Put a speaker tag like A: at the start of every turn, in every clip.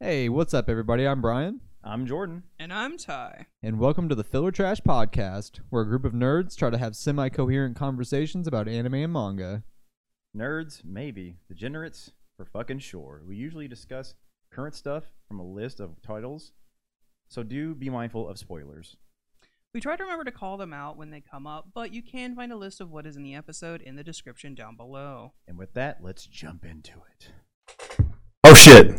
A: Hey, what's up, everybody? I'm Brian,
B: I'm Jordan.
C: And I'm Ty.
A: and welcome to the Filler Trash Podcast, where a group of nerds try to have semi coherent conversations about anime and manga.
B: Nerds, maybe. Degenerates, for fucking sure. We usually discuss current stuff from a list of titles, so do be mindful of spoilers.
C: We try to remember to call them out when they come up, but you can find a list of what is in the episode in the description down below.
B: And with that, let's jump into it.
D: Oh shit.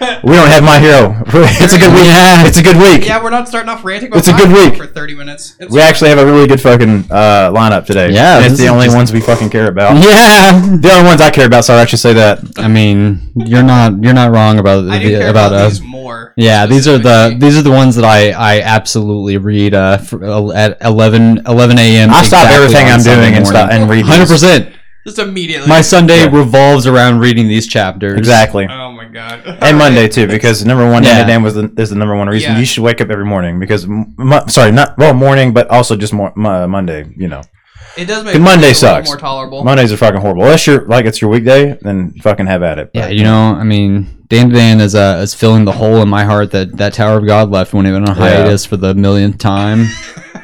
D: We don't have my hero. It's a good week. It's a good week.
E: Yeah, we're not starting off ranting about
D: It's a good
E: Bioshock
D: week.
E: for 30 minutes. It's
D: We actually have a really good fucking uh, lineup today.
F: Yeah,
D: And it's
F: this
D: the
F: is
D: only
F: just-
D: ones we fucking care about.
F: Yeah,
D: The only ones I care about, so I actually say that.
F: I mean, you're not you're not wrong about
E: I do care
F: about,
E: about,
F: us.
E: these more.
F: Yeah, these are the
E: specifically.
F: these are the ones that I I absolutely read uh, for, uh at 11 11 a.m.
D: I stop everything I'm doing and stop and read. these.
F: Hundred percent.
E: just immediately.
F: My Sunday
D: Yeah.
F: revolves around reading these chapters.
D: Exactly.
E: oh my god.
D: And Monday too, because number one,
F: Yeah.
D: yeah. was the, is the number one reason
E: Yeah.
D: you should wake up every morning. Because m- mo- sorry, not well morning, but also just mo- mo- Monday. You know,
E: it does make
D: Good Monday
E: it a little
D: sucks.
E: more tolerable.
D: Mondays are fucking horrible. Unless you're like it's your weekday, then fucking have at it.
F: Yeah,
D: But-
F: you know, I mean, Dan to Dan is uh, is filling the hole in my heart that that Tower of God left when it went on hiatus for the millionth time.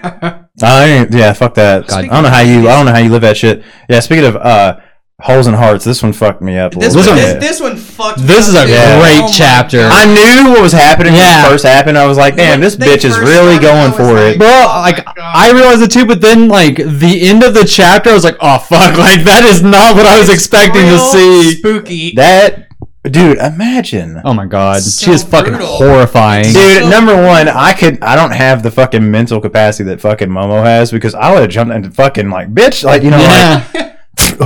D: I ain't- yeah, fuck that.
F: God.
D: I don't know how you I don't know how you live that shit. Yeah, speaking of uh holes and hearts, this one fucked me up. a
E: this,
D: little
E: one,
D: bit.
E: this, this one fucked. me
F: This is a
E: up, too.
D: Yeah.
F: great
E: Oh my
F: chapter.
E: God.
D: I knew what was happening when
F: Yeah.
D: it first happened. I was like, damn,
E: When
D: this
E: they
D: bitch is
E: first
D: really
E: started,
D: going
E: I was
D: for it.
E: like-
F: Well,
E: Oh
F: like
E: my God.
F: I realized it too, but then like the end of the chapter, I was like, "Oh fuck!" Like that is not what I was expecting to
E: Real
F: see.
E: Spooky.
D: That dude, imagine.
F: Oh my god,
E: So
F: she is fucking
E: brutal.
F: horrifying.
D: Dude,
E: So-
D: number one, I could I don't have the fucking mental capacity that fucking Momo has because I would have jumped into fucking like bitch, like you know, like
F: yeah,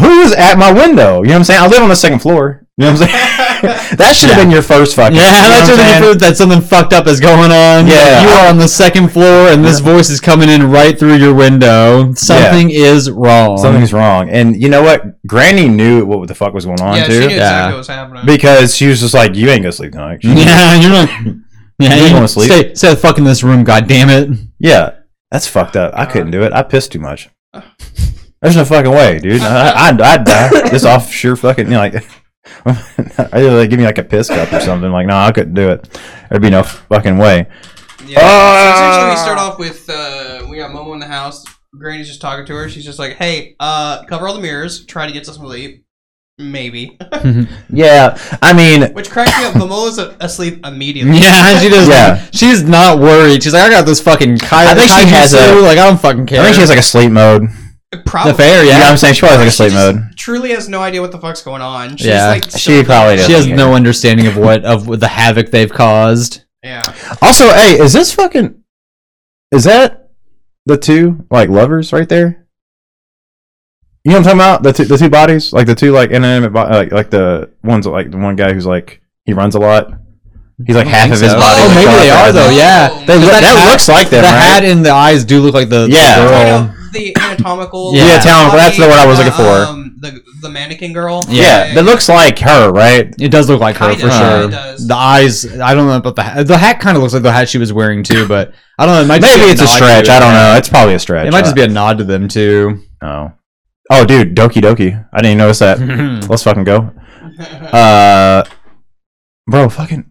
D: who is at my window? You know what I'm saying? I live on the second floor. You know what I'm saying? that should have
F: Yeah.
D: been your first fucking. you know
F: yeah,
D: what
F: that's
D: I'm
F: when you
D: saying?
F: prove that something fucked up is going on. Like,
D: Yeah.
F: you are on the second floor, and this voice is coming in right through your window. Something is wrong.
D: Something's Oh, wrong. And you know what? Granny knew what the fuck was going on
E: Yeah, she knew
D: too.
E: exactly
F: Yeah.
E: what was happening.
D: Because she was just like, You ain't gonna sleep tonight. She-
F: yeah, you're not. Yeah,
D: You
F: you
D: wanna sleep.
F: stay, stay the fuck in this room, god damn it.
D: Yeah. That's fucked up. I couldn't do it. I pissed too much. There's no fucking way, dude. I, I'd, I'd die. This off sure fucking, you know, like, either they give me like a piss cup or something. Like, no, I couldn't do it. There'd be no fucking way.
E: Yeah. so essentially, we
D: Ah.
E: start off with uh, we got Momo in the house. Granny's just talking to her. She's just like, "Hey, uh, cover all the mirrors. Try to get some sleep, maybe."
D: Yeah. I mean,
E: Which cracks me up. Momo's a- asleep immediately.
F: Yeah, she does.
D: Yeah.
F: she's not worried. She's like, I got this fucking. Kai-
D: I think she
F: kaiju
D: has a-
F: suit, like I don't fucking care.
D: I think she has like a sleep mode.
E: Probably.
F: the fair.
D: You know what
F: Yeah,
D: I'm saying? She probably has like a
E: She
D: sleep
E: just
D: mode.
E: Truly has no idea what the fuck's going on. She's
F: Yeah.
E: like,
D: She probably does.
F: she has no understanding of what of the havoc they've caused.
E: Yeah.
D: Also, hey, is this fucking is that the two like lovers right there? You know what I'm talking about? The two, the two bodies, like the two like inanimate, bo- like like the ones like the one guy who's like he runs a lot. He's like half
F: think
D: of his
F: so.
D: body.
F: Oh,
D: is
F: maybe
D: gone.
F: they are though. Yeah,
E: Oh.
D: They look-
F: But
D: that,
F: hat-
D: looks like
F: the
D: them, right?
F: hat and the eyes do look like the, the
D: Yeah.
F: girl.
E: Right now, the anatomical.
F: Oh. Yeah. Yeah,
D: tell him, that's the one I was looking for.
E: Um, the the mannequin girl.
D: yeah, that looks like her, right?
F: It does look like her
E: Kinda,
F: for
E: yeah,
F: sure.
E: it does.
F: The eyes, I don't know about the hat. The hat kind of looks like the hat she was wearing too, but I don't know. It might just
D: Maybe
F: be
D: it's a
F: nod
D: stretch.
F: to
D: I don't know. It's probably a stretch.
F: It might just be a nod to them too.
D: oh. Oh, dude, Doki Doki. I didn't even notice that. Let's fucking go. Uh, bro, fucking.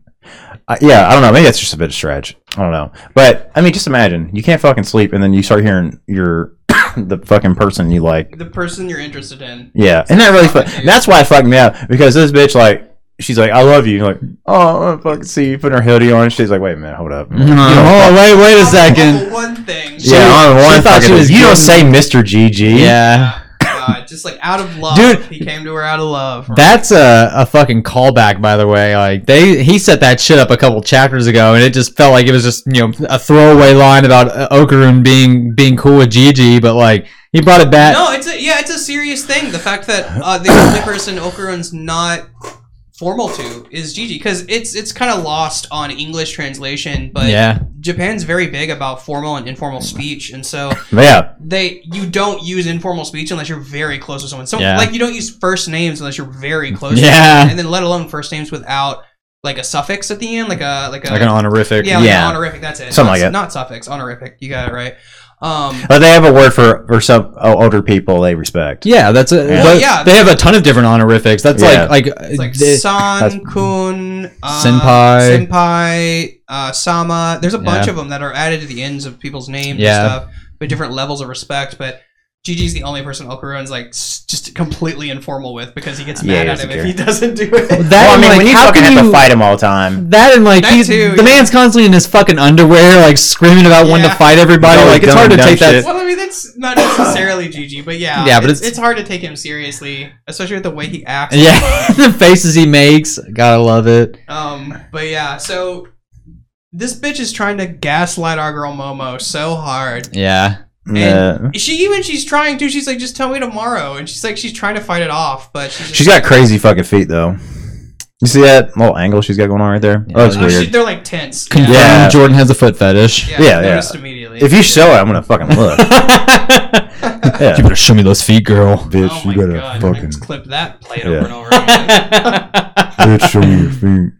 D: I yeah, I don't know. Maybe that's just a bit of stretch. I don't know. But I mean, just imagine you can't fucking sleep, and then you start hearing your the fucking person you like.
E: the person you're interested in.
D: Yeah, and that really. Fu- that's why it fucked me up because this bitch like. She's like, I love you. Like, oh, I wanna fucking see you putting her hoodie on. She's like, wait a minute, hold up. You don't-
F: oh wait, wait a second.
E: Number One thing.
D: yeah, on
F: she
D: one
F: thought she
D: fucking-
F: was
D: You don't say
F: getting-
D: Mr. GG.
F: Yeah.
E: God, uh, just like out of love.
F: Dude.
E: he came to her out of love.
F: That's a, a fucking callback, by the way. Like they, he set that shit up a couple chapters ago, and it just felt like it was just you know a throwaway line about uh, Okarun being being cool with Gigi, but like he brought it back.
E: No, it's a yeah, it's a serious thing. The fact that uh, the only person Okarun's not formal to is Gigi, because it's it's kind of lost on English translation, but
F: Yeah,
E: Japan's very big about formal and informal speech, and so
D: Yeah.
E: they you don't use informal speech unless you're very close to someone. So
F: Yeah.
E: like you don't use first names unless you're very close. to someone,
F: yeah,
E: and then let alone first names without like a suffix at the end, like a like a
F: like an honorific.
E: yeah, like an
D: Yeah.
E: honorific. That's it.
D: Something
E: not,
D: like it.
E: Not suffix, honorific. You got it right. Um,
D: But they have a word for for some oh, older people they respect.
F: Yeah, that's a,
D: Yeah.
F: but
E: Yeah.
F: They have a ton of different honorifics. That's
D: Yeah.
F: like like,
E: It's like
F: they-
E: San Kun, uh,
F: Senpai.
E: Senpai, uh, Sama. There's a bunch
F: Yeah.
E: of them that are added to the ends of people's names
F: Yeah.
E: and stuff, with different levels of respect. But Gigi's the only person Okurun's like s- just completely informal with because he gets
D: Yeah,
E: mad
D: he
E: at
D: doesn't
E: him if he doesn't do it.
F: that
D: well, I
F: and,
D: mean,
F: like,
D: when you
F: how
D: fucking
F: can
D: have
F: you
D: to fight them all the time,
F: that and like
E: That
F: he's
E: too,
F: the
E: yeah.
F: man's constantly in his fucking underwear, like screaming about when to
E: Yeah.
F: fight everybody.
D: He's all,
F: Like
D: like,
F: it's
D: dumb
F: hard to
D: and dumb
F: take that.
D: shit.
E: Well, I mean, that's not necessarily Gigi, but yeah,
F: Yeah, but
E: it's,
F: it's-
E: it's hard to take him seriously, especially with the way he acts.
F: Yeah, the faces he makes, gotta love it.
E: Um, but yeah, so this bitch is trying to gaslight our girl Momo so hard.
F: Yeah,
D: Yeah.
E: She even she's trying to. She's like, just tell me tomorrow, and she's like, she's trying to fight it off, but she's, just,
D: She's got crazy fucking feet though. You see that little angle she's got going on right there?
F: Yeah.
D: Oh, it's
E: Oh,
D: weird.
E: she- they're like tense.
F: confirmed.
D: Yeah.
F: Jordan has a foot fetish.
E: I
D: yeah, yeah.
E: noticed immediately.
D: If you show it, I'm gonna fucking
E: Oh
D: look. yeah.
F: You better show me those feet, girl.
D: Bitch,
E: oh my god, let's clip that, play it over
D: Yeah.
E: and over. Again.
D: bitch show me your feet.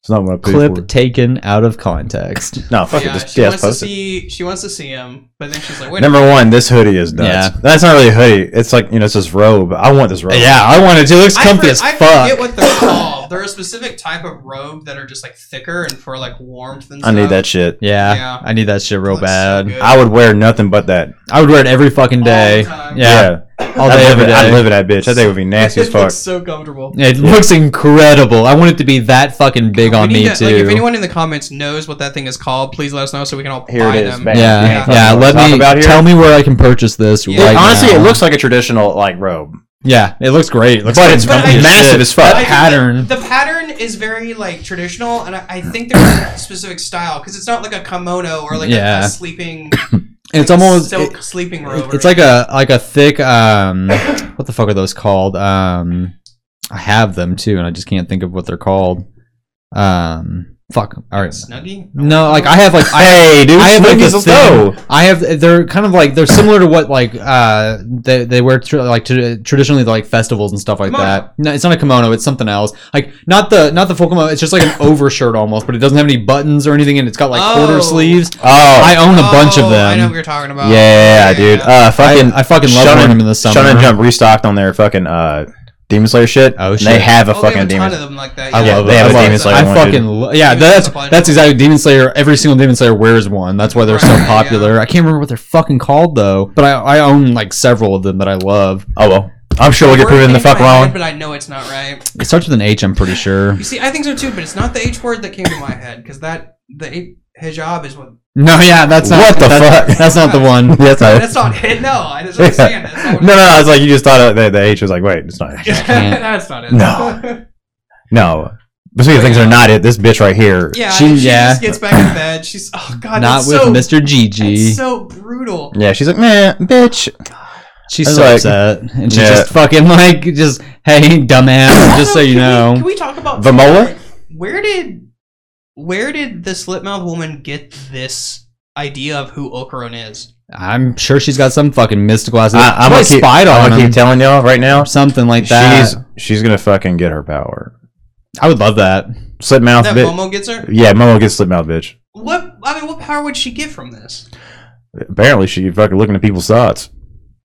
D: It's not what I paid
F: Clip taken out of context.
D: No, fuck
E: yeah,
D: it. Just
E: she
D: yeah,
E: wants to
D: post it.
E: see. She wants to see him, but then she's like, wait. a
D: Number one, this hoodie is nuts.
F: Yeah.
D: That's not really a hoodie. It's like you know, it's this robe. I want this robe.
F: Yeah, I want it to. It looks
E: I
F: comfy
E: for-
F: as
E: I
F: fuck.
E: forget what they're called. They're a specific type of robe that are just like thicker and for like warmth and
D: I
E: stuff.
D: need that shit.
F: Yeah,
E: Yeah.
F: I need that shit real
E: Looks so
F: bad.
E: good.
D: I would wear nothing but that.
F: I would wear it every fucking
E: All
F: day.
E: the time.
F: yeah, all day,
D: I'd live
F: every
D: it.
F: day.
D: I'd live it that bitch. That thing would be nasty as
E: It
D: fuck.
E: looks so comfortable.
F: It looks incredible. I want it to be that fucking big
E: We
F: on me
E: need to-
F: too.
E: like, if anyone in the comments knows what that thing is called, please let us know so we can all
D: Here
E: buy
D: it is.
E: them.
D: Bam.
F: yeah,
E: Yeah.
F: yeah. Let
D: Talk
F: me
D: about here.
F: tell me where I can purchase this.
E: Yeah.
F: right
D: Honestly,
F: now.
D: it looks like a traditional like robe,
F: Yeah, it looks great. It looks
D: but
F: fucking
D: it's
E: But
F: comfy
E: I-
F: as
D: massive
F: shit.
D: as fuck.
E: I-
F: pattern.
E: The pattern is very like traditional, and I, I think there's a specific style because it's not like a kimono or like a- a,
F: Yeah.
E: sleeping.
F: It's
E: like,
F: almost.
E: silk
F: it-
E: sleeping robe.
F: it- it's like a like a thick um what the fuck are those called um I have them too and I just can't think of what they're called um fuck all right
E: snuggie.
F: no like I have like I
D: hey, dude,
F: I have like
D: Snoopy's,
F: a
D: let's
F: thing.
D: go.
F: I have. They're kind of like they're similar to what like uh they they wear tr like tr traditionally like festivals and stuff like
E: Kimono.
F: that. No, it's not a kimono. It's something else. Like not the not the full kimono. It's just like an overshirt almost, but it doesn't have any buttons or anything, and it's got like
E: Oh.
F: quarter sleeves.
D: Oh,
F: I own a bunch of
E: Oh,
F: them.
E: I know what you're talking about.
D: Yeah, dude. Uh, fucking.
F: I fucking love wearing them in the summer.
D: Shonen Jump restocked on their fucking uh, Demon Slayer shit.
F: Oh,
D: and
F: shit.
D: They have a
E: Oh, they
D: fucking
E: have a ton
D: demon.
E: of them like that.
F: I
E: yeah.
F: love
D: they
F: it.
D: have
F: I
D: a
F: love
D: Demon
F: it.
D: Slayer
F: I
D: one,
F: fucking lo- yeah.
E: Demon Slayer
F: That's
E: one.
F: that's exactly Demon Slayer. Every single Demon Slayer wears one. That's why they're so
E: Right,
F: popular. I can't remember what they're fucking called though, but I, I own like several of them that I love.
D: Oh well, I'm sure we'll get
E: Word
D: proven the
E: came to
D: fuck
E: my head,
D: wrong.
E: but I know it's not right.
F: It starts with an H. I'm pretty sure.
E: You see, I think so too, but it's not the H word that came to my head because that the H- hijab is what.
F: No, yeah, that's not
D: What the
F: that's-
D: fuck?
F: That's not the one.
D: Yeah, that's not
E: That's not it. No, I just
D: it.
E: understand it. That's not
D: no,
E: what
D: no, no, it's like you just thought the, the H was like, wait, it's not. H.
F: can't.
E: That's not it.
D: No. No, but speaking of things that are not it, this bitch right here.
E: yeah,
F: She-
E: she,
F: yeah.
E: just gets back in bed. She's oh god,
F: not
E: that's
F: with
E: so,
F: Mr. Gigi.
E: That's so brutal.
D: Yeah, she's like, man, bitch.
F: she's
D: I was
F: so
D: like-
F: upset, and she's
D: Yeah.
F: just fucking like, just hey, dumbass, just so
E: Also,
F: you
E: can we-
F: know.
E: can we talk about
D: Vamola?
E: Where did where did the slipmouth woman get this idea of who Okoron is?
F: I'm sure she's got some fucking mystical ass.
D: I, I'm gonna
F: Probably
D: keep,
F: spied
D: I'm
F: on
D: gonna
F: him,
D: keep telling y'all right now.
F: or something like that.
D: She's she's gonna fucking get her power.
F: I would love that.
D: Slip mouth,
E: That
D: bitch.
E: Momo gets her.
D: Yeah, Momo gets slip mouth, bitch.
E: What I mean, what power would she get from this?
D: Apparently, she fucking looking at people's thoughts.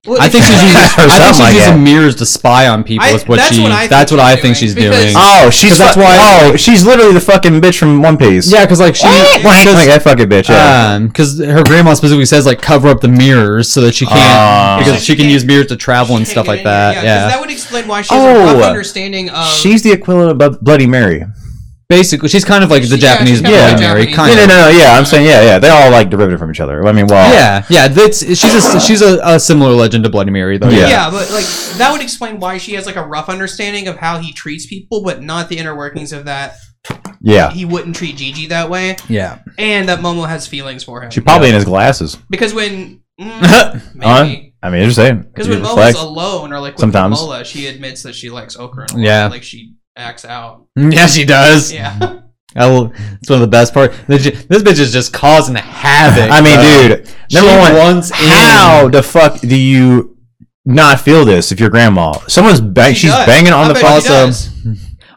E: Well,
F: I think she's using, I
D: Or
F: think she's
D: something like
F: using
D: that.
F: mirrors to spy on people.
E: I-
F: is what
E: that's
F: she.
E: what I think
F: that's what
E: she's
F: I think
E: doing,
F: she's
E: because-
F: doing.
D: Oh, she's
F: 'Cause that's
D: that's why.
F: why-
D: Oh, she's literally the fucking bitch from One Piece.
F: Yeah, because like she.
D: Whack, whack, like that fucking bitch. Yeah.
F: because Um, her grandma specifically says like cover up the mirrors so that she can't
D: Ah.
F: because
E: So
F: she
E: she
F: can
E: can't-
F: use mirrors to travel and
E: Can't
F: stuff
E: get
F: like
E: in there.
F: that.
E: 'cause
F: Yeah,
E: that would explain why she has a
D: Oh.
E: rough understanding of.
D: she's the equivalent of Bloody Mary.
F: basically, she's kind of like the
E: She- yeah,
F: Japanese
E: she's kinda
D: like
F: Bloody Mary,
E: Japanese.
F: kind
D: No,
F: of.
D: no, no, no. Yeah, I'm saying yeah, yeah. They're all like derivative from each other. I mean, well,
F: Yeah, yeah. That's she's a she's a, a similar legend to Bloody Mary though.
E: yeah.
D: Yeah.
E: but like that would explain why she has like a rough understanding of how he treats people, but not the inner workings of that.
D: yeah.
E: He wouldn't treat Gigi that way,
F: yeah.
E: and that Momo has feelings for him.
D: She probably in his glasses.
E: because when mm, maybe
D: I mean, just saying.
E: because
D: You
E: when Momo's
D: reflect.
E: alone or like with
D: Sometimes.
E: Mola, she admits that she likes Okra. a lot.
F: Yeah.
E: like she acts out.
F: Yeah, she does.
E: Yeah,
D: Mm-hmm.
F: I will- it's one of the best part. This j- this bitch is just causing havoc.
D: I mean,
F: bro.
D: dude. Number
F: she
D: one,
F: wants in.
D: how the fuck do you not feel this if your grandma? Someone's bang,
E: She
D: she's
E: does.
D: banging on
E: I
D: the
E: bet she
D: phone.
E: does.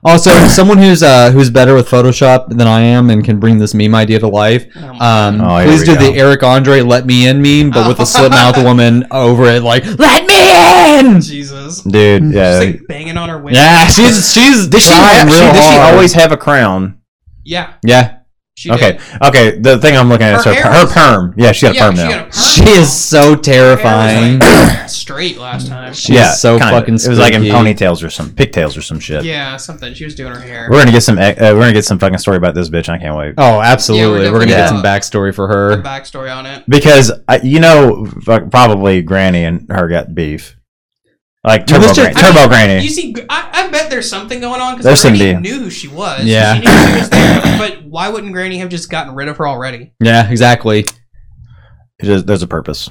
F: Also, someone who's uh, who's better with Photoshop than I am and can bring this meme idea to life.
E: Oh my
F: Um,
D: Oh, here
F: please
D: we
F: do the
D: go.
F: Eric Andre "Let Me In" meme, but with the slit mouth woman over it, like "Let me in."
E: Jesus.
D: dude. Yeah.
E: Just like banging on her window.
F: Uh, Yeah, she's she's
D: did Mm. she,
F: trying
D: have,
F: real
D: she, did she
F: hard.
D: always have a crown?
E: Yeah.
F: Yeah,
E: She
D: Okay.
E: Did.
D: Okay. The thing I'm looking at is
E: Her
D: her,
E: hair
D: her
E: was-
D: perm. Yeah, she got
E: yeah,
D: a perm
E: she
D: now.
E: had a perm.
F: she is so terrifying.
E: straight last time.
F: She's so
D: kinda.
F: fucking.
D: It was like in
F: spooky.
D: ponytails or some pigtails or some shit.
E: Yeah, something. She was doing her hair.
D: We're gonna get some. Uh, we're gonna get some fucking story about this bitch. I can't wait.
F: Oh, absolutely.
E: Yeah, we're
F: we're, gonna get some
E: definitely-
F: backstory for
E: The
F: her.
E: backstory on it.
D: Because I, you know, fuck, probably Granny and her got beef. Like
F: Well,
D: Turbo,
F: this
D: Gran-
F: just-
D: Turbo Granny.
E: You see, I, I bet there's something going on
D: There's
E: because
D: some
E: Granny
D: deal.
E: knew who she was.
F: Yeah.
E: She knew she was there, but why wouldn't Granny have just gotten rid of her already?
F: Yeah, exactly.
D: It is- there's a purpose.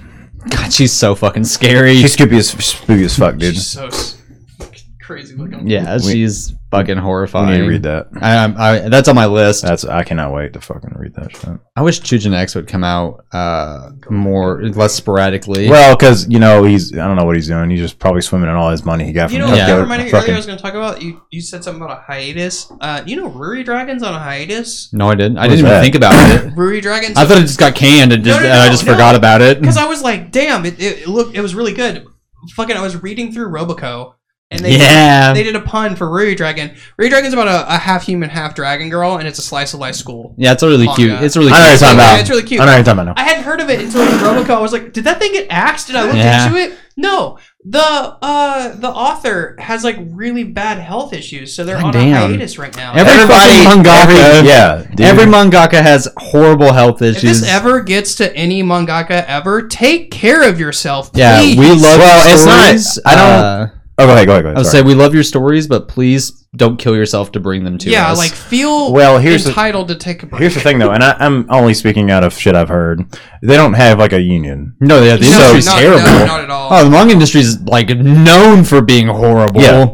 F: God, she's so fucking scary.
D: She's spooky as spooky as fuck, dude.
E: She's so s- crazy looking.
F: yeah,
D: We-
F: she's fucking
D: I
F: horrifying.
D: need to read that.
F: I, um, I, that's on my list.
D: That's I cannot wait to fucking read that shit.
F: I wish Chujin X would come out uh, more less sporadically.
D: Well, because you know he's I don't know what he's doing. He's just probably swimming in all his money he got
E: You
D: from
E: know,
F: Yeah.
E: yeah, that
D: Tokyo.
E: reminded me earlier. I
D: fucking,
E: was going to talk about you. You said something about a hiatus. Uh, you know, Ruri Dragon's on a hiatus.
F: no, I didn't. I
D: What was
F: didn't even
D: that?
F: think about it.
E: Ruri Dragon's.
F: I thought it just got canned and, just,
E: No, no,
F: and I
E: no,
F: just
E: no.
F: forgot about it.
E: because I was like, damn, it, it, it looked, it was really good. Fucking, I was reading through Robico, and they
F: yeah.
E: they did a pun for Ruri Dragon. Ruri Dragon's about a, a half human, half dragon girl, and it's a slice of life school.
F: yeah, it's really
E: Manga.
F: cute. It's really
D: I know what
F: cute.
D: you're talking
E: Yeah,
D: about.
E: it's really cute.
D: I know what you're talking about now.
E: I hadn't heard of it until it was Robico. I was like, did that thing get axed? And I looked
F: Yeah.
E: into it. No, the uh the author has like really bad health issues, so they're
F: God
E: on a
F: damn.
E: hiatus right now.
F: Every fucking mangaka.
D: every- yeah, dude.
F: Every mangaka has horrible health
E: if
F: issues.
E: this ever gets to any mangaka ever, take care of yourself. Please.
F: yeah, we love
D: Well,
F: your
D: it's not-
F: stories.
D: I don't-
F: Uh,
D: oh, go ahead, go ahead, go
F: I
D: ahead.
F: would
D: sorry.
F: say we love your stories, but please don't kill yourself to bring them to
E: yeah,
F: us.
E: like feel
D: Well, here's the-
E: entitled to take a break.
D: Here's the thing, though, and I, I'm only speaking out of shit I've heard. They don't have like a union.
F: no, yeah, the
E: No,
F: industry's
E: not-
F: terrible.
E: No, not at all.
F: Oh, the manga industry's like known for being horrible.
D: Yeah.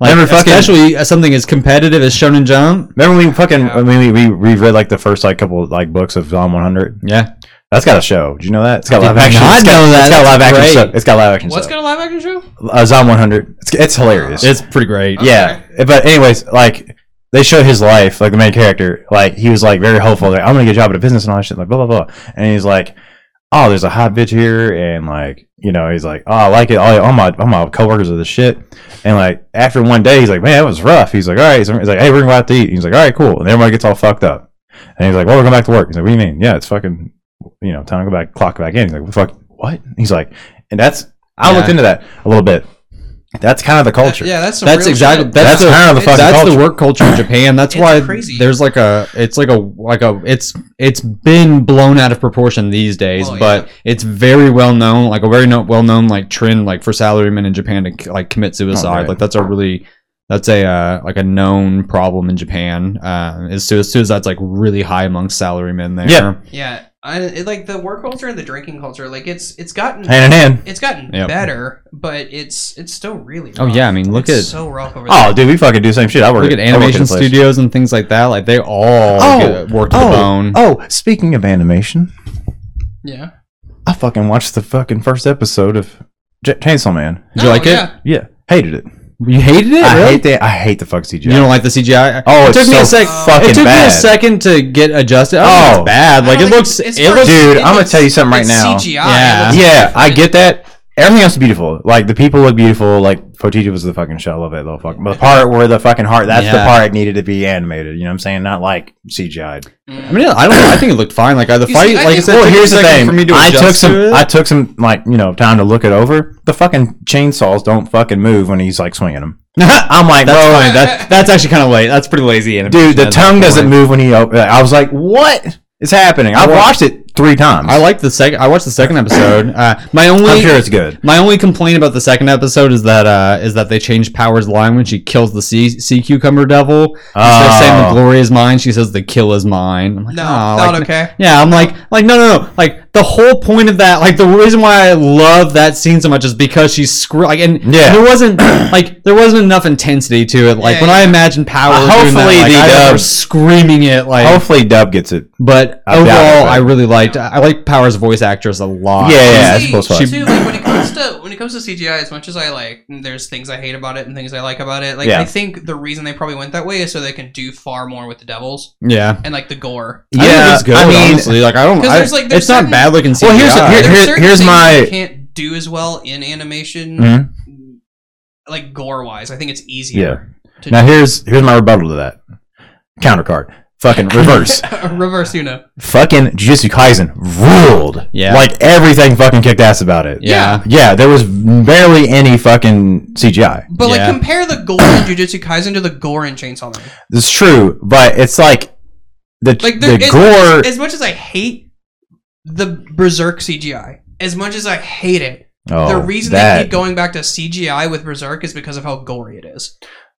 F: Like,
D: Never fucking-
F: especially something as competitive as Shonen Jump.
D: Remember when we fucking
E: Yeah.
D: when we, we reread like the first like couple like books of Zom 100?
F: Yeah,
D: That's got a show. Did you know that? It's got
F: I
D: live
F: did
D: action.
F: not
D: it's got,
F: know that.
D: It's got
F: That's
D: live action
F: great.
D: stuff. It's got live action
E: What's
D: stuff.
E: got a live action show?
D: Uh, Zom 100. It's, it's hilarious.
F: it's pretty great.
E: Okay.
D: Yeah, but anyways, like they show his life, like the main character, like he was like very hopeful, like I'm gonna get a job at a business and all that shit, like blah blah blah, and he's like, oh, there's a hot bitch here, and like you know, he's like, oh, I like it, all, all my all my coworkers are the shit, and like after one day, he's like, man, that was rough. He's like, all right, so he's like, hey, we're gonna go out to eat. He's like, all right, cool, and everybody gets all fucked up, and he's like, well, we're going back to work. He's like, what do you mean? Yeah, it's fucking, you know, time to go back, clock back in. He's like, fuck, what? He's like, and that's I
F: Yeah.
D: looked into that a little bit. That's kind of the culture.
E: Yeah, that's some
F: That's
E: real
F: exactly-
E: shit.
F: that's
D: That's
F: the-
D: kind of the
E: it's-
D: fucking
F: That's
D: culture.
F: the work culture in Japan. That's
E: It's
F: why
E: crazy.
F: there's like a, it's like a, like a, it's, it's been blown out of proportion these days,
E: Oh,
F: but it's very well known, like a very no, well known like trend, like for salarymen in Japan to like commit suicide.
D: Oh, right.
F: Like that's a really, that's a uh, like a known problem in Japan. Uh, is sui- suicide's like really high amongst salarymen there.
D: Yeah.
E: Yeah, I, it, like the work culture and the drinking culture, like it's it's gotten
D: hand in hand.
E: it's gotten
F: Yep.
E: better, but it's it's still really. Rough.
F: Oh yeah, I mean look
E: it's
F: at
E: so rough over there.
D: Oh, dude, we fucking do the same shit. I work
F: look at
D: I work in a
F: animation
D: place.
F: studios and things like that. Like they all
D: Oh,
F: get worked to
D: Oh,
F: the bone.
D: oh, speaking of animation,
E: yeah.
D: I fucking watched the fucking first episode of J- Chainsaw Man.
F: Did you like it?
E: Oh, yeah.
D: Yeah, hated it.
F: You hated it?
D: I
F: really?
D: hate that. I hate the fuck CGI.
F: You don't like the CGI?
D: oh,
F: it
D: it's
F: took me a
D: so
F: sec.
D: fucking
F: It took
D: bad.
F: me a second to get adjusted.
D: Oh.
F: Oh, it's bad. Like
E: I
F: it
E: don't like-
F: looks.
E: it's
F: It
E: for-
F: looks.
D: Dude, I'm gonna
E: looks-
D: tell you something right
E: it's
D: now.
E: CGI.
F: Yeah.
E: It looks-
D: Yeah, I get that. Everything else is beautiful. Like the people look beautiful. Like Potita was the fucking shell of it, though. Fuck, but the part where the fucking heart—that's the
F: Yeah.
D: part it needed to be animated. You know what I'm saying? Not like CGI'd.
F: I mean, I don't. know. I think it looked fine. Like uh, the
E: You
F: fight.
E: see, I
F: like I
E: think-
F: said,
D: well,
F: took me a
D: here's the
F: second
D: thing.
F: For me to
D: I took
F: adjust
D: some.
F: to it.
D: I took some like you know time to look it over. The fucking chainsaws don't fucking move when he's like swinging them. I'm like,
F: that's
D: bro,
F: fine. That, that's actually kind of late. That's pretty lazy. Animation
D: dude, the
F: at that
D: tongue doesn't
F: point.
D: move when he. Op- I was like, what is happening? I
F: I wa-
D: watched it three times.
F: I liked the second. I watched the second episode. Uh, my only.
D: I'm sure it's good.
F: My only complaint about the second episode is that uh, is that they changed Power's line when she kills the sea, sea cucumber devil. Instead of saying
D: Oh.
F: the glory is mine, she says the kill is mine. I'm like,
E: No,
F: "Aw,"
E: not
F: like,
E: okay.
F: Yeah, I'm like, like no, no, no. Like the whole point of that, like the reason why I love that scene so much is because she's screw. Like, and
D: Yeah.
F: there wasn't like there wasn't enough intensity to it. Like
E: Yeah,
F: when I
E: yeah.
F: imagine Power,
D: Uh, hopefully
F: doing that, like,
D: the
F: I remember
D: dub-
F: screaming it like.
D: Hopefully, Dub gets it.
F: but
D: I doubt it,
F: overall,
D: but-
F: I really liked. I like Power's voice actress a lot.
D: Yeah, yeah,
E: See,
D: it's close.
E: too, like, when it comes comes to when it comes to CGI, as much as I like, there's things I hate about it and things I like about it. Like
D: Yeah.
E: I think the reason they probably went that way is so they can do far more with the devils
F: Yeah.
E: and like the gore.
F: I think
D: Yeah,
F: it's good,
D: I mean-
F: honestly. Like I don't.
E: 'Cause
F: I,
E: there's, like, there's
F: it's
E: certain-
F: not bad looking CGI.
D: Well, here's the- here-
E: There's
D: here-
E: certain
D: here's
E: things
D: my-
E: you can't do as well in animation,
D: Mhm.
E: like gore wise. I think it's easier.
D: Yeah.
E: to
D: Now here's here's my rebuttal to that. Countercard. Fucking reverse.
E: reverse Uno.
D: fucking Jujutsu Kaisen ruled.
F: Yeah.
D: Like everything fucking kicked ass about it.
F: yeah.
D: Yeah, there was barely any fucking CGI.
E: But
F: Yeah.
E: like compare the gore in Jujutsu Kaisen to the gore in Chainsaw Man.
D: It's true, but it's like the
E: Like there,
D: the
E: as,
D: gore.
E: as much as I hate the Berserk CGI, as much as I hate it,
D: oh,
E: the reason
D: that,
E: they keep going back to CGI with Berserk is because of how gory it is.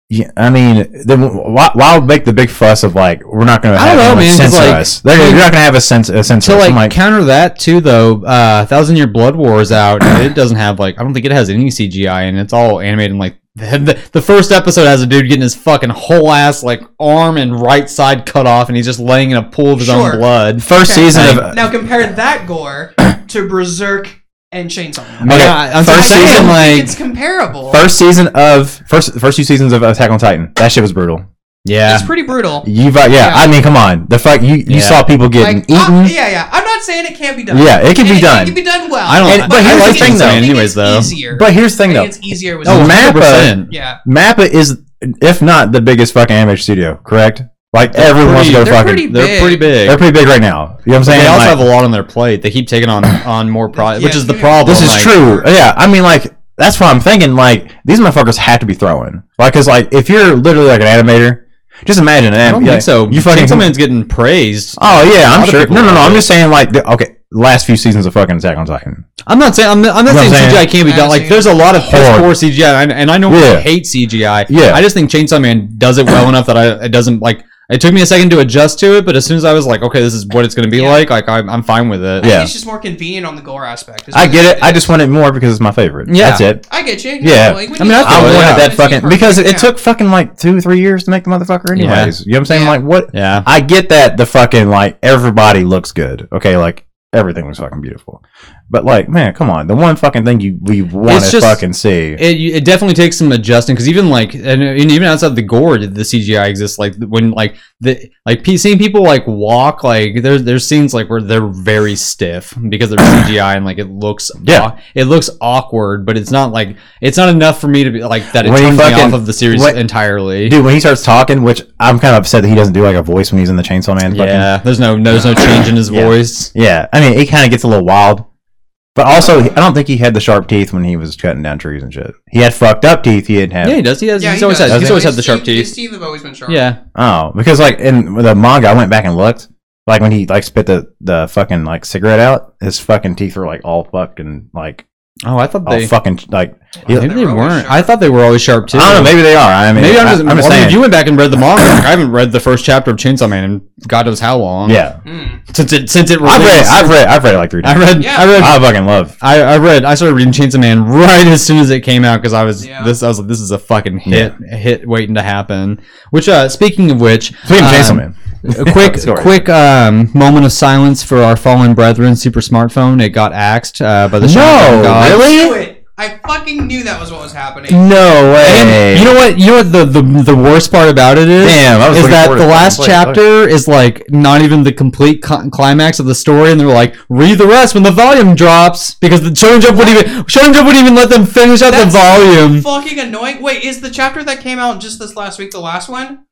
D: Yeah, I mean, then why, why make the big fuss of like we're not gonna
F: I
D: have
F: don't know,
D: anyone
F: man, 'cause,
D: censor
F: like,
D: us? They're, you're not gonna have a cens a censor.
F: To
D: us.
F: like,
D: I'm like
F: counter that too, though, uh, Thousand Year Blood War is out. and it doesn't have like I don't think it has any CGI, and it's all animated. And, like the, the first episode has a dude getting his fucking whole ass like arm and right side cut off, and he's just laying in a pool of his
E: Sure.
F: own blood.
D: first
E: Okay.
D: season of
E: Now compare that gore to Berserk and Chainsaw Man.
D: okay,
F: Yeah, I'm
D: first
E: I don't
F: saying,
D: season,
E: think
F: like-
E: it's comparable.
D: first season of first first two seasons of Attack on Titan. That shit was brutal.
F: Yeah,
E: it's pretty brutal.
D: You've uh, yeah,
E: Yeah.
D: I mean, come on, the fuck you you
F: Yeah.
D: saw people getting
E: Like,
D: eaten.
E: I- yeah, yeah. I'm not saying it can't be done.
D: Yeah, it can
E: And
D: be
E: It
D: done.
E: can be done well.
F: I don't.
D: And- but
F: I
D: here's
F: like
D: the thing,
F: Chainsaw
D: though.
F: Man
E: I think
F: Anyways,
E: it's
F: though.
E: easier.
D: But here's the
E: I
D: thing
E: think
D: though,
E: it's easier with
F: Oh,
E: Berserk.
D: Mappa-
F: 100%.
E: yeah.
D: MAPPA is if not the biggest fucking animation studio, correct? Like
F: They're
D: everyone's
F: pretty-
D: going to
E: they're
D: fucking
E: pretty
F: They're
E: big.
F: pretty big.
D: they're pretty big right now. You know what I'm
F: But
D: saying?
F: they also
D: Like,
F: have a lot on their plate. They keep taking on on more product, which
E: Yeah,
F: is the
E: yeah.
F: problem.
D: this is
F: like-
D: true. Yeah, I mean like that's what I'm thinking. Like these motherfuckers have to be throwing. Like, cause like if you're literally like an animator, just imagine an
F: I don't
D: animator.
F: think so.
D: You fucking
F: Chainsaw Man's getting praised.
D: Oh yeah,
F: lot
D: I'm
F: of
D: sure.
F: people
D: No, no, no.
F: love
D: I'm
F: it.
D: just saying like the, okay, last few seasons of fucking Attack on Titan.
F: I'm not saying I'm not, I'm not
D: You know
F: saying
D: what I'm
F: CGI
D: saying?
F: can't be done. Like, there's a lot of piss
D: Hard.
F: poor CGI, and, and I know
D: Yeah.
F: I hate CGI.
D: Yeah.
F: I just think Chainsaw Man does it well enough that I it doesn't like. It took me a second to adjust to it, but as soon as I was like, okay, this is what it's going to be
E: Yeah.
F: like, like I'm, I'm fine with it.
E: I think
D: Yeah.
E: it's just more convenient on the gore aspect. is
D: I
E: what
D: get
E: is.
D: it. I just want it more because it's my favorite.
F: Yeah.
D: that's it.
E: I get you.
D: Yeah.
E: like, when
F: I mean,
E: you
F: I
E: look
D: I
F: Oh,
E: at
D: wanted
E: it,
F: yeah.
E: it's
D: that
E: just
D: fucking
E: perfect,
D: because it
E: yeah.
D: took fucking like two, three years to make the motherfucker.
F: Yeah.
D: Anyways, you know what I'm saying?
E: Yeah.
D: Like what?
F: Yeah.
D: I get that the fucking like everybody looks good. Okay, like everything was fucking beautiful. But like, man, come on. The one fucking thing you we want
F: It's
D: to
F: just-
D: fucking see.
F: It, you- it definitely takes some adjusting because even like and, and even outside the gore, the CGI exists. Like when like the like pe- seeing people like walk, like there's there's scenes like where they're very stiff because they're CGI and like it looks
D: Yeah.
F: au- it looks awkward, but it's not like it's not enough for me to be like that. It
D: When he
F: turns me
D: fucking-
F: off of the series
D: when-
F: entirely.
D: Dude, when he starts talking, which I'm kind of upset that he doesn't do like a voice when he's in the Chainsaw Man. Fucking,
F: yeah, there's no no- there's no change in his
D: Yeah.
F: voice.
D: yeah. I mean, it kind of gets a little wild. But also, I don't think he had the sharp teeth when he was cutting down trees and shit. He had fucked up teeth. He didn't have.
F: Yeah, he does. He has.
E: Yeah,
F: he's
E: he
F: always
E: does.
F: had. He's
D: Doesn't
F: always
E: His
F: had the sharp
E: teeth-
F: teeth.
E: His teeth have always been sharp.
F: Yeah,
D: Oh, because like in the manga, I went back and looked. Like when he like spit the, the fucking like cigarette out, his fucking teeth were like all fucking like
F: Oh, I thought
D: all
F: they.
D: fucking like.
E: Well,
F: Maybe
E: they
F: they
E: were always
F: weren't.
E: sharp.
F: I thought they were always sharp too.
D: I don't know. Maybe they are. I mean,
F: Maybe I'm just,
D: I,
F: well, I
D: am just
F: mean,
D: saying.
F: you went back and read the manga. Like, I haven't read the first chapter of Chainsaw Man in God knows how long.
D: yeah,
E: Mm.
F: Since it since it
D: I've read.
F: released.
D: I've read. I've read it like three
F: I
D: times.
F: read.
E: Yeah.
F: I read.
D: I fucking love.
F: I, I read. I started reading Chainsaw Man right as soon as it came out because I was
E: Yeah.
F: this. I was like, this is a fucking hit, a hit waiting to happen. Which, uh, speaking of which,
D: Speaking of
F: um,
D: Chainsaw Man,
F: a quick,
D: Sorry.
F: quick um, moment of silence for our fallen brethren, Super Smartphone. It got axed uh, by the Shadow God.
D: No,
E: I knew
D: really?
E: it. I fucking knew that was what was
F: Mm.
E: happening.
D: No way.
F: And you know what? You know what the, the the worst part about it is?
D: Damn, I was
F: is
D: looking
F: that
D: forward
F: the
D: to
F: last
D: playing it.
F: chapter is like not even the complete cl- climax of the story, and they're like, read the rest when the volume drops because the Shonen Jump wouldn't even Shonen Jump wouldn't even let them finish out the
E: That's
F: volume.
E: Fucking annoying. Wait, is the chapter that came out just this last week the last one?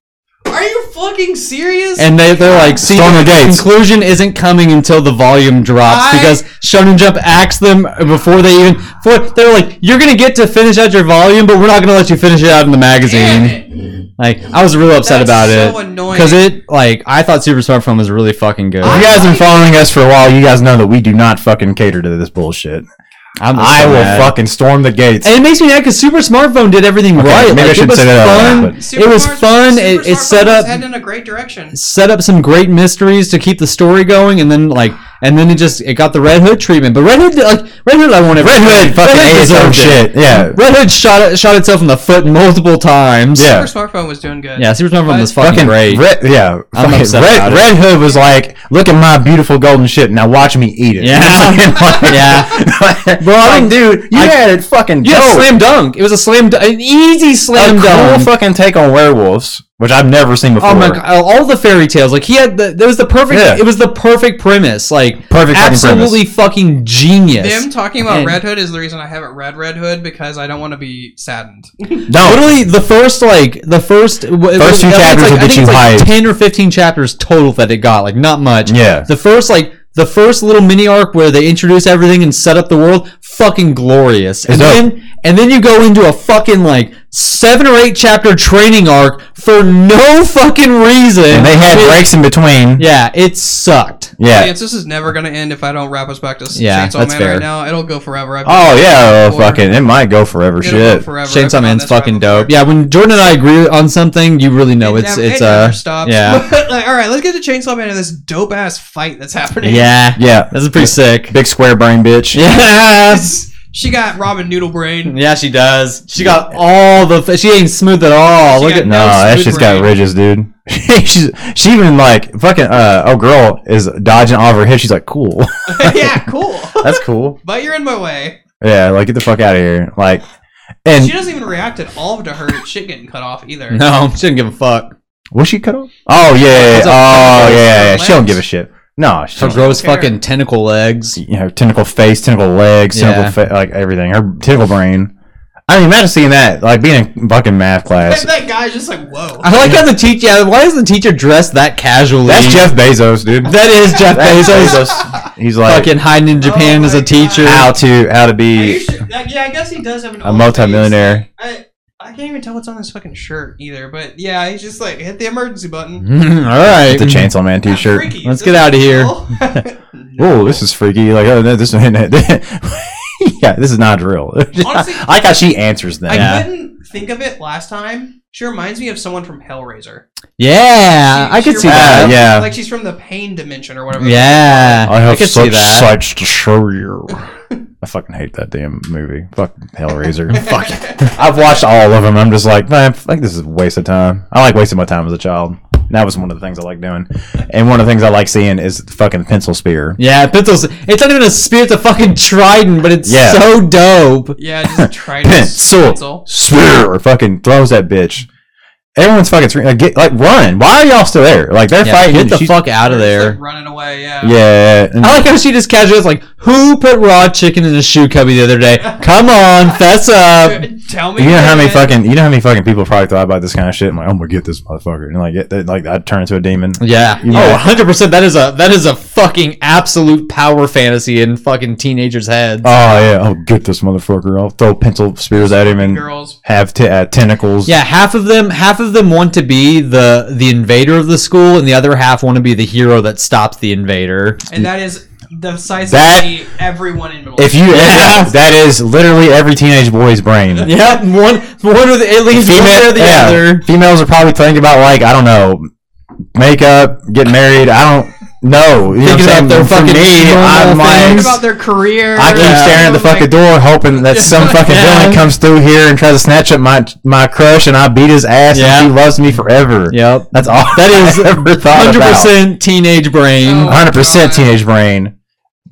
E: Are you fucking serious?
F: and they, they're like, see,
D: Storm
F: the
D: the gates.
F: conclusion isn't coming until the volume drops
E: I-
F: because Shonen Jump axed them before they even. For, they're like, you're going to get to finish out your volume, but we're not going to let you finish it out in the
E: Damn
F: magazine.
E: it.
F: Like I was real upset
E: That's
F: about
E: so
F: it
E: annoying.
F: because it like I thought Super Smartphone was really fucking good.
D: If you guys have been following us for a while, you guys know that we do not fucking cater to this bullshit.
F: I'm just
D: I
F: so
D: will
F: mad.
D: fucking storm the gates.
F: And it makes me mad because Super Smartphone did everything
D: Okay,
F: right.
D: maybe I
F: Like, it
D: shouldn't
F: was
D: say that out loud,
F: fun.
D: but-
E: Super
F: it was
E: Smart-
F: fun.
E: Super
F: It, it
E: Smart
F: set
E: Phone was
F: up
E: heading in a great direction.
F: set up some great mysteries to keep the story going, and then like and then it just it got the Red Hood treatment. But Red Hood, like Red Hood, I want
D: Red Hood fucking ate his own
F: deserved it.
D: shit. Yeah.
F: Red Hood shot shot itself in the foot multiple times.
D: Yeah.
E: Super smartphone was doing good.
F: yeah. Super Smartphone was fucking, great.
D: Red, yeah,
F: I'm
D: fucking
F: upset
D: Red,
F: about it.
D: Red Hood was like, "Look at my beautiful golden shit. Now watch me eat it."
F: Yeah. Yeah.
D: bro,
F: Bro, I don't-
D: like, dude, you
F: I-
D: had it fucking.
F: Yeah,
D: dope.
F: slam dunk. It was a slam, dunk, an easy slam
D: a cool
F: dunk.
D: fucking take on werewolves, which I've never seen before.
F: Oh my god! All the fairy tales, like he had, the, there was the perfect.
D: Yeah.
F: It was the perfect premise, like
D: Perfect fucking
F: absolutely fucking genius.
E: Them talking about
F: And-
E: Red Hood is the reason I haven't read Red Hood because I don't want to be saddened.
D: No,
F: Literally, the first like the first
D: First few chapters will
F: I
D: get
F: think it's
D: you
F: like
D: hyped.
F: ten or fifteen chapters total that it got, like not much.
D: Yeah.
F: The first like the first little mini arc where they introduce everything and set up the world, fucking glorious. and
D: dope.
F: then and then you go into a fucking like seven or eight chapter training arc for no fucking reason.
D: and they had
F: It-
D: breaks in between.
F: Yeah, it sucked.
D: Yeah.
E: Audience, this is never gonna end if I don't wrap us back to
F: Yeah,
E: Chainsaw
F: that's
E: Man
F: fair.
E: right now. It'll go forever. I've
D: Oh yeah, oh,
E: Or-
D: fucking, it might go forever.
E: it'll
D: shit.
E: go forever. I've been
F: Chainsaw
E: on
F: Man's
E: this ride
F: fucking
E: before.
F: dope. Yeah, when Jordan and I agree on something, you really know it's
E: never-
F: it's
E: it
F: uh
E: never stops.
F: yeah.
E: Like, all right, let's get to Chainsaw Man and this dope ass fight that's happening.
F: yeah.
D: Yeah,
F: This is pretty sick.
D: big square brain bitch.
F: Yes.
E: She got Robin Noodle Brain.
F: Yeah, she does. She got all the. She ain't smooth at all.
E: She
F: Look
E: got
F: at
D: No,
E: No,
D: that
E: smooth
D: shit's got
E: brain.
D: ridges, dude. She's she even like fucking uh oh girl is dodging all of her hits. She's like, cool.
E: yeah, cool.
D: That's cool.
E: But you're in my way.
D: Yeah, like get the fuck out of here. Like, and
E: She doesn't even react at all to her shit getting cut off either.
F: no. She didn't give a fuck.
D: was she cut off? Oh yeah, yeah, yeah.
F: It's a-
D: oh yeah, yeah, yeah.
E: legs.
D: She don't give a shit. No, she
F: Her
D: don't.
F: gross
E: care.
F: fucking tentacle legs.
D: You know, her tentacle face, tentacle legs, tentacle
F: Yeah.
D: fa- like everything. Her tentacle brain. I mean, imagine seeing that. Like being in fucking math class.
E: That, that guy's just like, whoa.
F: I like how the teacher. Yeah, why is the teacher dressed that casually?
D: That's Jeff Bezos, dude.
F: That is Jeff
D: That's
F: Bezos.
D: Bezos. He's like
F: Fucking hiding in Japan
E: Oh
F: as a
E: my
F: teacher.
D: how to how to
E: Are you
D: be
E: sure- like, yeah, I guess he does have an
D: a
E: old
D: multimillionaire.
E: face. I, I can't even tell what's on his fucking shirt either. But yeah, he's just like, hit the emergency button.
F: all right.
D: It's a Chainsaw Man T-shirt.
E: Freaky,
F: Let's
E: is
F: get
E: this
F: outta here.
E: real?
D: Oh, this is freaky. Like, oh, no, this yeah, this is not real.
E: Honestly-
D: I like how she answers that.
E: I
F: Yeah.
E: couldn't think of it last time. She reminds me of someone from Hellraiser.
F: Yeah,
E: She-
F: Uh, I
E: she
F: could see
E: reminds
F: that.
D: reminds-
E: me-
D: Yeah.
E: Like she's from the pain dimension or whatever.
F: Yeah,
D: I have
F: could see
D: such
F: that.
D: sights to show you. I fucking hate that damn movie. Fuck Hellraiser. Fuck it. I've watched all of them. I'm just like, man, I think this is a waste of time. I like wasting my time as a child. And that was one of the things I like doing. And one of the things I like seeing is fucking pencil spear.
F: yeah, pencils. It's not even a spear; it's a fucking trident, but it's
D: Yeah.
F: so dope.
E: Yeah, just try to
D: pencil,
E: pencil.
D: spear, fucking throws that bitch. Everyone's fucking screaming, like, get, like run. Why are y'all still there? Like they're
F: Yeah,
D: fighting.
F: get the
D: she's-
F: fuck out of
E: Just,
F: there.
E: like, running away. Yeah.
D: Yeah, and-
F: I like how she just casually was like, "Who put raw chicken in a shoe cubby the other day? Come on, fess up."
E: Tell me.
D: you know how many
E: that-
D: fucking you know how many fucking people probably thought about this kind of shit. I'm like, I'm gonna get this motherfucker, and like, it, they- like I'd turn into a demon.
F: Yeah.
D: Yeah.
F: Oh, 100 percent. That is a that is a fucking absolute power fantasy in fucking teenagers' heads.
D: Oh yeah, I'll get this motherfucker. I'll throw pencil spears at him and
E: girls.
D: have te- uh, tentacles.
F: yeah, half of them half of them want to be the the invader of the school, and the other half want to be the hero that stops the invader.
E: And that is the size
D: That-
E: of me, everyone in middle.
D: If you,
F: Yeah.
D: that is literally every teenage boy's brain.
F: Yeah, one one or the at least one or the
D: yeah,
F: other.
D: Females are probably thinking about like I don't know, makeup, get married. I don't know. You know what
F: Thinking
D: I'm
F: about their
D: saying? For
F: fucking
D: me,
F: normal
D: I'm
E: Think
F: things.
D: like,
E: about their career.
D: I keep staring at the fucking door, hoping that some fucking
F: Yeah.
D: villain comes through here and tries to snatch up my my crush, and I beat his ass,
F: Yeah.
D: and she loves me forever.
F: Yep.
D: That's all that is ever thought 100%.
F: Hundred
D: about.
F: percent teenage brain.
E: Oh,
D: Hundred percent
E: God.
D: teenage brain.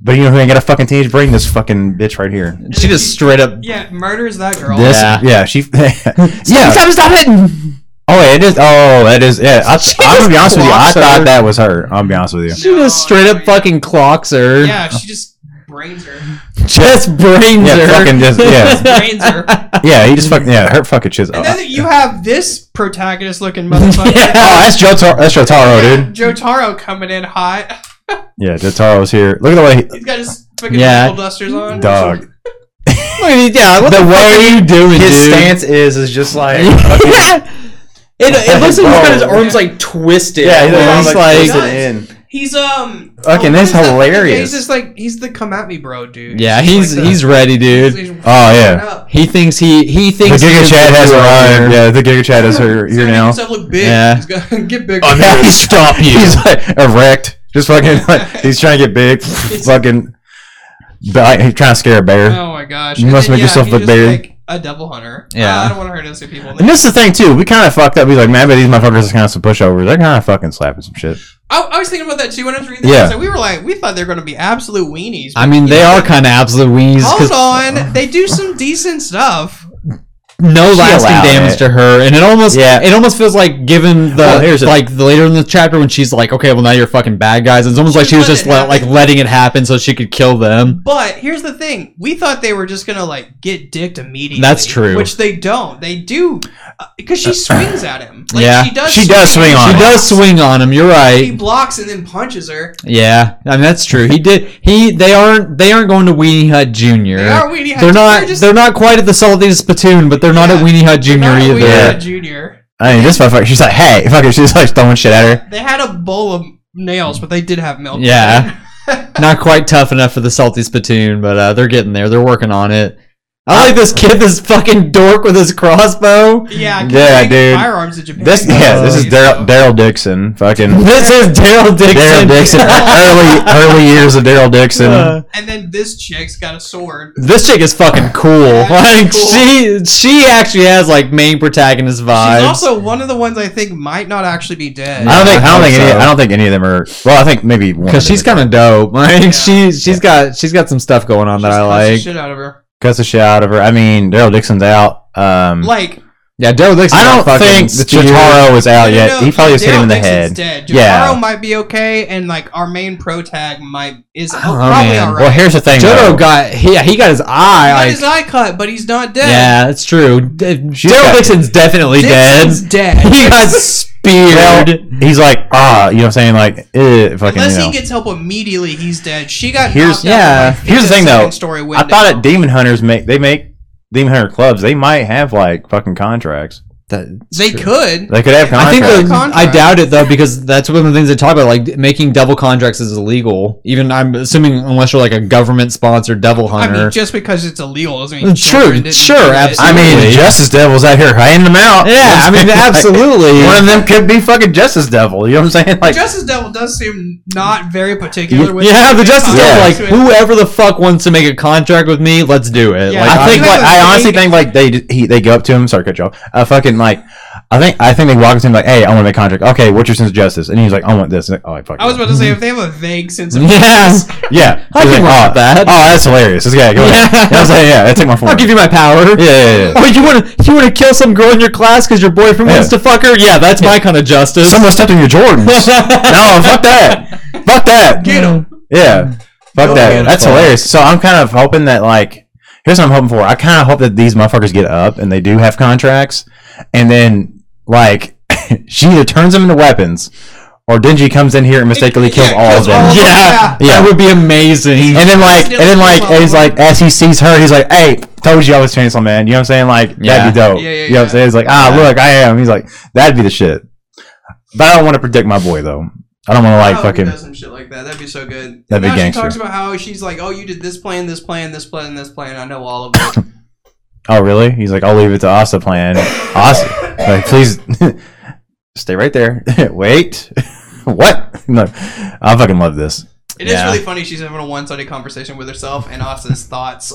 D: But you know who ain't got a fucking teenage brain? This fucking bitch right here.
F: She just straight up.
E: Yeah, murders that girl.
D: This,
F: Yeah.
D: yeah, she, yeah.
F: Stop, stop it!
D: Oh, it is. Oh, that is. Yeah, I,
F: She just
D: I'm gonna be honest with you. I
F: clocks her.
D: thought that was her. I'm gonna be honest with you.
F: She
E: Oh,
F: just straight up fucking clocks her.
E: Yeah, she just brains her.
F: Just brains
D: Yeah,
F: her.
D: fucking just- yeah.
E: Brains her.
D: Yeah, he just fucking. Yeah, her fucking shit's.
E: And
D: oh,
E: then you have this protagonist looking motherfucker.
D: oh, that's Joe. Tar- that's Jotaro, dude.
E: Joe Taro coming in hot.
D: Yeah, Jotaro's here. Look at the way. He,
E: He's got his fucking
F: Yeah.
E: knuckle dusters on.
D: dog.
F: Look at it, yeah, what the,
D: The
F: fuck
D: way
F: are you doing,
D: His
F: dude?
D: stance is is just like.
F: it, it looks like he's got his
D: Bro.
F: arms like twisted.
D: yeah, he's
F: where
D: like,
F: he's
D: like,
F: like,
E: twisted.
D: in.
E: He's um.
D: Fucking,
E: what
D: that's
E: is that fucking guy?
D: hilarious.
E: He's just like he's the come at me, bro, dude.
F: yeah, he's
E: like the-
F: he's ready, dude.
E: he's- he's
D: Oh, yeah.
E: fucking up.
F: He thinks he he
D: The
F: thinks he
D: Giga
F: is
D: Chad
F: the
D: has
F: hero here.
D: arrived. Yeah, the Giga Chad is here,
E: He's
D: here
E: gonna make
D: now.
E: himself look big.
F: Yeah.
D: Oh,
E: He's gonna get bigger.
D: Stop you. He's like erect. Just fucking like he's trying to get big, fucking. But like, he's trying to scare a bear.
E: Oh my gosh.
D: You
E: And
D: must
E: then,
D: make
E: yeah,
D: yourself
E: he's
D: look
E: just
D: bigger.
E: Like a devil hunter. Uh,
F: Yeah.
E: I don't want to hurt innocent people.
D: And this is the thing too. We kind of fucked up. He's like, man, but these motherfuckers are kind of some pushovers. They're kind of fucking slapping some shit.
E: I, I was thinking about that too when I was reading this.
D: Yeah.
E: So we were like, we thought they were going to be absolute weenies.
F: I mean, they are kind of absolute weenies. 'cause
E: Hold on. They do some decent stuff.
F: no
D: She allowed
F: lasting damage
D: it.
F: to her, and it almost
D: Yeah.
F: yeah. it almost feels like given the
D: Well, here's the-
F: like the later in the chapter when she's like, okay, well now you're fucking bad guys. It's almost like she was
E: Let
F: just
E: it
F: le-
E: happen.
F: like letting it happen so she could kill them.
E: But here's the thing: we thought they were just gonna like get dicked immediately.
F: That's true.
E: Which they don't. They do because she swings at him. Like,
F: Yeah.
E: she does.
D: She does swing on
F: She
D: him.
F: does swing on him. You're
E: He
F: right.
E: blocks and then punches her.
F: Yeah, I mean that's true. He did. He they aren't they aren't going to Weenie Hut Junior.
E: They are Weenie Hut-
F: They're not.
E: they're
F: They're,
E: just-
F: not quite at the Salty's platoon, but they're not
E: Yeah.
F: at Weenie Hut Junior
E: Not
F: either.
E: Weenie Hut
D: Yeah.
E: Junior.
D: I mean, this motherfucker. She's like, hey, fucking. She's like throwing shit at her.
E: They had a bowl of nails, but they did have milk.
F: Yeah. not quite tough enough for the Salty Spittoon, but uh, they're getting there. They're working on it. I like this kid, this fucking dork with his crossbow.
E: Yeah. 'cause
D: Yeah,
E: they get
D: dude.
E: Firearms in Japan. Oh,
D: This yeah, this is Daryl
E: So-
D: Daryl Dixon. Fucking
F: This is Daryl Dixon.
D: Daryl Dixon. early early years of Daryl Dixon.
F: Uh,
E: And then this chick's got a sword.
F: this chick is fucking cool.
E: Yeah,
F: Like
E: she's cool.
F: she, she actually has like main protagonist vibes.
E: She's also one of the ones I think might not actually be dead.
D: I don't think I don't think any
F: so.
D: I don't think any of them are. Well, I think maybe one.
F: because she's kind of dope. Like
E: Yeah.
F: she, she's got she's got some stuff going on that
E: Just
F: I
E: cuts the
F: like.
E: shit out of her.
D: cuts the shit out of her. I mean, Daryl Dixon's out. Um,
E: Like
F: Yeah, Daryl Dixon.
D: I don't think the Chitaro was out
E: No,
D: yet.
E: no,
D: Oh, he probably just hit him in the
E: Daryl Dixon's
D: head.
E: Dead.
D: Yeah.
E: Jotaro might be okay, and like our main pro tag might
D: Oh,
E: is
F: don't know,
E: Oh, probably
F: man.
E: all right.
D: Well, here's the thing.
F: Jodo
D: though.
F: got he, he got his
E: he
F: eye.
E: got
F: like-
E: his eye cut, but he's not dead.
F: yeah, that's true. D- Daryl
D: got-
F: Dixon's definitely
E: Dixon's
F: dead.
E: dead.
F: He got
D: Well,
F: speared.
D: he's like ah, you know what I'm saying? Like eh, fucking.
E: Unless
D: you know.
E: he gets help immediately, he's dead. She got
D: Here's-
E: knocked out
F: yeah.
E: by, like,
D: Here's the thing, though.
E: Story
D: I thought at Demon Hunters make they make Demon Hunter clubs. They might have like fucking contracts.
E: they could.
D: They could have
F: I think
D: contracts.
F: the,
E: Contract.
F: I doubt it though because that's one of the things they talk about. Like making double contracts is illegal. Even I'm assuming unless you're like a government sponsored devil
E: I
F: hunter.
E: mean, just because it's illegal doesn't mean
D: Mm,
F: Well,
E: children
F: sure,
E: didn't
F: sure,
E: do it.
F: absolutely.
D: I mean,
F: Really?
D: Justice Devil's out here handing them out.
F: yeah, I mean
D: Like,
F: absolutely.
D: One of them could be fucking Justice Devil. You know what I'm saying? Like,
E: Justice Devil does seem not very particular with
F: yeah, the Justice
D: Yeah.
F: Devil, like
E: Yeah.
F: whoever the fuck wants to make a contract with me, let's do it.
E: Yeah.
F: Like,
D: I think
E: I-
D: like
E: I
D: I honestly
E: think-
D: think like they d- he, they go up to him. Sorry, cut you off. Uh, fucking like, I think I think they walk up to him like, hey, I want to make a contract. Okay, what's your sense of justice? And he's like, I want this. And, oh, I fucking.
E: I was about to say if they have a vague sense of
F: yeah,
D: yeah,
F: I
D: He's
F: can
D: like,
F: rock
D: oh,
F: that.
D: Oh, that's hilarious. This guy. Go
F: Yeah.
D: ahead. I was like, yeah, I take my form.
F: I'll give you my power.
D: yeah, yeah, yeah.
F: Oh, you want to you want to kill some girl in your class because your boyfriend
D: Yeah.
F: wants to fuck her? Yeah, that's my kind of justice.
D: Someone stepped on your Jordans. no, fuck that. Fuck that.
E: Get him.
D: Yeah. Fuck
E: Go get
D: that.
E: 'em.
D: That's hilarious. So I'm kind of hoping that like here's what I'm hoping for. I kind of hope that these motherfuckers get up and they do have contracts, and then like she either turns them into weapons, or Denji comes in here and mistakenly
E: Yeah,
D: kills all of
E: kills all
D: them.
E: of them.
F: yeah,
D: Yeah.
F: that would be amazing.
D: And then like, and then like, and he's like, as he sees her, he's like, "Hey, told you I was Chainsaw Man." You know what I'm saying? Like, that'd be
F: Yeah.
D: dope.
E: Yeah, yeah,
D: you know what
E: yeah.
D: I'm saying? He's like, "Ah, look, I am." He's like, "That'd be the shit." But I don't want to predict my boy though. I don't want to like
E: Oh,
D: fucking.
E: does some shit like that. That'd be so good.
D: That'd be
E: now
D: gangster.
E: She talks about how she's like, "Oh, you did this plan, this plan, this plan, this plan. I know all of them."
D: Oh, really? He's like, I'll leave it to Asa plan. Asa, like, please stay right there. Wait, what? No, I fucking love this.
E: It is
F: Yeah.
E: really funny. She's having a one-sided conversation with herself and Asa's thoughts.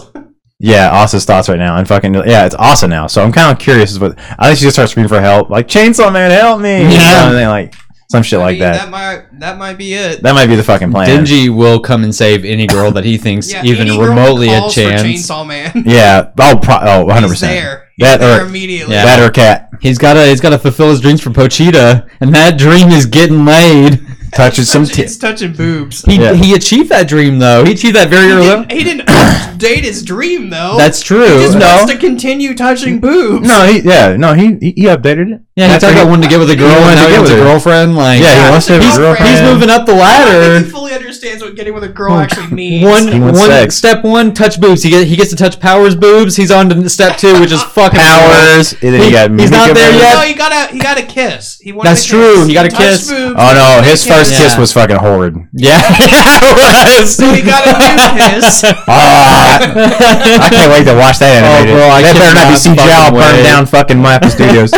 D: Yeah, Asa's thoughts right now, and fucking yeah, it's Asa now. So I'm kind of curious as what I think she just starts screaming for help, like Chainsaw Man, help me, You
F: Yeah.
D: know, and then, like some shit
E: I
D: like
E: mean,
D: that.
E: might that might be it.
D: That might be the fucking plan.
F: Denji will come and save any girl that he thinks even
E: any girl
F: remotely a
E: calls for
F: chance.
E: Chainsaw Man.
D: Yeah. Oh, pro- oh, 100
E: He's
D: percent.
E: there.
D: That
E: There
D: or
E: immediately.
F: Yeah.
D: that or cat
F: He's gotta he's gotta fulfill his dreams for Pochita, and that dream is getting laid.
D: touches some.
E: Touch-
D: T-
E: it's touching boobs.
F: He
D: Yeah.
F: he achieved that dream though. He achieved that very
E: He
F: early.
E: didn't, he didn't update his dream though.
F: That's
E: He
F: true.
E: just
D: No.
E: wants to continue touching boobs.
D: no, he yeah, no, he he, he updated it.
F: Yeah, he
D: After
F: talked about wanting to get with a girl and
D: wanted to
F: now
D: get
F: he wants a
D: with her.
F: girlfriend. Like,
D: Yeah, he
E: Yeah,
D: wants to have a
E: he's-
D: girlfriend.
F: he's moving up the
E: I don't think
F: ladder.
E: he fully understands what getting with a
D: Oh.
E: girl actually means.
F: One,
D: He
F: one
D: wants sex.
F: step one, touch boobs. He get, he gets to touch Powers' boobs. He's on to step two, which is fucking
D: powers. And then
F: He-
D: you got
F: he's not
D: Mika
F: there
D: Brown.
F: yet.
E: No, he got a he got a kiss. He wanted
F: That's
E: a
F: true,
E: Kiss.
F: he got a
E: Touched
F: kiss.
E: boobs.
D: Oh no, his first
F: Yeah.
D: kiss was fucking horrid.
F: Yeah, yeah, it was.
E: So he got a new kiss.
D: Ah, I can't wait to watch that animated.
F: Oh, bro, I
D: that better not be
F: cannot fucking
D: CGI. I'll burn
F: wait.
D: down fucking Mappa Studios.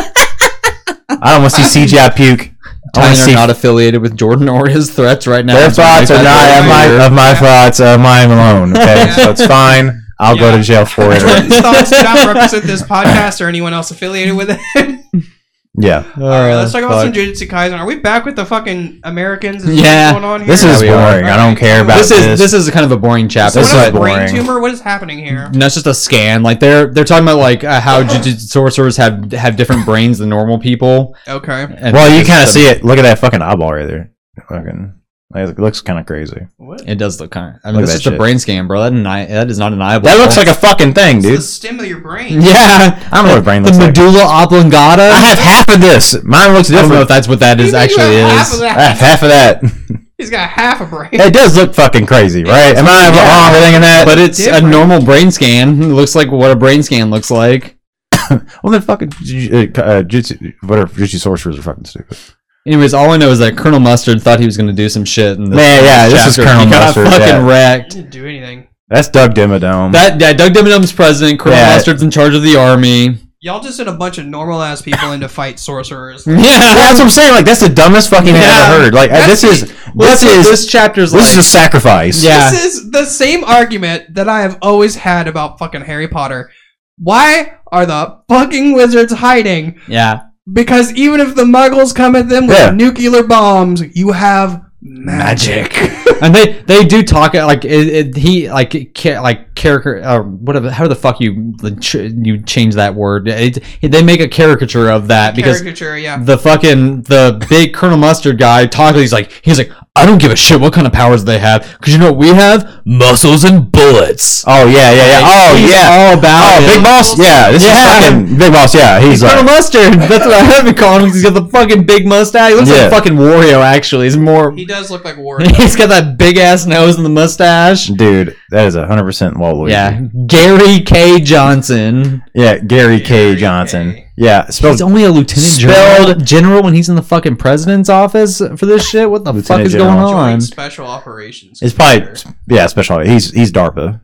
D: I don't want to see CGI puke. I
F: Tyler
D: wanna see-
F: not affiliated with Jordan or his threats right now.
D: Their
F: It's like
D: thoughts are
F: that
D: not
F: right
D: of
F: here.
D: my, of my thoughts, of mine alone. Okay,
E: Yeah.
D: so it's fine. I'll go to jail for it.
E: Jordan's thoughts do not represent this podcast or anyone else affiliated with it.
D: Yeah,
E: All right, let's talk about
F: fuck.
E: some Jujutsu Kaisen. Are we back with the fucking Americans? Is
F: Yeah.
E: what's going on here?
D: this is
F: we are.
D: boring. I don't care about
F: This
D: this.
F: is this is kind of a boring chapter.
D: This
E: what
D: is
E: a
F: but-
E: brain
D: boring.
E: tumor. What is happening here?
F: And that's just a scan. Like they're they're talking about like uh, how jujutsu sorcerers have have different brains than normal people.
E: Okay.
F: And
D: well, you
F: it's
D: kind of
F: just-
D: see it. Look at that fucking eyeball right there. Fucking, like, it looks kind of crazy.
B: What?
F: It does look kind of. I mean,
D: Look at
F: that's
D: that
F: just a
D: shit.
F: brain scan, bro. That, deni- that is not an eyeball.
D: That looks like a fucking thing,
E: It's
D: dude.
E: the stem of your brain.
F: Yeah,
D: I don't know what a brain
F: the
D: looks like.
F: medulla oblongata.
D: I have half of this. Mine looks
F: I don't know if
D: different.
F: that's what that
E: You
F: is
E: think you
F: actually
E: have half of
F: is.
E: that?
D: I have half of that.
E: He's got half a brain.
D: it does look fucking crazy, right? Am I wrong for thinking that?
F: But it's a
E: Different.
F: normal brain scan. It looks like what a brain scan looks like.
D: well, then fucking ju- uh, uh, jutsu, whatever. Jutsu sorcerers are fucking stupid.
F: Anyways, all I know is that Colonel Mustard thought he was going to do some shit. And
D: Man, yeah, this is Colonel
F: he
D: Mustard,
F: Got fucking
D: yeah.
F: wrecked.
E: Didn't do anything.
D: That's Doug Dimmadome.
F: That yeah, Doug Dimmadum's president. Colonel
D: Yeah.
F: Mustard's in charge of the army.
E: Y'all just did a bunch of normal ass people into fight sorcerers.
D: Yeah,
F: Yeah.
D: that's what I'm saying. Like that's the dumbest fucking thing I've ever heard. Like uh, this is this is
F: this chapter's
D: this
F: like
D: is a sacrifice.
F: Yeah.
E: This is the same argument that I have always had about fucking Harry Potter. Why are the fucking wizards hiding?
F: yeah.
E: Because even if the muggles come at them with
D: Yeah.
E: nuclear bombs, you have magic.
F: And they they do talk uh, like it, it, he like ca- like character uh, whatever how the fuck you the ch- you change that word it, they make a caricature of that because
E: Caricature, yeah.
F: the fucking the big Colonel Mustard guy talking. He's like, he's like, I don't give a shit what kind of powers they have, because you know what we have muscles and bullets.
D: Oh yeah, yeah, yeah. Oh
F: He's
D: yeah.
F: all about
D: Oh,
F: it.
D: Big Boss. Yeah, this
F: Yeah.
D: is fucking Big Boss. Yeah, he's
F: Colonel
D: like,
F: Mustard. That's what I have been calling him. 'cause He's got the fucking big mustache. He looks
D: Yeah.
F: like fucking Wario. Actually, he's more.
E: He does look like Warren.
F: He's got that big ass nose and the mustache.
D: dude. That is hundred percent Waluigi.
F: Yeah, Gary K. Johnson.
D: yeah. Gary K.
E: Gary
D: Johnson.
E: K.
D: Yeah,
F: He's
D: spelled
F: only a lieutenant general, general when he's in the fucking president's office for this shit. What the fuck
D: Lieutenant
F: is
D: general.
F: going on?
E: Joint Special operations.
D: It's probably yeah special. He's he's DARPA.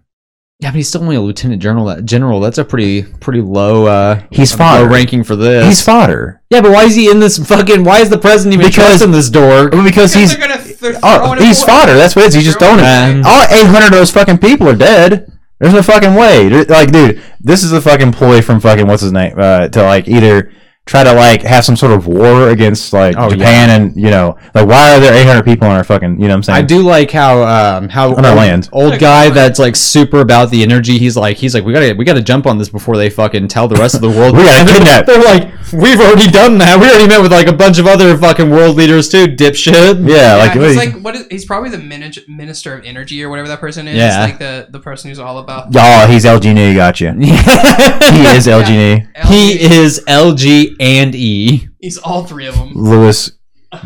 F: Yeah, but he's still only a lieutenant general. That general, that's a pretty pretty low uh
D: He's
F: low
D: fodder.
F: ranking for this.
D: He's fodder
F: yeah, but why is he in this fucking? Why is the president even
D: Because-
F: trusting this door?
D: Well, because
E: Because
D: he's
E: they're gonna- they're
D: oh
E: throwing it
D: he's
E: away.
D: fodder. That's what it is. He's just
E: Throwing
D: throwing it.
E: it away.
F: Man.
D: All 800 of those fucking people are dead. There's no fucking way. There- Like, dude, this is a fucking ploy from fucking what's his name uh, to like either try to like have some sort of war against like
F: Oh,
D: Japan and you know like why are there 800 people on our fucking you know what I'm saying?
F: I do like how um how
D: On our
F: old,
D: land.
F: old guy that's like super about the energy. He's like he's like we gotta we gotta jump on this before they fucking tell the rest of the world.
D: We gotta
F: And they're-
D: kidnap.
F: They're like we've already done that. We already met with like a bunch of other fucking world leaders too. Dipshit.
D: Yeah, like, what
E: Yeah, he's
D: do you-
E: like what is he's probably the minig- minister of energy or whatever that person is.
F: Yeah.
E: like the the person who's all about.
D: oh he's LG New, gotcha. He is LG New.
F: he is LG and E.
E: E, He's all three of them.
D: Lewis,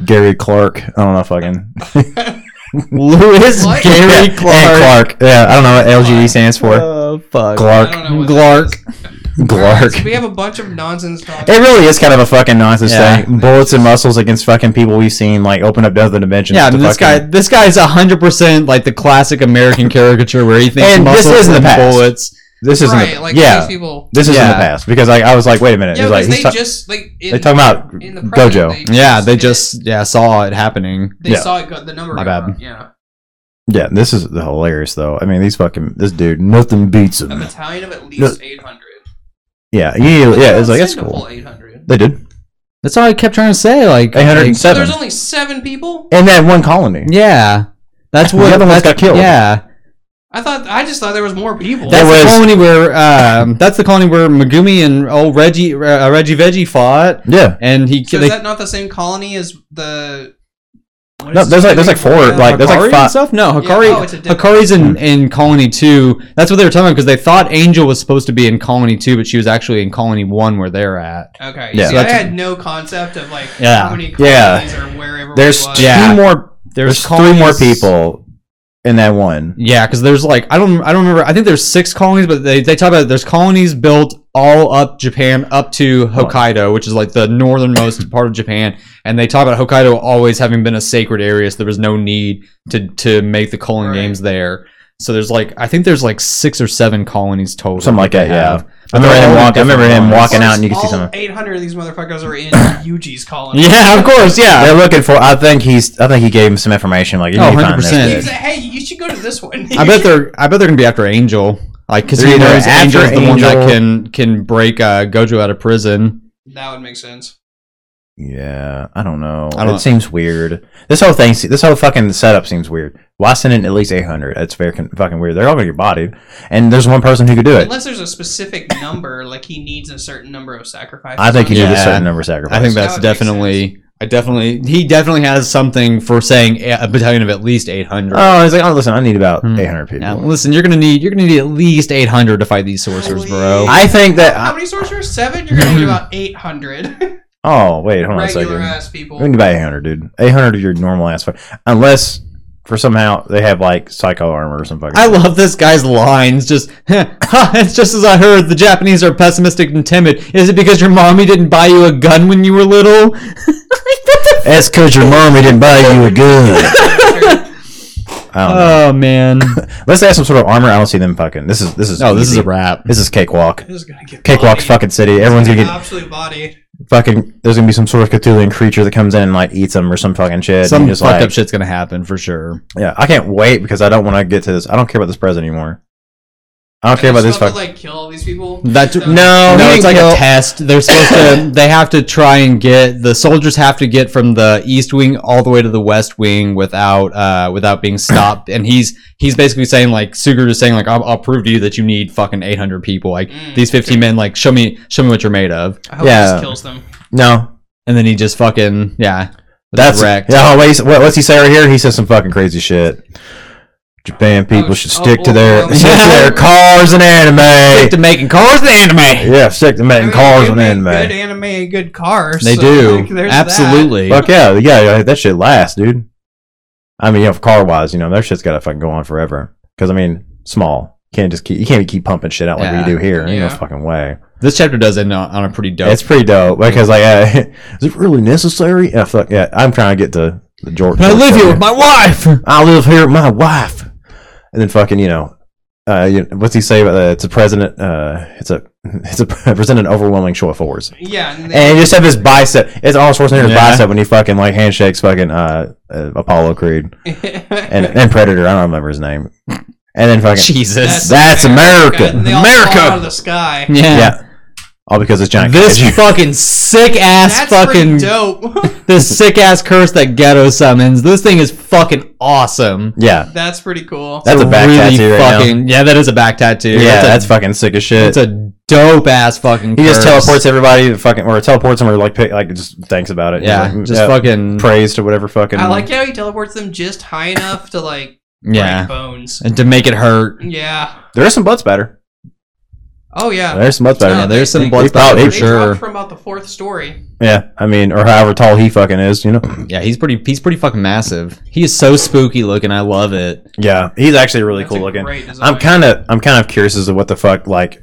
D: Gary Clark. I don't know fucking
F: Lewis
E: What?
D: Yeah,
F: Gary
D: and
F: Clark.
D: Clark. Yeah, I don't know what LG stands for.
F: Oh fuck.
E: I don't
D: Clark.
E: know what
F: Glark.
E: that is.
D: Clark.
E: So we have a bunch of nonsense talk.
D: It really is kind of a fucking nonsense
F: Yeah.
D: thing. Bullets and muscles against fucking people we've seen like open up other dimensions.
F: Yeah, I
D: to
F: mean, this guy,
D: fucking-
F: this guy's hundred percent like the classic American caricature where he thinks
D: And this
F: muscles
D: is in the
F: and
D: past.
F: bullets.
D: This isn't.
E: right,
D: the,
E: like
D: yeah,
E: these people.
D: this is in
F: Yeah.
D: the past because like I was like, wait a minute,
E: Yeah,
D: it's like
E: because
D: he's
E: they
D: ta-
E: just like in,
D: they talking about
E: in the present,
D: Gojo.
F: Yeah, they
E: it-
F: just yeah saw it happening.
E: they
D: yeah.
E: saw it go, the number.
F: My
E: go
F: bad.
E: up, Yeah,
D: yeah, this is hilarious though. I mean, these fucking this dude, nothing beats
E: a
D: him.
E: battalion of at least eight hundred.
D: Yeah, you, yeah, it's like that's cool.
E: Eight hundred.
D: They did
F: That's all I kept trying to say. Like,
D: eight hundred
F: like,
D: and
E: So
D: seven,
E: there's only seven people.
D: and then one colony.
F: yeah, that's
D: The
F: what
D: other ones
F: that's-
D: got killed.
F: Yeah,
E: I thought I just thought there was more people.
F: that's
D: was-
F: the colony where um, that's the colony where Megumi and old Reggie uh, Reggie Veggie fought,
D: Yeah,
F: and he
E: so
F: they-
E: is that not the same colony as the? what
D: no,
E: is
D: there's
E: it?
D: like there's like four, like there's
F: Hikari
D: like
F: and
D: five.
F: stuff. No,
E: Yeah,
F: Hikari.
E: oh, it's a different-
F: Hikari's in, in Colony Two. That's what they were talking about because they thought Angel was supposed to be in Colony Two, but she was actually in Colony One where they're at.
E: Okay.
D: Yeah.
E: Yeah. See,
F: So
E: I
F: that's-
E: had no concept of like
F: Yeah.
E: how many
D: Yeah.
E: colonies or wherever.
D: There's
E: we
D: two
E: was.
F: Yeah.
D: more. There's, three more
F: colonies-
D: people in that one.
F: Yeah, because there's like I don't I don't remember. I think there's six colonies, but they they talk about there's colonies built all up Japan up to Hokkaido, which is like the
D: Hmm.
F: northernmost part of Japan, and they talk about Hokkaido always having been a sacred area, so there was no need to to make the colon
E: Right.
F: games there. So there's like I think there's like six or seven colonies total.
D: Something like that,
F: they
D: yeah.
F: have.
D: I remember
F: They're
D: him
F: all
D: walking. I remember
F: different
D: him
F: ones.
D: walking out, and you can see
E: All
D: something.
E: 800 of these motherfuckers are in Yuji's colony.
F: Yeah, of course, yeah.
D: They're looking for. I think he's. I think he gave him some information. Like, you
F: Oh,
D: need to find
F: 100%.
D: this.
E: He's like, hey, you should go to this one.
F: I bet they're I bet they're gonna be after Angel, like because
D: They're
F: he
D: either
F: knows
D: after
F: Angel's the one that
D: Angel-
F: can can break uh, Gojo out of prison.
E: that would make sense.
D: Yeah, I don't know.
F: I don't-
D: it seems weird. This whole thing, this whole fucking setup seems weird. Why send in at least eight hundred? That's very con- fucking weird. They're all gonna get bodied, and there's one person who could do it.
E: Unless there's a specific number, like he needs a certain number of sacrifices.
D: I think you
E: on
D: need
E: it.
D: a
F: Yeah.
D: certain number of sacrifices.
F: I think that's
E: That would make
F: definitely. I definitely. He definitely has something for saying a a battalion of at least eight hundred.
D: Oh, he's like, oh, listen, I need about
F: Hmm.
D: eight hundred people.
F: now listen, you're gonna need you're gonna need at least eight hundred to fight these sorcerers, bro.
E: Holy-
D: I think that.
E: How many sorcerers? Seven? You're gonna need about 800
D: oh, wait, hold on a
E: regular
D: second.
E: ass people.
D: We need about eight hundred, dude. Eight hundred of your normal ass, fu- unless for somehow they have like psycho armor or some fucking.
F: I
D: shit.
F: love this guy's lines. Just, it's just as I heard. The Japanese are pessimistic and timid. Is it because your mommy didn't buy you a gun when you were little?
D: That's because your mommy didn't buy you a gun. I don't know.
F: oh man!
D: Unless they have some sort of armor, I don't see them fucking. This is Oh, this is.
F: No, this is
D: easy.
F: a wrap.
D: This is cakewalk.
E: This is gonna get
D: Cakewalk's
E: bodied.
D: fucking city. Everyone's gonna get
E: absolute body.
D: fucking. There's gonna be some sort of Cthulian creature that comes in and like eats them or some fucking shit. and
F: Some
D: you're
F: fucked
D: just like,
F: up shit's gonna happen for sure.
D: Yeah, I can't wait because I don't want to get to this. I don't care about this present anymore. I don't care about this
E: Supposed
D: fuck.
E: to, like kill all these people.
F: That's
E: So-
D: no,
F: no,
D: we
F: it's
D: didn't
F: like
D: kill-
F: a test. They're supposed to. They have to try and get the soldiers have to get from the east wing all the way to the west wing without uh without being stopped. and he's he's basically saying like Suger is saying like I'll, I'll prove to you that you need fucking eight hundred people. Like
E: Mm,
F: these fifteen men, like show me show me what you're made of.
E: I hope
D: Yeah.
E: he just kills them.
D: No,
F: And then he just fucking yeah.
D: that's
F: wrecked.
D: Yeah, what, he's- what- what's he say right here? He says some fucking crazy shit. Japan people
E: Oh,
D: should
E: oh,
D: stick to
E: oh,
D: their
E: oh,
D: stick to
E: oh.
D: their cars and
F: Stick
D: anime.
F: to making cars and anime.
D: Yeah, stick to
E: I
D: making
E: mean,
D: cars
E: they
D: and
E: make Good
D: anime.
E: anime and good cars.
F: They
E: so,
F: do
E: like, there's that.
F: absolutely.
D: Fuck yeah, yeah, yeah, that shit lasts, dude. I mean, you know, car wise, you know, that shit's gotta fucking go on forever. Because I mean, small. Can't just keep you can't keep pumping shit out like
F: Yeah.
D: we do here. Ain't no
E: Yeah.
D: fucking way.
F: This chapter does end on, on a pretty dope.
D: It's pretty dope because like, uh, is it really necessary? Yeah, fuck yeah. I'm trying to get to the George.
F: I live here with my wife.
D: I live here with my wife, and then fucking you know, uh, you, what's he say about that? It's a president. Uh, it's a it's a present an overwhelming show of force,
E: Yeah, and they,
D: and you just have his bicep. It's all Schwarzenegger's
F: Yeah.
D: bicep when he fucking like handshakes fucking uh, uh Apollo Creed and and Predator. I don't remember his name, and then fucking
F: Jesus.
D: That's America.
E: and they all fall
D: America.
E: out of the sky.
F: yeah.
D: yeah, all because it's giant.
F: This
D: Kaiju.
F: fucking sick ass
E: That's
F: fucking
E: pretty dope.
F: this sick ass curse that ghetto summons. This thing is fucking awesome.
D: yeah,
E: That's pretty cool.
D: that's a back tattoo right now.
F: fucking yeah, that is a back tattoo.
D: yeah, that's,
F: a,
D: fucking sick as shit.
F: it's a dope ass fucking.
D: He just
F: curse.
D: teleports everybody, to fucking or teleports them, or like pick, like just thanks about it.
F: Yeah,
D: He's like,
F: just
D: yeah,
F: fucking
D: praise to whatever fucking.
E: I like how he teleports them just high enough to like
F: yeah,
E: break bones.
F: and to make it hurt.
E: Yeah.
D: There is some blood spatter.
E: Oh yeah.
D: There's some blood
F: Yeah,
D: spatter.
F: there's some
E: They-
F: blood
D: they probably-
F: for
E: They dropped
F: sure.
E: from about the fourth story.
D: yeah, I mean, or however tall he fucking is, you know.
F: Yeah, he's pretty. He's pretty fucking massive. He is so spooky looking. I love it.
D: Yeah, he's actually really
E: That's
D: cool
E: a
D: looking.
E: Great design.
D: I'm kind of, I'm kind of curious as to what the fuck like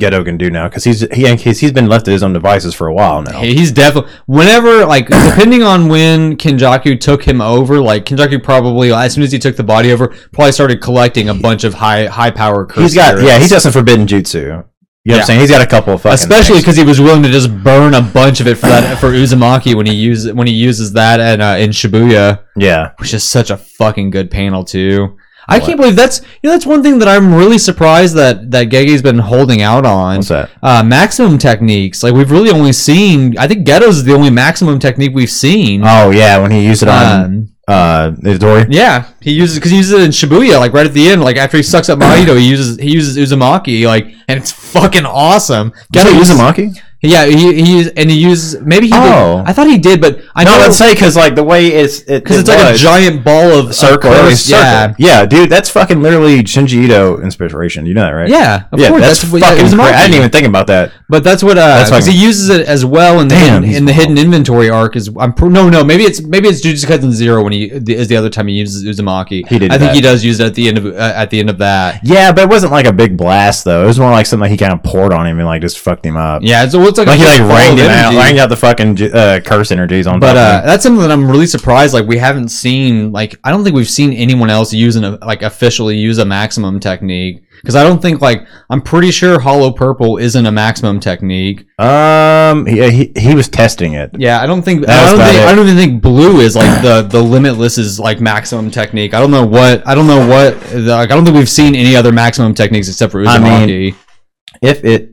D: Ghetto can do now because he's he he's, he's been left to his own devices for a while now.
F: He- He's definitely whenever like depending on when Kenjaku took him over, like Kenjaku probably as soon as he took the body over, probably started collecting a bunch of high high power curse.
D: he's got,
F: spirits.
D: yeah, he's got some forbidden jutsu. You know what
F: Yeah.
D: I'm saying? He's got a couple of fucking.
F: especially
D: things.
F: because he was willing to just burn a bunch of it for that for Uzumaki when he uses when he uses that at, uh, in Shibuya,
D: yeah,
F: which is such a fucking good panel too. I can't believe that's you know that's one thing that I'm really surprised that that Gege's been holding out on
D: what's that?
F: uh, maximum techniques. Like we've really only seen, I think Ghetto's is the only maximum technique we've seen.
D: Oh yeah, when he used it on
F: Um,
D: uh, Dory.
F: yeah, he uses because he uses it in Shibuya, like right at the end, like after he sucks up Mahito, he uses he uses Uzumaki, like, and it's fucking awesome.
D: Ghetto
F: Ghetto uses-
D: Uzumaki?
F: Yeah, he, he uses- and he uses maybe he.
D: Oh.
F: did, I thought he did, but I
D: No,
F: know because
D: let's say because like the way it's it, it
F: it's like a
D: was,
F: giant ball of
D: circle,
F: of
D: it was
F: curse,
D: circle.
F: yeah,
D: yeah, dude, that's fucking literally Shinji Ito inspiration. You know that, right?
F: yeah, of
D: yeah,
F: course.
D: that's,
F: what-
D: fucking.
F: Uzumaki.
D: cra- I didn't even think about that.
F: But that's what uh,
D: That's
F: because
D: fucking-
F: he uses it as well in the
D: Damn,
F: hidden,
D: he's
F: in the
D: wild.
F: hidden inventory arc. Is I'm pr- no no maybe it's maybe it's Jujutsu Kaisen Zero when he the, is the other time he uses Uzumaki.
D: He did
F: I think
D: that.
F: he does use it at the end of uh, at the end of that.
D: Yeah, but it wasn't like a big blast though. It was more like something like he kind of poured on him and like just fucked him up.
F: Yeah, so it it's like,
D: Like he
F: a
D: like
F: full
D: rang
F: of
D: him out,
F: energy.
D: rang out the fucking ju- uh, curse energies on.
F: But
D: top of
F: uh,
D: him.
F: that's something that I'm really surprised. Like we haven't seen. Like I don't think we've seen anyone else using a like officially use a maximum technique. Because I don't think like I'm pretty sure Hollow Purple isn't a maximum technique. uh,
D: Um, he, he he was testing it.
F: Yeah, I don't think.
D: That
F: I
D: was
F: don't
D: about
F: think.
D: it.
F: I don't even think blue is like the the limitless is like maximum technique. I don't know what. I don't know what. the- Like I don't think we've seen any other maximum techniques except for
D: I mean,
F: Uzumaki.
D: If it,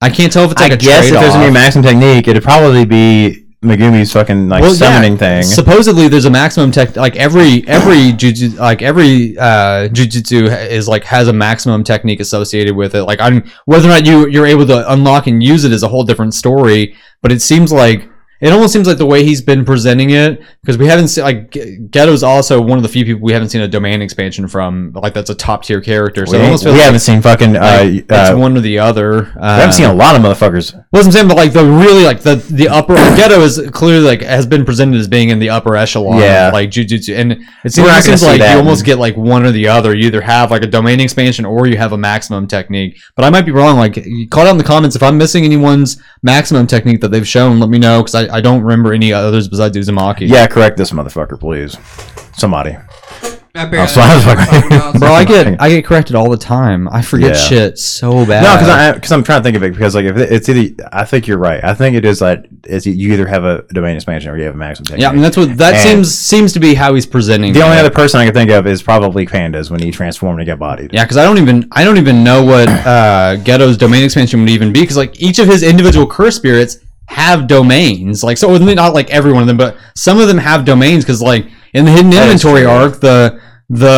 F: I can't tell if it's
D: I
F: like a
D: guess if there's
F: trade-off.
D: gonna be a maximum technique, it'd probably be Megumi's fucking like
F: Well, yeah.
D: summoning thing.
F: supposedly there's a maximum tech like every every jujutsu like every uh jujutsu ha- is like has a maximum technique associated with it like i'm whether or not you you're able to unlock and use it is a whole different story but it seems like it almost seems like the way he's been presenting it because we haven't seen like G- ghetto's also one of the few people we haven't seen a domain expansion from like that's a top tier character so
D: we
F: it almost
D: we
F: feels like
D: haven't seen fucking. Uh,
F: it's
D: uh,
F: one or the other
D: we
F: uh,
D: haven't seen a lot of motherfuckers.
F: well, that's what I'm saying, but like the really like the the upper ghetto is clearly like has been presented as being in the upper echelon,
D: Yeah.
F: of, like jujutsu, and it
D: We're
F: seems, it
D: not gonna
F: seems
D: see
F: like
D: that.
F: you almost get like one or the other. You either have like a domain expansion or you have a maximum technique. But I might be wrong. Like, you call it out in the comments if I'm missing anyone's maximum technique that they've shown. Let me know because I, I don't remember any others besides Uzumaki.
D: Yeah, correct this motherfucker, please. Somebody.
E: I
D: Oh,
E: barely
D: so I was like-
F: bro, I get I get corrected all the time. I forget
D: Yeah.
F: shit so bad.
D: No, because I because I'm trying to think of it because like if it- it's either I think you're right. I think it is like it's you either have a domain expansion or you have a maximum. Technique.
F: yeah, I mean that's what that
D: And-
F: seems seems to be how he's presenting.
D: the only
F: it.
D: other person I can think of is probably pandas when he transformed and got bodied.
F: Yeah, because I don't even I don't even know what uh, Ghetto's domain expansion would even be because like each of his individual curse spirits have domains. Like so, not like every one of them, but some of them have domains because like in the hidden
D: is
F: inventory
D: true.
F: arc, the the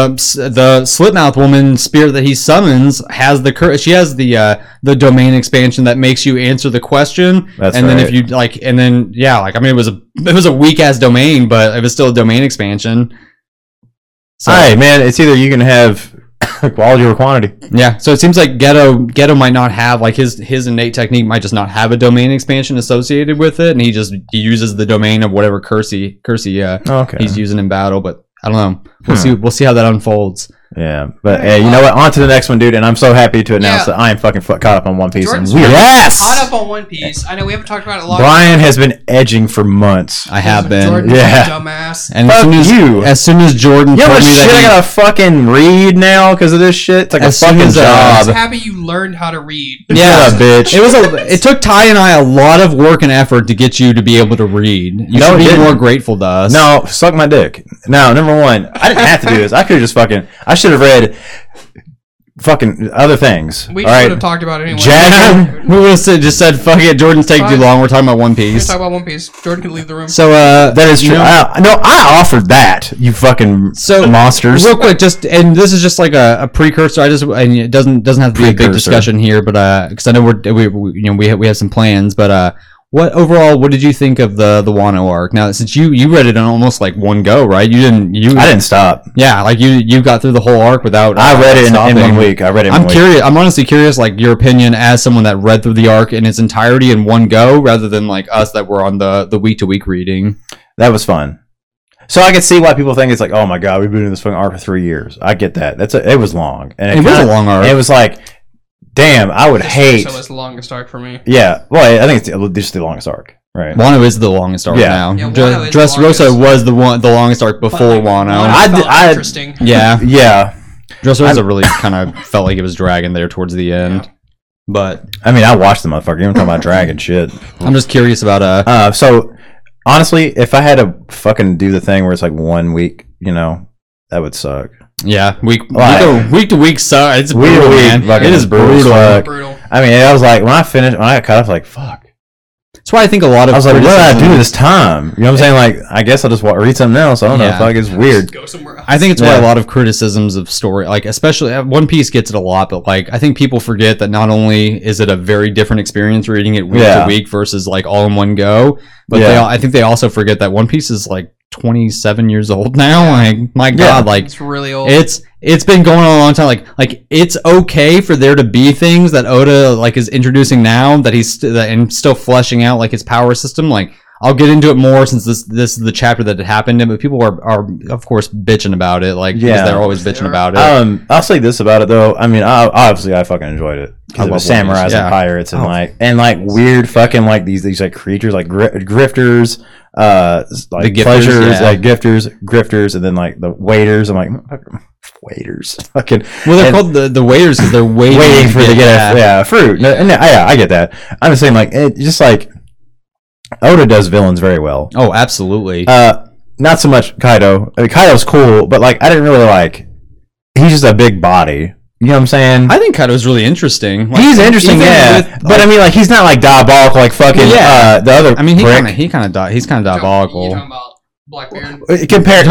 F: the Slipmouth woman spirit that he summons has the cur- she has the uh, the domain expansion that makes you answer the question.
D: That's
F: and then if
D: right.
F: you like, and then yeah, like I mean it was a it was a weak ass domain, but it was still a domain expansion. So-
D: Hey man, it's either you can have quality or quantity.
F: yeah, so it seems like Ghetto Ghetto might not have like his his innate technique might just not have a domain expansion associated with it, and he just he uses the domain of whatever curse he, curse he, uh,
D: Okay.
F: he's using in battle. But I don't know. We'll
D: Hmm.
F: see. We'll see how that unfolds.
D: yeah, but hey, you know what? On to the next one, dude. And I'm so happy to announce
E: Yeah.
D: that I am fucking fu- caught up on One Piece.
E: Jordan's
D: and we are-
E: right.
D: yes,
E: Caught up on One Piece. I know we haven't talked about it a lot.
D: Brian has been edging for months.
F: I have been.
E: Jordan,
D: Yeah.
E: Dumbass.
F: and as
D: Fuck
F: soon as,
D: you.
F: as soon as Jordan
D: You know
F: told
D: what
F: me
D: shit I
F: that
D: gotta fucking read now because of this shit? It's like
F: As
D: a
F: soon
D: fucking
F: as, uh,
E: I'm
D: job.
E: just happy you learned how to read.
F: he, yeah,
D: Yeah, bitch.
F: it was a it took Ty and I a lot of work and effort to get you to be able to read. You
D: No,
F: should
D: it
F: be
D: didn't.
F: more grateful to us.
D: No, suck my dick. No, number one, I didn't have to do this. I could have just fucking. I should have read fucking other things.
E: We
D: all right,
E: should have talked about it anyway.
D: Jack-
E: We're
F: we would have just said fuck it. Jordan's taking too
E: Fine.
F: long. We're talking about One
E: gonna
F: Piece.
E: talk about One Piece. Jordan can leave the room.
F: So uh,
D: that is
F: you
D: true.
F: know-
D: I, no, I offered that. You fucking
F: So,
D: monsters.
F: Real quick, just and this is just like a, a precursor. I just and it doesn't doesn't have to be a big
D: Precursor.
F: discussion here, but uh, because I know we're we, we you know we have, we have some plans, but uh, what overall what did you think of the the Wano arc? Now since you you read it in almost like one go, right? You didn't you
D: I didn't stop.
F: yeah like you you got through the whole arc without
D: I
F: uh,
D: read it in,
F: stopping.
D: in one week. I read it. In
F: I'm
D: one
F: curious. I'm honestly curious, like your opinion as someone that read through the arc in its entirety in one go, rather than like us that were on the the week to week reading.
D: Week. That was fun. So I can see why people think it's like, oh my god, we've been doing this fucking arc for three years. I get that. That's a, it was long, and
F: It was a
D: kinda-
F: long arc.
D: It was like, damn, I would hate.
E: So it's the longest arc for me.
D: Yeah, well, I think it's the- just the longest arc, right?
F: Wano is the longest arc
D: Yeah.
F: now.
E: Yeah,
F: Dr-
E: Wano is the
F: Dressrosa
E: longest.
F: was the one, the longest arc before Wano.
D: I
E: I
D: d- I-
E: interesting.
F: yeah,
D: Yeah,
F: Dressrosa really kind of felt like it was dragging there towards the end. But
D: I mean, I watched the motherfucker. You want to talk about dragon shit?
F: I'm just curious about uh,
D: Uh, so honestly, if I had to fucking do the thing where it's like one week, you know, that would suck.
F: yeah, week
D: Like-
F: week, to, week to week. So it's
D: Week to
F: brutal,
D: week,
F: man.
D: fucking
F: It is
D: brutal.
F: brutal.
D: Fuck.
E: Brutal.
D: I mean, I was like, when I finished, when I got cut off, like, fuck.
F: That's why I think a lot of
D: I was like, what did I
F: criticism-
D: do this time? You know what I'm saying? Like, I guess I'll just wa- read something else. I don't
F: Yeah.
D: know. Fuck, it's weird.
E: Go somewhere else.
F: I think it's why
D: Yeah.
F: a lot of criticisms of story, like especially uh, One Piece, gets it a lot. But like, I think people forget that not only is it a very different experience reading it week
D: Yeah.
F: to week versus like all in one go, but they,
D: Yeah.
F: al- I think they also forget that One Piece is like 27 years old now. Like, my God, like
E: it's really old.
F: it's it's been going on a long time. Like like it's okay for there to be things that Oda like is introducing now that he's st- that, and still fleshing out like his power system. Like I'll get into it more since this this is the chapter that it happened in. But people are, are of course bitching about it, like 'cause
D: Yeah.
F: they're always bitching about it.
D: Um, I'll say this about it though. I mean, I, obviously, I fucking enjoyed it
F: I
D: because
F: love
D: it was samurais
F: Warriors, yeah.
D: and pirates and
F: Oh.
D: like and like weird fucking like these these like creatures like gri- grifters, uh, s- like
F: The gifters,
D: pleasures,
F: yeah.
D: like gifters, grifters, and then like the waiters. I'm like "Motherfucker, waiters, fucking
F: well, they're
D: and-
F: called the the waiters because they're waiting,
D: waiting for the
F: yeah.
D: get yeah fruit. No, no, yeah, I get that. I'm just saying like it just like Oda does villains very well.
F: Oh, absolutely.
D: Uh, not so much Kaido. I mean, Kaido's cool, but like I didn't really like. He's just a big body. You know what I'm saying?
F: I think Kaido's really interesting. Like,
D: he's interesting,
F: even
D: yeah.
F: with,
D: but I mean, like he's not like diabolical, like fucking
F: Yeah.
D: uh, the other.
F: I mean, he
D: prick.
F: kind of he kind of he's kind of
E: You're talking
F: diabolical.
E: about Black Baron.
D: Uh, Compare, no,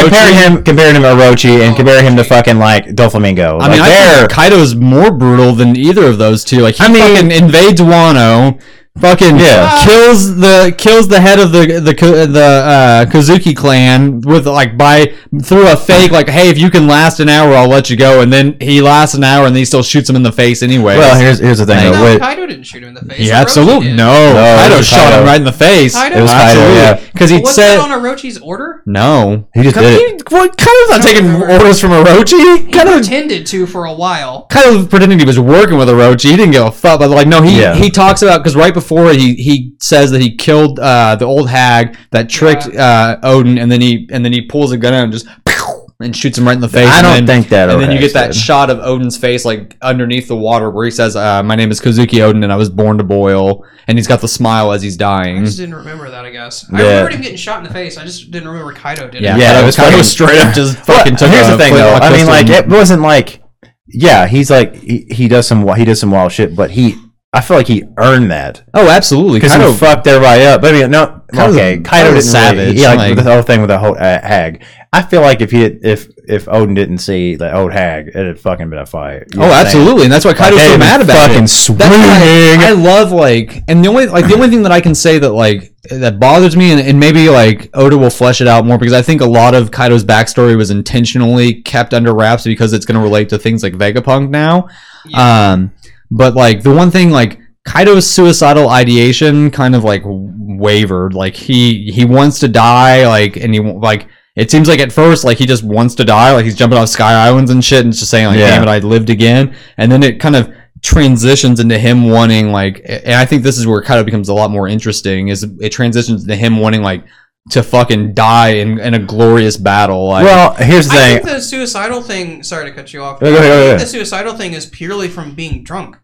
F: Orochi?
D: compare him, compare him to Orochi, and
E: Oh,
D: compare him to
E: okay.
D: fucking like Doflamingo.
F: I mean,
D: like,
F: I
D: they're-
F: think Kaido's more brutal than either of those two. Like, he
D: I mean-
F: fucking invades Wano, fucking
D: Yeah.
F: kills the kills the head of the the Ka- the uh, Kazuki clan with like by through a fake like, hey, if you can last an hour, I'll let you go. And then he lasts an hour, and then he still shoots him in the face anyway.
D: well, here's here's the thing.
F: Like-
D: though,
E: No,
D: with-
E: Kaido didn't shoot him in the face.
F: he
E: Orochi
F: absolutely
E: did.
F: no.
D: No, it
F: Kaido
D: was
F: shot him
D: Kaido.
F: right in the face.
E: Kaido?
D: it was Kaido, yeah.
F: because
E: But
F: he
E: wasn't
F: said
E: that on Orochi's order?
F: no.
D: He just
F: Come-
D: did
F: he-
D: it.
F: What Kaido's not taking orders from Orochi?
E: He
F: Kaido
E: pretended to for a while.
F: kind of pretending he was working with Orochi. He didn't give a fuck. But like, no, he
D: Yeah.
F: he talks about because right before he he says that he killed uh, the old hag that tricked uh, Odin, and then he and then he pulls a gun out and just pow, and shoots him right in the face.
D: I
F: and
D: don't
F: then-
D: think that.
F: And then you get that
D: Orochi did.
F: shot of Odin's face like underneath the water where he says, uh, "My name is Kazuki Odin, and I was born to boil." And he's got the smile as he's
E: I
F: dying.
D: Mm.
E: just didn't remember that, I guess. I
D: Yeah.
E: remembered him getting shot in the face. I just didn't remember Kaido did
F: Yeah,
E: it.
D: Yeah,
F: Kaido-
D: it was
F: Kaido
D: fucking-
F: straight up just
D: Well,
F: fucking took
D: here's
F: a
D: the thing though.
F: flintlock
D: I mean,
F: pistol
D: like
F: and-
D: it wasn't like, yeah, he's like he, he does some wi- he does some wild shit, but he I feel like he earned that
F: oh, absolutely,
D: because he
F: Kaido
D: fucked everybody up. But I mean, no,
F: Kaido's a-
D: okay,
F: Kaido's
D: Kaido
F: a
D: didn't
F: savage,
D: savage. yeah, like,
F: like-
D: the whole thing with the whole uh, hag. I feel like if he did, if if Odin didn't see the old hag, it had fucking been a fight. You know
F: Oh,
D: what I'm saying?
F: absolutely, and that's why Kaido's
D: they'd
F: so
D: be
F: mad about
D: fucking
F: it. That's why I, I love like, and the only like the only thing that I can say that like that bothers me, and, and maybe like Oda will flesh it out more because I think a lot of Kaido's backstory was intentionally kept under wraps because it's going to relate to things like Vegapunk now. Um, but like the one thing like Kaido's suicidal ideation kind of like wavered. Like he he wants to die. Like and he like it seems like at first like he just wants to die. Like he's jumping off sky islands and shit, and just saying like
D: Yeah.
F: damn it, I lived again. And then it kind of transitions into him wanting like, and I think this is where Kaido becomes a lot more interesting. Is it transitions into him wanting like to fucking die in, in a glorious battle. Like,
D: Well, here's the
E: I
D: thing.
E: think the suicidal thing. Sorry to cut you off.
D: No, go ahead, go
E: I
D: ahead.
E: think the suicidal thing is purely from being drunk.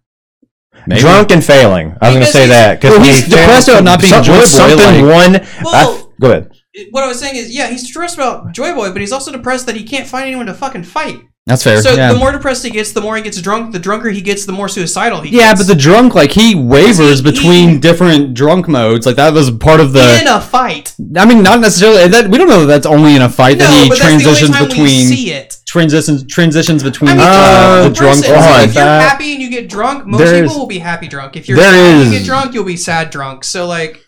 F: maybe.
D: Drunk and failing. I was going to
E: Because
D: say
E: he's-
D: that because
F: Well, he's depressed about not being enjoyable,
D: Something
F: like-
D: one. I
E: Well-
D: f- go ahead.
E: It- What I was saying is, yeah, he's stressed about Joy Boy, but he's also depressed that he can't find anyone to fucking fight.
F: That's fair.
E: So
F: yeah.
E: the more depressed he gets, the more he gets drunk. The drunker he gets, the more suicidal he
F: Yeah,
E: gets.
F: but the drunk, like he wavers
E: He-
F: between
E: he-
F: different drunk modes. Like that was part of
E: in
F: the.
E: a fight.
F: I mean, not necessarily. That we don't know that that's only in a fight
E: No,
F: that he
E: but that's the only
F: transitions
E: time we
F: between
E: see it.
F: transitions transitions between
E: I mean,
F: uh,
E: uh,
F: the drunk
E: person, so
D: one.
E: if you're
D: That-
E: happy and you get drunk, most
D: There
E: people
D: is-
E: will be happy drunk. If you're
D: there
E: sad and you
D: is-
E: get drunk, you'll be sad drunk. So like,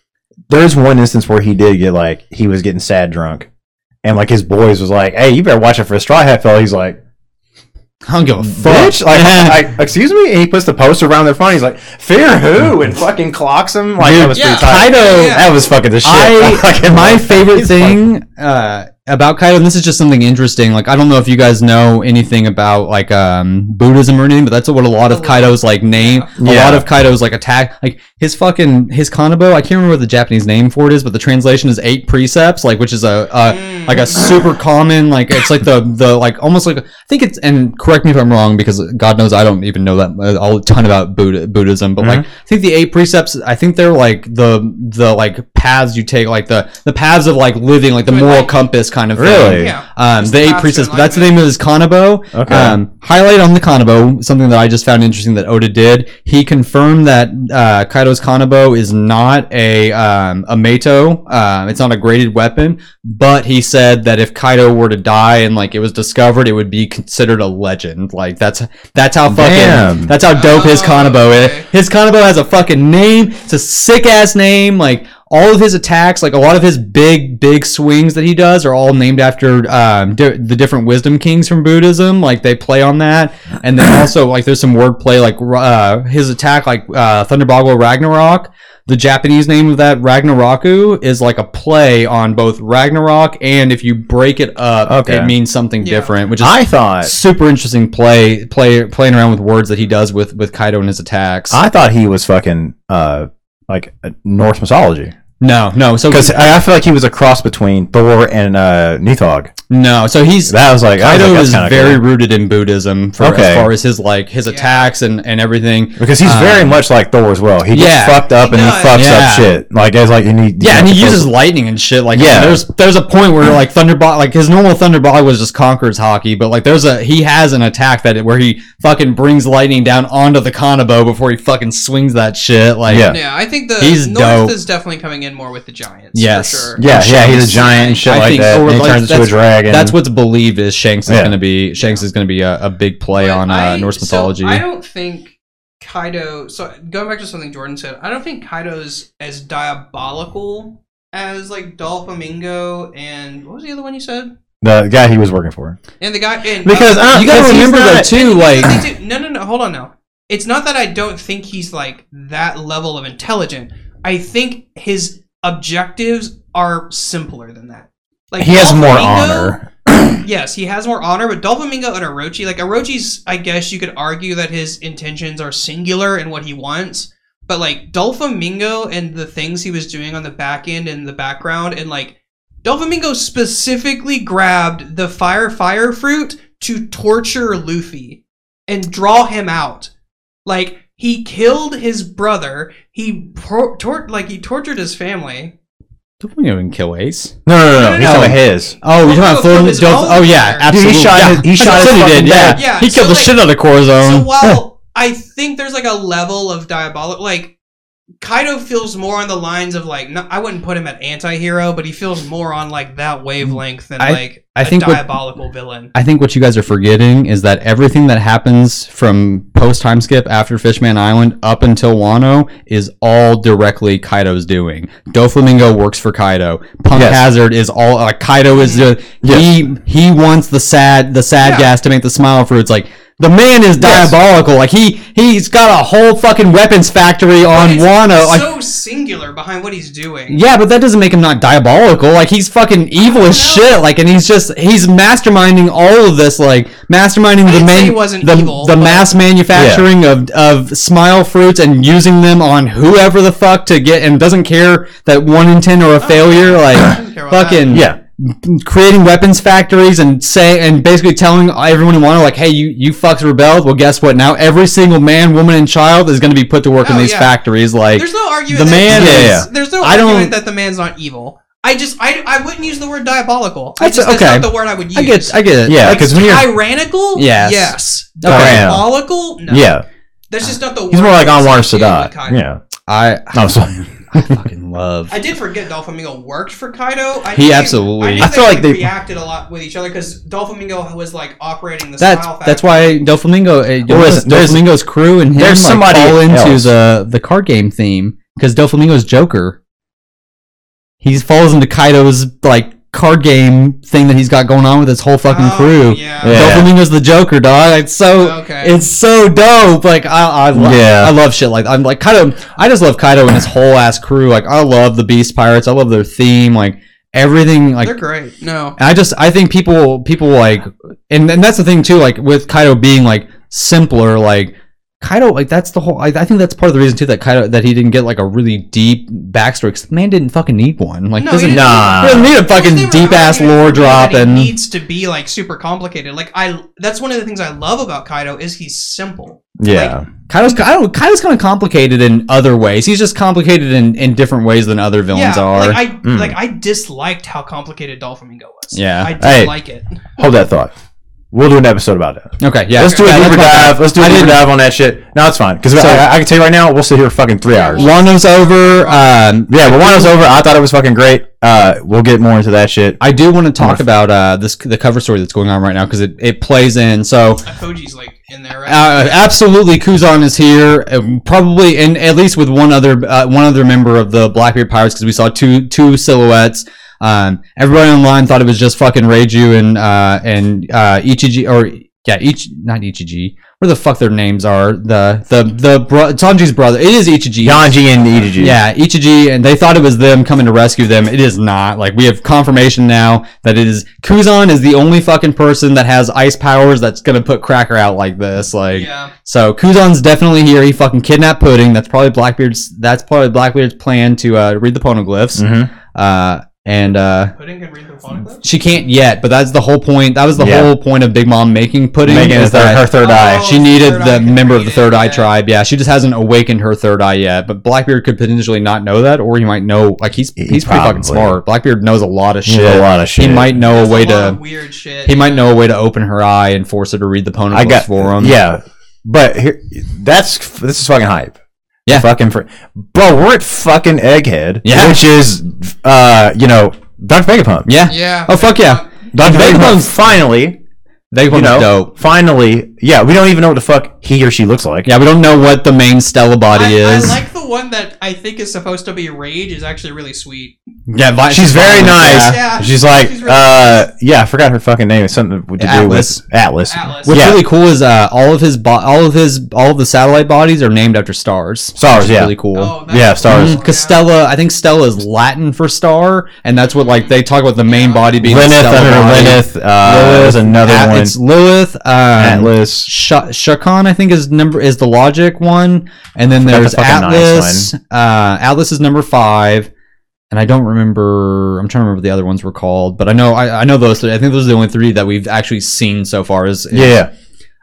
D: There's one instance where he did get like he was getting sad drunk, and like his boys was like, "Hey, you better watch it for a straw hat fella." He's like,
F: I don't give a fuck.
D: "Bitch, like, I, excuse me." And he puts the poster around their phone. He's like, "Fear who?" and fucking clocks him. Like that was
E: yeah,
D: pretty tight.
F: Kaido-
E: yeah.
D: That was fucking the shit.
F: I-
D: fucking
F: my
D: love that.
F: favorite
D: He's
F: thing uh, about Kaido, and this is just something interesting. Like, I don't know if you guys know anything about like um, Buddhism or anything, but that's what a lot
E: A
F: of
E: lot.
F: Kaido's like name, a
D: Yeah.
F: lot of Kaido's like attack, like his fucking his kanabo. I can't remember what the Japanese name for it is, but the translation is eight precepts, like which is a, a
E: Mm.
F: like a super common, like it's like the the like almost like I think it's and correct me if I'm wrong because God knows I don't even know that uh, a ton about Buddha, Buddhism, but like I think the eight precepts, I think they're like the the like paths you take, like the the paths of like living, like the
E: Good
F: moral
E: life.
F: compass kind of
D: Really?
F: thing.
E: yeah.
F: Um,
E: Just
F: the
E: the
F: eight
E: paths to
F: precepts, but that's the name of his kanabo.
D: Okay.
F: Um, highlight on the kanabo, something that I just found interesting that Oda did. He confirmed that uh, Kaido's kanabo is not a um, a mato. Um, it's not a graded weapon, but he said that if Kaido were to die and like it was discovered, it would be considered a legend. Like that's that's how fucking
D: Damn.
F: that's how dope his
E: Oh,
F: kanabo
E: okay.
F: is. His kanabo has a fucking name. It's a sick ass name. Like all of his attacks, like a lot of his big, big swings that he does, are all named after um, di- the different wisdom kings from Buddhism. Like they play on that, and then also like there's some wordplay. Like uh, his attack, like uh, Thunderboggle Ragnarok. The Japanese name of that Ragnaroku is like a play on both Ragnarok and if you break it up,
D: Okay.
F: it means something
E: Yeah.
F: different, which is
D: I thought
F: super interesting play play playing around with words that he does with with Kaido and his attacks.
D: I thought he was fucking uh like uh, Norse mythology
F: no, no, so
D: because I, I feel like he was a cross between Thor and uh Nithog.
F: no, so he's
D: That was like I was
F: Kaido
D: like, that's
F: is
D: kinda
F: very
D: cool.
F: rooted in Buddhism for
D: Okay.
F: as far as his like his
E: Yeah.
F: attacks and and everything.
D: because he's
F: um,
D: very much like Thor as well. He
F: yeah.
D: gets fucked up
E: He
D: and
E: does.
D: he fucks
F: Yeah.
D: up shit. Like it's like you need
F: Yeah, and he
D: you
F: uses lightning and shit. Like,
D: Yeah.
F: yeah, there's there's a point where like Thunderball, like his normal Thunderball was just conquers hockey, but like there's a he has an attack that where he fucking brings lightning down onto the Kanabo before he fucking swings that shit. Like,
D: Yeah.
E: Yeah, I think the
F: He's
E: North
F: dope.
E: is definitely coming in more with the Giants.
F: Yes.
E: For sure.
D: yeah, yeah, he's a giant and shit
F: I
D: like
F: think
D: that.
F: Thor-
D: and he
F: like,
D: turns into a
F: that's-
D: dragon.
F: that's what's believed is Shanks is
D: Yeah.
F: gonna be Shanks is gonna be a, a big play
E: But
F: on uh,
E: I-
F: Norse
E: so
F: mythology.
E: I don't think Kaido. So going back to something Jordan said, I don't think Kaido's as diabolical as like Dolphamingo and what was the other one you said?
D: the guy he was working for.
E: And the guy and uh,
D: Because I,
F: you gotta
D: because he's
F: remember though
D: not-
F: too,
E: Because
F: like
E: they do- no, no, no. Hold on now. It's not that I don't think he's like that level of intelligent. I think his objectives are simpler than that. Like
D: he has more
E: Doflamingo-
D: honor.
E: Yes, he has more honor, but Doflamingo and Orochi, like Orochi's, I guess you could argue that his intentions are singular in what he wants, but like Doflamingo and the things he was doing on the back end and the background, and like Doflamingo specifically grabbed the fire fire fruit to torture Luffy and draw him out. Like he killed his brother, he pro- tor- like he tortured his family.
F: Don't we even kill Ace?
D: No, no, no, no. He's
F: No.
D: talking about his.
F: Oh, you're talking
E: Don't we
F: about Thor?
E: kill his
F: don't-
E: own
F: Oh yeah,
E: brother?
D: Dude, he
F: absolutely.
D: shot
F: yeah.
D: his- he
F: That's
D: shot
F: what
D: his
F: he
D: fucking
F: did. Yeah,
D: dad.
E: Yeah,
F: he
E: so,
F: killed the
E: like-
F: shit out of Corazon.
E: So while I think there's like a level of diabolic, like Kaido feels more on the lines of like no, I wouldn't put him at anti-hero, but he feels more on like that wavelength than
F: I-
E: like
F: I
E: a
F: think what-
E: diabolical villain.
F: I think what you guys are forgetting is that everything that happens from post time skip after Fishman Island up until Wano is all directly Kaido's doing. Doflamingo works for Kaido. Punk
D: Yes.
F: Hazard is all uh, Kaido is the he he wants the sad the sad
E: Yeah.
F: gas to make the smile fruits like the man is diabolical. Like he he's got a whole fucking weapons factory on
E: It's
F: Wano. Like,
E: so singular behind what he's doing.
F: yeah, but that doesn't make him not diabolical. Like he's fucking evil as
E: know.
F: shit. Like, and he's just he's masterminding all of this. Like masterminding the
E: didn't say
F: main
E: he wasn't
F: the,
E: evil,
F: the
E: but-
F: mass manufacturing of of smile fruits and using them on whoever the fuck to get and doesn't care that one in ten
E: Oh,
F: or a failure.
E: doesn't care
F: Like
E: about that.
F: fucking
D: Yeah.
F: creating weapons factories and say and basically telling everyone in Wano like, hey, you you fucks rebelled. Well, guess what? Now every single man, woman, and child is going to be put to work
E: Oh,
F: in these
E: yeah.
F: factories. Like
E: There's no argument.
F: the
E: that
F: man
E: he's-
D: is-
E: There's no
F: I don't-
E: argument that the man's not evil. I just I, I wouldn't use the word diabolical. I
F: That's-
E: just,
F: okay.
E: That's not the word I would use.
F: I get I get it.
D: Yeah, because when you're
E: Tyrannical?
F: Yes.
E: Yes.
F: Okay.
E: Diabolical? No.
D: yeah,
E: That's just not the word.
D: he's more like
E: I
D: Anwar
E: associate with
D: Sadat.
E: Kaido.
D: Yeah,
F: I
D: no, I'm sorry.
F: I fucking love.
E: I did forget Dolphamingo worked for Kaido. I
F: He
E: knew-
F: absolutely-
E: I, knew
D: I
E: they
D: feel like they-
E: reacted a lot with each other because Dolphamingo was like operating the
F: That's
E: smile
F: that's
E: factory.
F: why Doflamingo, uh,
D: Well, listen, there's-
F: Doflamingo's crew and him
D: there's
F: like,
D: somebody
F: fall into
D: else.
F: the the card game theme because Doflamingo's Joker. He falls into Kaido's like card game thing that he's got going on with his whole fucking
E: Oh,
F: crew.
E: Yeah.
D: Yeah.
F: Doflamingo's the Joker, dog. It's so
E: Okay.
F: it's so dope. Like I I, lo-
D: Yeah.
F: I love shit like I'm like Kaido. I just love Kaido and his whole ass crew. Like I love the Beast Pirates. I love their theme. Like everything. Like
E: They're great. No.
F: I just I think people people like and, and that's the thing too like with Kaido being like simpler like Kaido like that's the whole I, I think that's part of the reason too that Kaido that he didn't get like a really deep backstory because the man didn't fucking need one like
E: No, he
F: doesn't,
E: didn't-
F: he doesn't
D: Nah,
F: need a fucking
E: They were
F: deep ass
E: arguing
F: lore
E: that
F: drop
E: he
F: and
E: needs to be like super complicated. Like I that's one of the things I love about Kaido is he's simple.
D: yeah,
F: Kaido's Kaido, Kaido's kind of complicated in other ways he's just complicated in in different ways than other villains
E: yeah.
F: are Hmm.
E: Like I
D: Mm.
E: like I disliked how complicated Dolphamingo was.
F: Yeah.
E: I
D: Hey.
E: didn't like it.
D: hold that thought. We'll do an episode about that.
F: okay yeah
D: Let's do
F: yeah,
D: a
F: that's
D: deeper
F: my bad.
D: dive. Let's do
F: I
D: a deeper
F: didn't-
D: dive on that shit. No, it's fine. Because I, I can tell you right now, we'll sit here for fucking three hours.
F: Wano's over um
D: Yeah, but one was over. I thought it was fucking great. Uh, we'll get more into that shit.
F: I do want to talk
D: Wonderful.
F: about uh, this the cover story that's going on right now because it, it plays in. So
E: Hoji's like in there, right?
F: uh, absolutely, Kuzan is here, um, probably, and at least with one other uh, one other member of the Blackbeard Pirates because we saw two two silhouettes. Um, everybody online thought it was just fucking Reiju and uh, and uh, Ichiji or yeah, each not Ichiji. Where the fuck their names are? The the the bro- Sanji's brother. It is Ichiji.
D: Yanji and Ichiji.
F: Yeah, Ichiji, and they thought it was them coming to rescue them. It is not. Like we have confirmation now that it is Kuzan is the only fucking person that has ice powers that's gonna put Cracker out like this. Like
E: yeah.
F: so, Kuzan's definitely here. He fucking kidnapped Pudding. That's probably Blackbeard's. That's probably Blackbeard's plan to uh, read the poneglyphs.
D: Mm-hmm.
F: Uh, and uh,
E: Pudding can read the poneglyphs.
F: she can't yet, but that's the whole point. That was the
D: Yeah.
F: whole point of Big Mom making Pudding.
D: Megan
F: is
D: is third,
F: that
D: her third eye.
E: Oh.
F: she needed
E: Third
F: the
E: Eye can
F: member of the
E: read
F: Third
E: it,
F: Eye
E: yeah.
F: Tribe. Yeah, she just hasn't awakened her Third Eye yet. But Blackbeard could potentially not know that, or he might know. Like he's
D: He
F: he's pretty fucking
D: probably-
F: smart. Blackbeard knows a lot of
D: She
F: shit.
D: did a lot of shit.
F: He might know a
E: There's
F: Oh, way
E: lot
F: to.
E: of weird shit.
F: He might know a way to open her eye and force her to read the poneglyphs
D: I got
F: for him.
D: Yeah, but here, that's this is fucking hype.
F: Yeah.
D: fucking fr- bro, we're at fucking Egghead.
F: Yeah.
D: which is uh, you know, Dr. Vegapump.
F: yeah.
E: Yeah.
F: Oh fuck yeah!
D: Dr.
F: Vegapump's-
D: Vegapump's finally,
F: Vegapump's
D: you know,
F: dope.
D: finally, yeah. We don't even know what the fuck he or she looks like.
F: Yeah, we don't know what the main Stella body
E: I,
F: is.
E: I like the one that I think is supposed to be Rage is actually really sweet.
F: yeah, Vi-
D: she's very
F: fine,
D: nice.
F: yeah.
E: Yeah.
D: She's like,
E: She's really
D: uh, yeah, I forgot her fucking name. It's something to do
F: Atlas.
D: with Atlas.
E: Atlas.
F: What's
D: Yeah.
F: really cool is uh, all of his bo- all of his all of the satellite bodies are named after stars. which
D: Stars,
F: is
D: yeah.
F: really cool.
E: Oh, that's
D: Yeah, stars.
E: cool,
F: Because Mm, Stella, I think Stella is Latin for star, and that's what like they talk about the main body being
D: Lyneth,
F: Stella
D: I
F: body.
D: remember Lyneth. Uh, there's another
F: At-
D: one.
F: It's Lilith. Um,
D: Atlas.
F: Sh- Shakan, I think is number is the logic one, and then
D: Forgot the
F: there's
D: fucking nice
F: Atlas. uh, Atlas is number five, and I don't remember. I'm trying to remember what the other ones were called, but I know I, I know those three. I think those are the only three that we've actually seen so far. Is, is
D: yeah.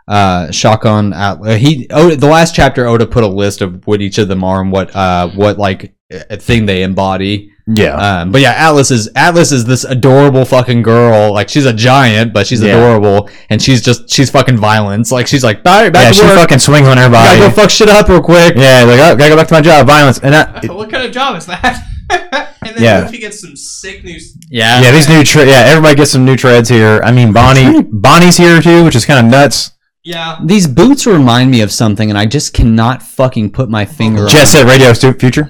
F: uh, Shotgun Atlas. He Oda, the last chapter Oda put a list of what each of them are and what uh what like a thing they embody.
D: Yeah.
F: Um, but yeah, Atlas is Atlas is this adorable fucking girl. Like she's a giant, but she's
D: Yeah.
F: adorable, and she's just she's fucking violence. Like she's like, all right, back
D: yeah,
F: to
D: she
F: work.
D: fucking swings on her
F: Gotta
D: body.
F: go fuck shit up real quick.
D: yeah, like, oh, gotta go back to my job, violence. And I, it-
E: what kind of job is that? and then
D: Yeah.
E: Luffy gets some sick news.
F: Yeah.
D: yeah, these new tre- yeah, everybody gets some new treads here. I mean, Bonnie, Bonnie's here too, which is kind of nuts.
E: Yeah.
F: These boots remind me of something, and I just cannot fucking put my finger. on
D: Jet Set Radio Stu- Future.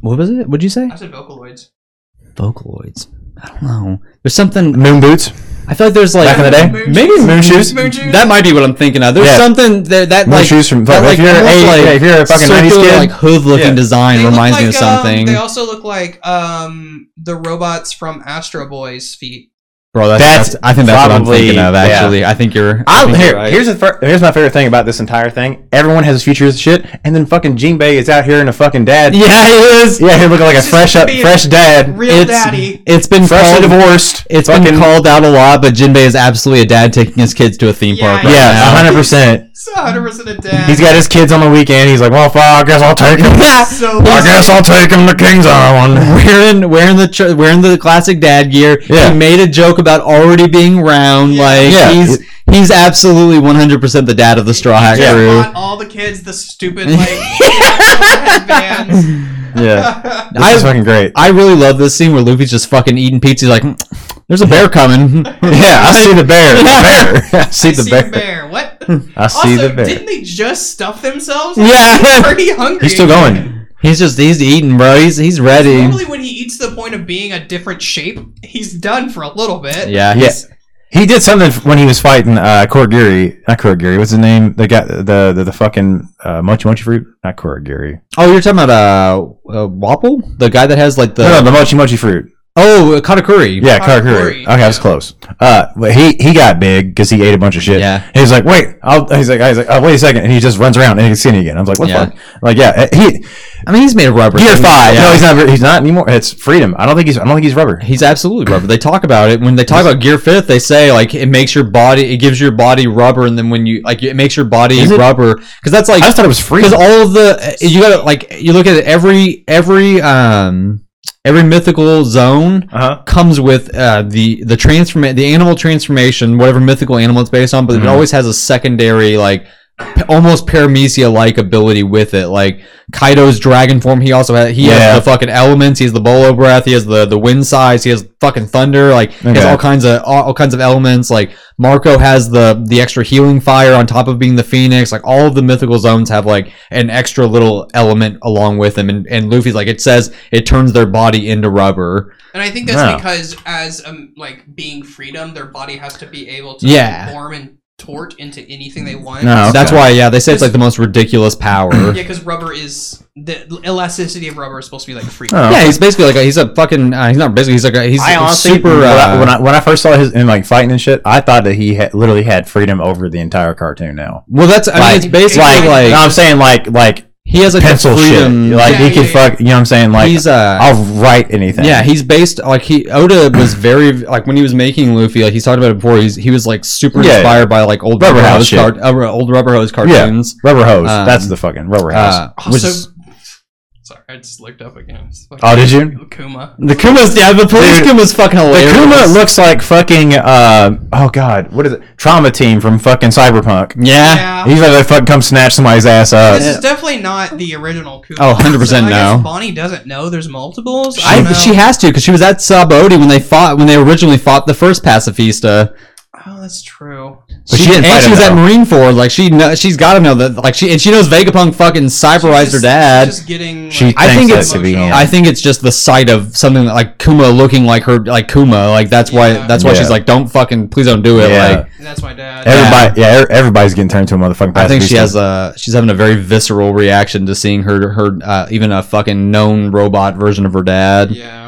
F: What was it? What'd you say?
E: I said Vocaloids.
F: Vocaloids. I don't know. There's something.
D: Moon boots.
F: I feel like there's like
D: Back in the day?
F: Maybe
D: Moon shoes.
E: Moon shoes.
F: That might be what I'm thinking of. There's
D: Yeah.
F: something that that
D: Moon
F: like
D: shoes from.
F: that,
D: if
F: like,
D: you're
F: almost,
D: a,
F: like,
D: yeah, if you're a fucking nineties
F: circular,
D: kid,
F: like hood looking
D: Yeah.
F: design
E: They look
F: reminds me of
E: like, um,
F: something.
E: they also look like um the robots from Astro Boy's feet.
F: Bro, that's,
D: That's
F: that's- I think that's what
D: probably-
F: I'm thinking of.
D: yeah.
F: Actually, I think you're. I
D: I,
F: think
D: here,
F: you're right.
D: here's the fir- here's my favorite thing about this entire thing. Everyone has futures and shit, and then fucking Jinbei is out here in a fucking dad.
F: yeah, it is.
D: Yeah, here looking like a
E: Just
D: fresh up,
E: being
D: fresh dad,
E: Real
F: It's-
E: daddy.
F: It's been
D: freshly
F: called.
D: divorced.
F: It's
D: fucking
F: been called out a lot, but Jinbei is absolutely a dad taking his kids to a theme
E: Yeah,
F: park. right
D: Yeah,
F: now.
D: hundred percent.
E: It's 100 percent a dad.
D: He's got his kids on the weekend. He's like, well, fuck, I guess I'll take him.
E: so
D: I guess I'll take him to Kings Island.
F: Wearing wearing the tr- wearing the classic dad gear.
D: Yeah.
F: He made a joke about already being round.
E: Yeah.
F: Like
D: Yeah.
F: he's he's absolutely 100 percent the dad of the Straw Hat
D: Yeah.
F: crew.
E: bought all the kids the stupid like headbands.
D: Yeah, this
F: I-
D: is fucking great.
F: I really love this scene where Luffy's just fucking eating pizza. He's like, "Mm, there's a bear coming.
D: yeah, I see the bear. The bear. I see
E: I
D: the
E: see
D: bear.
E: a bear. What?
D: I see
E: also,
D: the bear.
E: didn't they just stuff themselves?
F: Yeah.
E: I'm pretty hungry.
D: He's still going.
F: He's just he's eating, bro. He's he's ready.
E: Normally, when he eats to the point of being a different shape, he's done for a little bit.
F: Yeah,
D: Yeah.
F: Uh, he's,
D: He did something f- when he was fighting uh, Korigiri. Not Korigiri. What's his name? The guy, the the, the fucking uh, mochi mochi fruit. Not Korigiri.
F: Oh, you're talking about uh, uh Wapple, the guy that has like the
D: no, no, the mochi mochi fruit.
F: oh Katakuri.
D: Yeah, Korigiri.
E: Katakuri.
D: Okay, I was close. Uh, but he he got big because he ate a bunch of shit.
F: Yeah.
D: He's like, wait. I'll, he's like, he's like, oh, wait a second, and he just runs around and he's skinny again. I was like, what the
F: Yeah.
D: fuck? Like, yeah, he
F: I mean he's made of rubber.
D: Gear
F: He's-
D: five.
F: yeah.
D: No, he's not. He's not anymore. It's freedom. I don't think he's. I don't think he's rubber.
F: He's absolutely rubber. They talk about it when they talk about Gear Fifth. They say like it makes your body, it gives your body rubber, and then when you like it makes your body
D: Is it?
F: rubber because that's like
D: I just thought it was freedom.
F: because all of the you gotta like you look at it, every every um every mythical zone
D: Uh-huh.
F: comes with uh, the the transform the animal transformation, whatever mythical animal it's based on, but it
D: Mhm.
F: always has a secondary like p- almost paramecia like ability with it. Like Kaido's dragon form, he also has he
D: Yeah.
F: has the fucking elements. He has the bolo breath. He has the the wind size. He has fucking thunder. Like he has
D: Okay.
F: all kinds of all, all kinds of elements. Like Marco has the the extra healing fire on top of being the phoenix. Like all of the mythical zones have like an extra little element along with them. And and Luffy's like it says it turns their body into rubber.
E: And I think that's
D: No.
E: because, as um, like being freedom, their body has to be able to
F: Yeah.
E: form and contort into anything they want.
D: No.
F: That's why, yeah, they say it's like the most ridiculous power.
E: Yeah, because rubber is the elasticity of rubber is supposed to be like free.
D: Oh.
F: Yeah, he's basically like a, he's a fucking uh, he's not basically he's like a, he's
D: I honestly,
F: super
D: when, I,
F: uh,
D: when I when I first saw his in like fighting and shit, I thought that he had, literally had freedom over the entire cartoon. Now,
F: well that's I mean
D: Like-
F: it's basically
D: like,
F: like,
D: no, I'm saying, like like
F: he has like a
D: pencil shit.
F: freedom
D: Like
E: Yeah,
D: he can
E: yeah, yeah.
D: fuck. You know what I'm saying? Like
F: he's uh
D: I'll write anything.
F: yeah he's based like he Oda was very like when he was making Luffy like he's talked about it before he's he was like super
D: Yeah.
F: inspired by like old
D: Rubber
F: rubber,
D: House
F: hose
D: shit.
F: cart, uh, old rubber hose cartoons.
D: rubber hose.
F: Um,
D: That's the fucking rubber hose.
F: Uh, which is-
E: Also, sorry, I just looked up again. It's fucking-
D: Oh, did you?
E: Kuma.
F: the Kuma's yeah the police
D: Dude,
F: Kuma's fucking
D: the
F: hilarious.
D: Kuma looks like fucking uh oh god, what is it? Trauma team from fucking Cyberpunk.
F: yeah.
E: Yeah.
D: He's like they fucking come snatch somebody's ass up.
E: This is definitely not the original Kuma.
F: Uh, Oh, 100%
E: So I guess
F: no.
E: Bonnie doesn't know there's multiples. I
F: I,
E: don't know.
F: she has to because she was at Sabody when they fought when they originally fought the first Pacifista.
E: oh, that's true.
D: But
F: she,
D: she didn't
F: and
D: fight
F: she
D: him,
F: was at
D: though.
F: Marine Ford. Like she, kno- she's got to know that. Like she, and she knows Vegapunk fucking cyberized her
E: Just-
F: dad.
E: Just getting.
D: She
E: like,
D: I
F: think
E: emotional.
F: it's-
D: to be in.
F: I think it's just the sight of something that, like Kuma looking like her, like Kuma. Like that's
E: Yeah.
F: why. That's why
D: Yeah.
F: she's like, don't fucking, please don't do it.
D: Yeah.
F: Like
E: That's my dad.
D: Everybody, yeah, er- everybody's getting turned to a motherfucking.
F: I think she
D: pacifista.
F: has a, she's having a very visceral reaction to seeing her, her uh, even a fucking known robot version of her dad.
E: Yeah.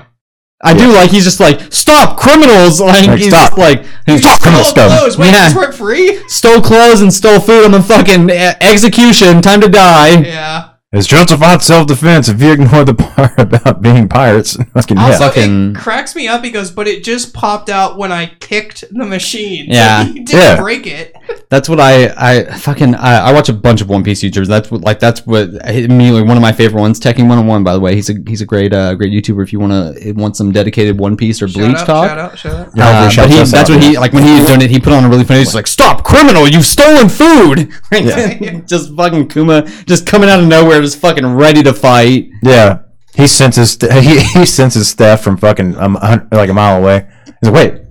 F: I do like he's just like stop criminals. Like,
D: Like,
F: he's
D: stop.
F: just like he's
D: Stop criminals. Let's
E: Oh,
D: go.
E: clothes. Wait,
F: Yeah.
E: these weren't free?
F: stole clothes and stole food on the fucking uh, execution. Time to die.
E: Yeah.
D: It's justified self-defense if you ignore the part about being pirates. Fucking yeah.
E: Also,
F: Fucking-
E: it cracks me up. He goes, but it just popped out when I kicked the machine.
F: Yeah.
E: he didn't
D: Yeah.
E: break it.
F: That's what I, I fucking I, I watch a bunch of One Piece YouTubers. That's what like that's what immediately one of my favorite ones. Techie One Hundred One, by the way, he's a he's a great uh, great YouTuber. If you want to want some dedicated One Piece or Bleach
E: shout
F: talk,
E: Out, shout out. Shout out.
D: Yeah, I agree,
F: Uh,
D: shout
F: but he,
D: us
F: that's
D: out,
F: what he
D: yeah.
F: like when he was doing it. He put on a really funny. He's like, "Stop, criminal! You've stolen food!"
D: Yeah.
F: just fucking Kuma, just coming out of nowhere, just fucking ready to fight.
D: Yeah, he sends his he, he sends his staff from fucking um, a hun- like a mile away. He's like, wait,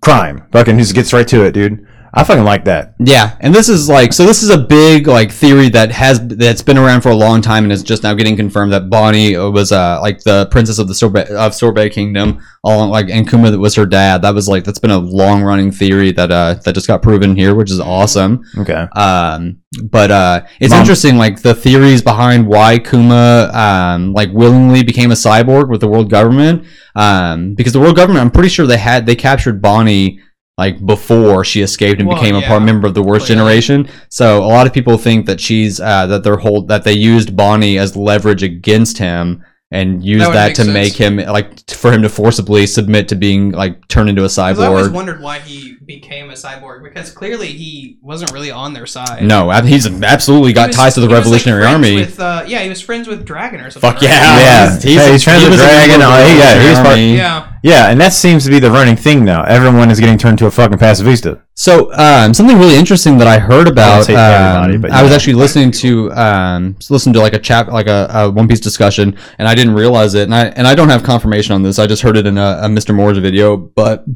D: crime. Fucking just gets right to it, dude. I fucking like that.
F: Yeah, and this is like so. This is a big like theory that has that's been around for a long time and is just now getting confirmed that Bonnie was uh like the princess of the sorbet of sorbet kingdom, all like and Kuma that was her dad. That was like that's been a long running theory that uh that just got proven here, which is awesome.
D: Okay.
F: Um, but uh, it's
D: Mom.
F: interesting like the theories behind why Kuma um like willingly became a cyborg with the world government. Um, because the world government, I'm pretty sure they had they captured Bonnie like before she escaped and
E: Well,
F: became a
E: yeah.
F: part member of the worst
E: Clearly.
F: generation. So a lot of people think that she's uh, that their whole that they used Bonnie as leverage against him and used
E: would
F: that,
E: make
F: to
E: sense.
F: make him like t- for him to forcibly submit to being like turned into a
E: 'Cause I always
F: cyborg.
E: wondered why he became a cyborg because clearly he wasn't really on their side.
F: No, ab- he's absolutely
E: He
F: got
E: was-
F: ties to the
E: he was, like,
F: Revolutionary
E: friends
F: Army.
E: With, uh, yeah, he was friends with Dragon or something.
F: Fuck
E: right?
F: yeah.
D: Yeah.
F: He's,
D: Hey, he's friends
F: he
D: with
F: was a
D: Dragon,
F: member of
D: oh,
F: the
D: yeah,
F: Revolutionary
D: he's part-
F: Army.
E: Yeah.
D: Yeah, and that seems to be the running thing now. Everyone is getting turned to a fucking pacifista.
F: So um, something really interesting that I heard about.
D: say everybody,
F: um,
D: but
F: I was
D: yeah.
F: actually listening to um, listening to like a chap like a, a One Piece discussion, and I didn't realize it, and I and I don't have confirmation on this. I just heard it in a, a Mr. Moore's video, but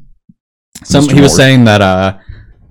F: some
D: Mr.
F: he was
D: Moore.
F: saying that uh,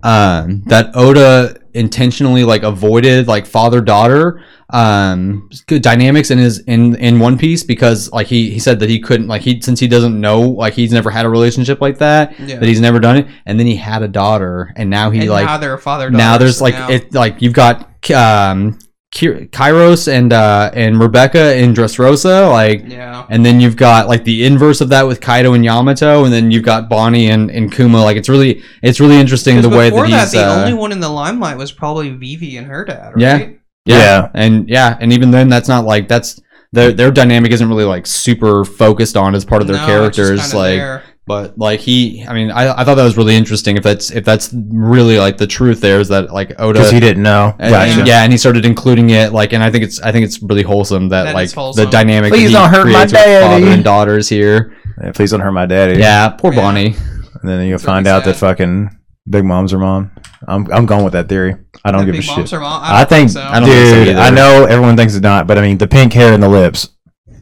F: um, that Oda intentionally like avoided like father daughter um good dynamics in his in in one piece because like he he said that he couldn't like he since he doesn't know like he's never had a relationship like that
E: Yeah.
F: that he's never done it and then he had a daughter and now he
E: And
F: like
E: now
F: now,
E: they're a father.
F: there's like it like you've got um Ky- Kairos and uh and Rebecca in Dressrosa like
E: Yeah.
F: and then you've got like the inverse of that with Kaido and Yamato and then you've got Bonnie and, and Kuma like it's really it's really interesting the
E: Because
F: way
E: before
F: that he's
E: the
F: uh,
E: only one in the limelight was probably Vivi and her dad, right?
F: Yeah. yeah.
D: Yeah.
F: and yeah and even then that's not like that's their their dynamic isn't really like super focused on as part of their
E: No, it's just
F: characters
E: kinda
F: like
E: there.
F: but like he i mean I, I thought that was really interesting if that's if that's really like the truth there is that like oda
D: Because he didn't know.
F: and,
D: Gotcha.
F: and- Uh, yeah and he started including it like and i think it's i think it's really wholesome that,
E: That
F: like
E: is wholesome.
F: the dynamic
D: Please
F: that
D: don't
F: he
D: hurt my
F: creates with
D: daddy.
F: father and daughters here
D: Yeah, Please don't hurt my daddy.
F: yeah poor
E: Yeah.
F: bonnie
D: And then you'll
E: That's really
D: find out that
E: sad.
D: fucking Big Mom's her mom. I'm I'm going with that theory. I don't
E: That
D: give a
E: big
D: shit.
E: mom's her mom.
D: I think,
E: so.
F: I don't think so
D: dude,
F: either.
D: I know everyone thinks it's not, but I mean, the pink hair and the lips. You know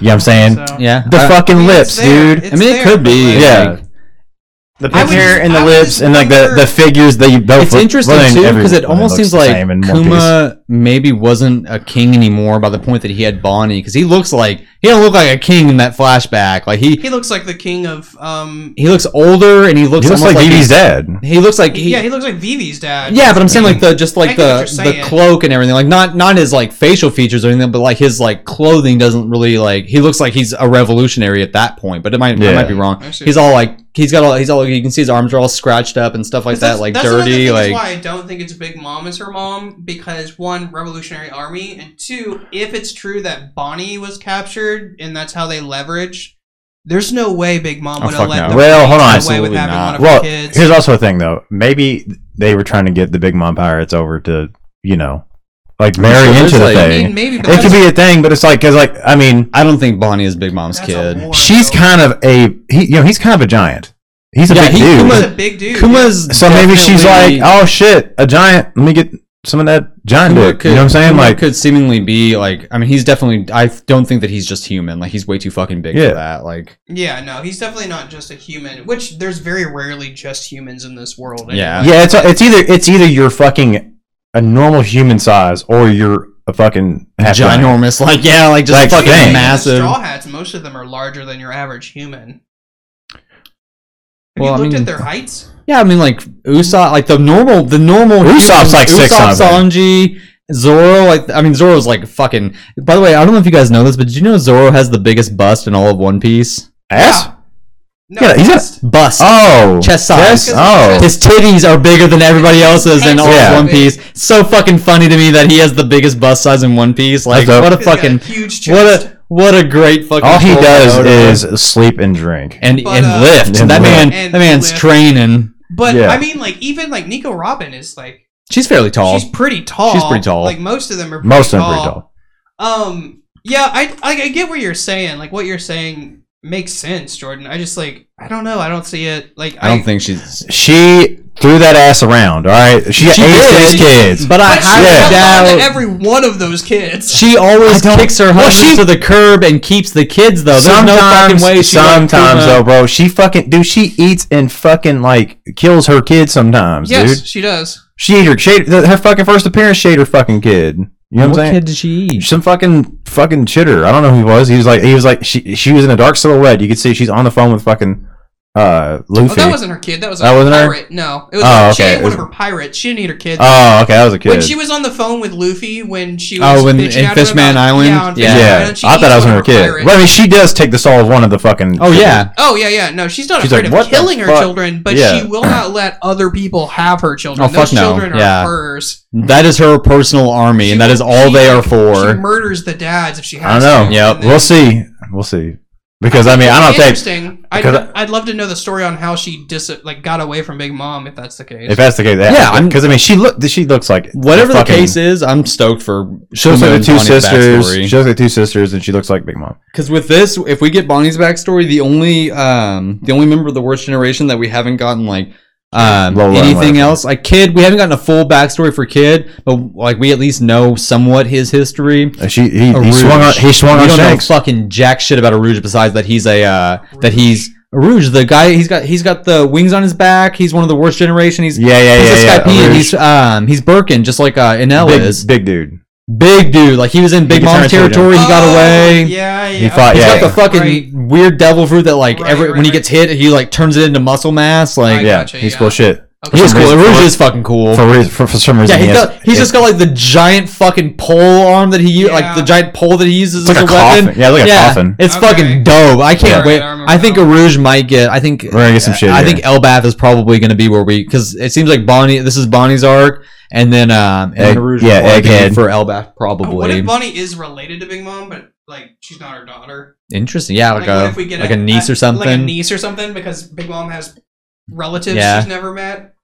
D: what I'm saying?
E: So-
F: yeah
D: The
F: I-
D: fucking
E: I mean, it's
D: lips,
E: there.
D: dude.
E: It's
F: i mean it
E: there,
F: could
E: but,
F: be
E: like,
D: Yeah.
F: like-
D: the
E: I
D: pink
E: would
D: hair
E: just-
D: and
E: I
D: the
E: would
D: lips
E: just
D: and like the,
E: wonder-
D: the figures that you both
F: it's
D: look-
F: interesting
D: well, I mean,
F: too
D: every
F: because it
D: woman
F: almost
D: looks
F: seems
D: the
F: like
D: same in one piece.
F: Kuma maybe wasn't a king anymore by the point that he had Bonnie because he looks like he don't look like a king in that flashback. Like he
E: He looks like the king of um.
F: he looks older and he looks,
D: He
F: almost
D: looks like
F: like he's-
D: Vivi's dad.
F: He looks like he,
E: yeah, he looks like Vivi's dad.
F: Yeah, but I'm saying like the just
E: I
F: like
E: get what
F: the
E: you're
F: the
E: saying.
F: cloak and everything. Like not not his like facial features or anything, but like his like clothing doesn't really like he looks like he's a revolutionary at that point. But it might I
D: Yeah.
F: might be wrong.
E: I see.
F: He's all like he's got all he's all you can see his arms are all scratched up and stuff like
E: But
F: that, like
E: another thing
F: dirty,
E: is
F: like
E: why I don't think it's Big Mom is her mom because one, Revolutionary Army, and two, if it's true that Bonnie was captured and that's how they leverage, there's no way Big Mom
F: Oh,
E: would
F: fuck
E: have let
F: no.
E: them
D: Well, hold on.
E: get away with
F: Absolutely
E: having
F: not.
E: one of
D: Well,
E: her kids.
D: here's also a thing though. Maybe they were trying to get the Big Mom Pirates over to you know, like marry
F: sure there's,
D: into the
F: like-
E: I
D: thing.
E: mean, maybe, but
D: it could
E: that's-
D: be a thing, but it's like because like I mean,
F: I don't think Bonnie is Big Mom's
E: that's a
F: kid.
E: war,
D: she's
E: though.
D: kind of a he, you know he's kind of a giant. He's a
F: Yeah,
D: big
F: he-
D: dude.
E: He's
F: Kuma-
E: a big dude.
F: Kuma's
D: so maybe she's like,
F: definitely-
D: oh shit, a giant. Let me get some of that giant
F: Kuma
D: dick. you know what I'm saying?
F: Kuma
D: Like
F: could seemingly be like. I mean, he's definitely. I don't think that he's just human. Like he's way too fucking big
D: Yeah.
F: for that. Like
E: yeah, no, he's definitely not just a human. Which there's very rarely just humans in this world. anyway.
F: Yeah.
D: yeah, it's it's either it's either you're fucking a normal human size or you're a fucking half giant.
F: ginormous. Like yeah, like just
D: Like,
F: fucking
D: dang.
E: Even the
F: massive.
E: Straw hats. Most of them are larger than your average human. Have
F: Well, I
E: you looked
F: mean-
E: at their heights?
F: Yeah, I mean like Usopp, like the normal, the normal.
D: Usopp's like six
F: Usopp,
D: something.
F: Sanji, Zoro. Like I mean, Zoro's like fucking. By the way, I don't know if you guys know this, but did you know Zoro has the biggest bust in all of One Piece?
D: Ass?
E: No,
D: Yeah, he's a-
E: just-
F: Bust.
D: Oh,
F: Chest size.
D: Yes? Oh,
F: His titties are bigger than everybody else's in all
D: Yeah.
F: of One Piece. So fucking funny to me that he has the biggest bust size in One Piece. Like
D: That's dope.
F: what a
E: he's got
F: fucking
E: huge chest.
F: what a what a great fucking.
D: all he
F: role
D: does
F: model.
D: is sleep and drink.
F: and
E: But,
F: and
E: uh,
F: lift.
D: And
F: that man,
D: lift.
E: And
F: that man's
E: lift.
F: training.
E: But
D: Yeah.
E: I mean, like even like Nico Robin is like
F: She's fairly tall.
E: she's pretty tall.
F: She's pretty tall.
E: Like most of them are. Pretty
D: Most of
E: tall.
D: them
F: Oh.
D: pretty tall.
E: Um. Yeah, I like I get what you're saying. Like what you're saying makes sense, Jordan. I just like I don't know. I don't see it. Like
F: I don't think she's
D: She threw that ass around. All right, she,
F: She
D: aged
F: did.
D: those kids.
F: But I
E: But she held
F: highly
E: on to
F: doubt.
E: every one of those kids.
F: she always
D: I don't-
F: kicks her
D: Well,
F: husband
D: she-
F: to the curb and keeps the kids though. Oh, There's no fucking
D: sometimes,
F: way. She let
D: sometimes
F: Kuma-
D: though, bro, she fucking dude, she eats and fucking like kills her kid sometimes,
E: yes,
D: dude.
E: she does.
D: She ate her, she ate, her fucking first appearance, she ate her fucking kid. You know what,
F: What
D: I'm saying?
F: kid did she eat?
D: Some fucking fucking chitter. I don't know who he was. He was like he was like she she was in a dark silhouette. You could see she's on the phone with fucking uh
E: Oh,
D: Luffy.
E: that
D: Oh,
E: wasn't her kid. That was a
D: That wasn't her?
E: pirate. No, it was
D: Oh,
E: she
D: okay.
E: ate
D: It
E: one
D: was- Oh,
E: of her pirates. She didn't eat her kid.
D: okay, that was a kid.
E: when she was on the phone with Luffy when she was
F: Oh, when-
E: bitching
F: in
E: at him
F: Fishman
E: about-
F: Island?
E: Yeah, on
F: Yeah.
E: Fishman
D: yeah,
E: Island, she
D: I
E: eats
D: thought I was
E: one
D: her,
E: of
D: kid.
E: pirates.
D: Well, I mean, she does take the soul of one of the fucking.
F: Oh yeah,
E: Oh yeah, yeah. No, she's not
D: She's
E: afraid
D: like,
E: of
D: "What the
E: killing her
D: fuck?"
E: children, but
D: Yeah.
E: she will not let other people have her children.
F: Oh,
E: Those
F: fuck no.
E: children are
F: Yeah.
E: hers.
F: Mm-hmm. that is her personal army, and that is all they are
E: She
F: for.
E: murders the dads if she
D: I
E: has.
D: don't know.
E: to,
F: Yep.
E: and then-
D: we'll see. We'll see. Because I mean, I don't think
E: Interesting. I'd,
D: because
E: I'd love to know the story on how she dis like got away from Big Mom if that's the case.
D: If that's the case, that
F: Yeah,
D: yeah,
F: I'm-
D: because I mean, she look, she looks like
F: Whatever the
D: fucking-
F: case is, I'm stoked for
D: She looks
F: Kuma
D: like the
F: and
D: two
F: Bonnie's
D: sisters.
F: backstory.
D: She looks like two sisters, and she looks like Big Mom.
F: Because with this, if we get Bonnie's backstory, the only um, the only member of the worst generation that we haven't gotten like um,
D: Lola and
F: anything
D: Larry.
F: else, like Kid, we haven't gotten a full backstory for Kid, but like we at least know somewhat his history.
D: Uh, She he, he
F: Aruge.
D: swung on he swung
F: we
D: on
F: don't
D: Shanks.
F: know fucking jack shit about Aruge besides that he's a uh, that he's Aruge, the guy he's got he's got the wings on his back. He's one of the worst generation. He's
D: Yeah, yeah,
F: he's
D: yeah,
F: a
D: yeah.
F: Skypie and
D: Aruge.
F: he's um he's Birkin, just like uh, Enel
D: big,
F: is
D: big dude.
F: big dude. Like he was in Big
D: can
F: Mom's
D: turn into a
F: territory. He got
E: Oh,
F: away.
E: Yeah, yeah.
D: He fought.
F: He's
D: yeah,
F: got the fucking
E: Right.
F: weird devil fruit that like
E: Right,
F: every
E: right,
F: when he
E: right.
F: gets hit, he like turns it into muscle mass.
E: I
F: Like
D: yeah.
E: gotcha,
D: he's
E: yeah.
D: cool shit.
E: Okay.
F: he's
D: For
F: cool.
D: reason-
F: Rouge
D: for-
F: is fucking cool.
D: For, reas- for for some
F: yeah,
D: reason,
F: he
D: he has-
F: does, he's just got like the giant fucking pole arm that he u- like
E: Yeah.
F: the giant pole that he uses
D: It's like
F: as a,
D: a
F: weapon.
D: coffin. Yeah, like a coffin.
F: It's
E: Okay.
F: fucking dope. I can't
E: Alright,
F: wait.
E: I remember
F: I think
E: now.
F: Aruge might get. I think uh,
D: We're gonna get some shit
F: I
D: here.
F: think Elbath is probably gonna be where we because it seems like Bonnie. This is Bonnie's arc, and then um, and
D: Egg-
F: then Aruge
D: yeah,
F: will probably be
D: Egghead.
F: for Elbath
E: Oh, what
F: probably.
E: if Bunny is related to Big Mom, but like she's not her daughter?
F: Interesting. Yeah, like,
E: what
F: a like a, niece or something.
E: Like a niece or something, because Big Mom has relatives
F: Yeah.
E: she's never met.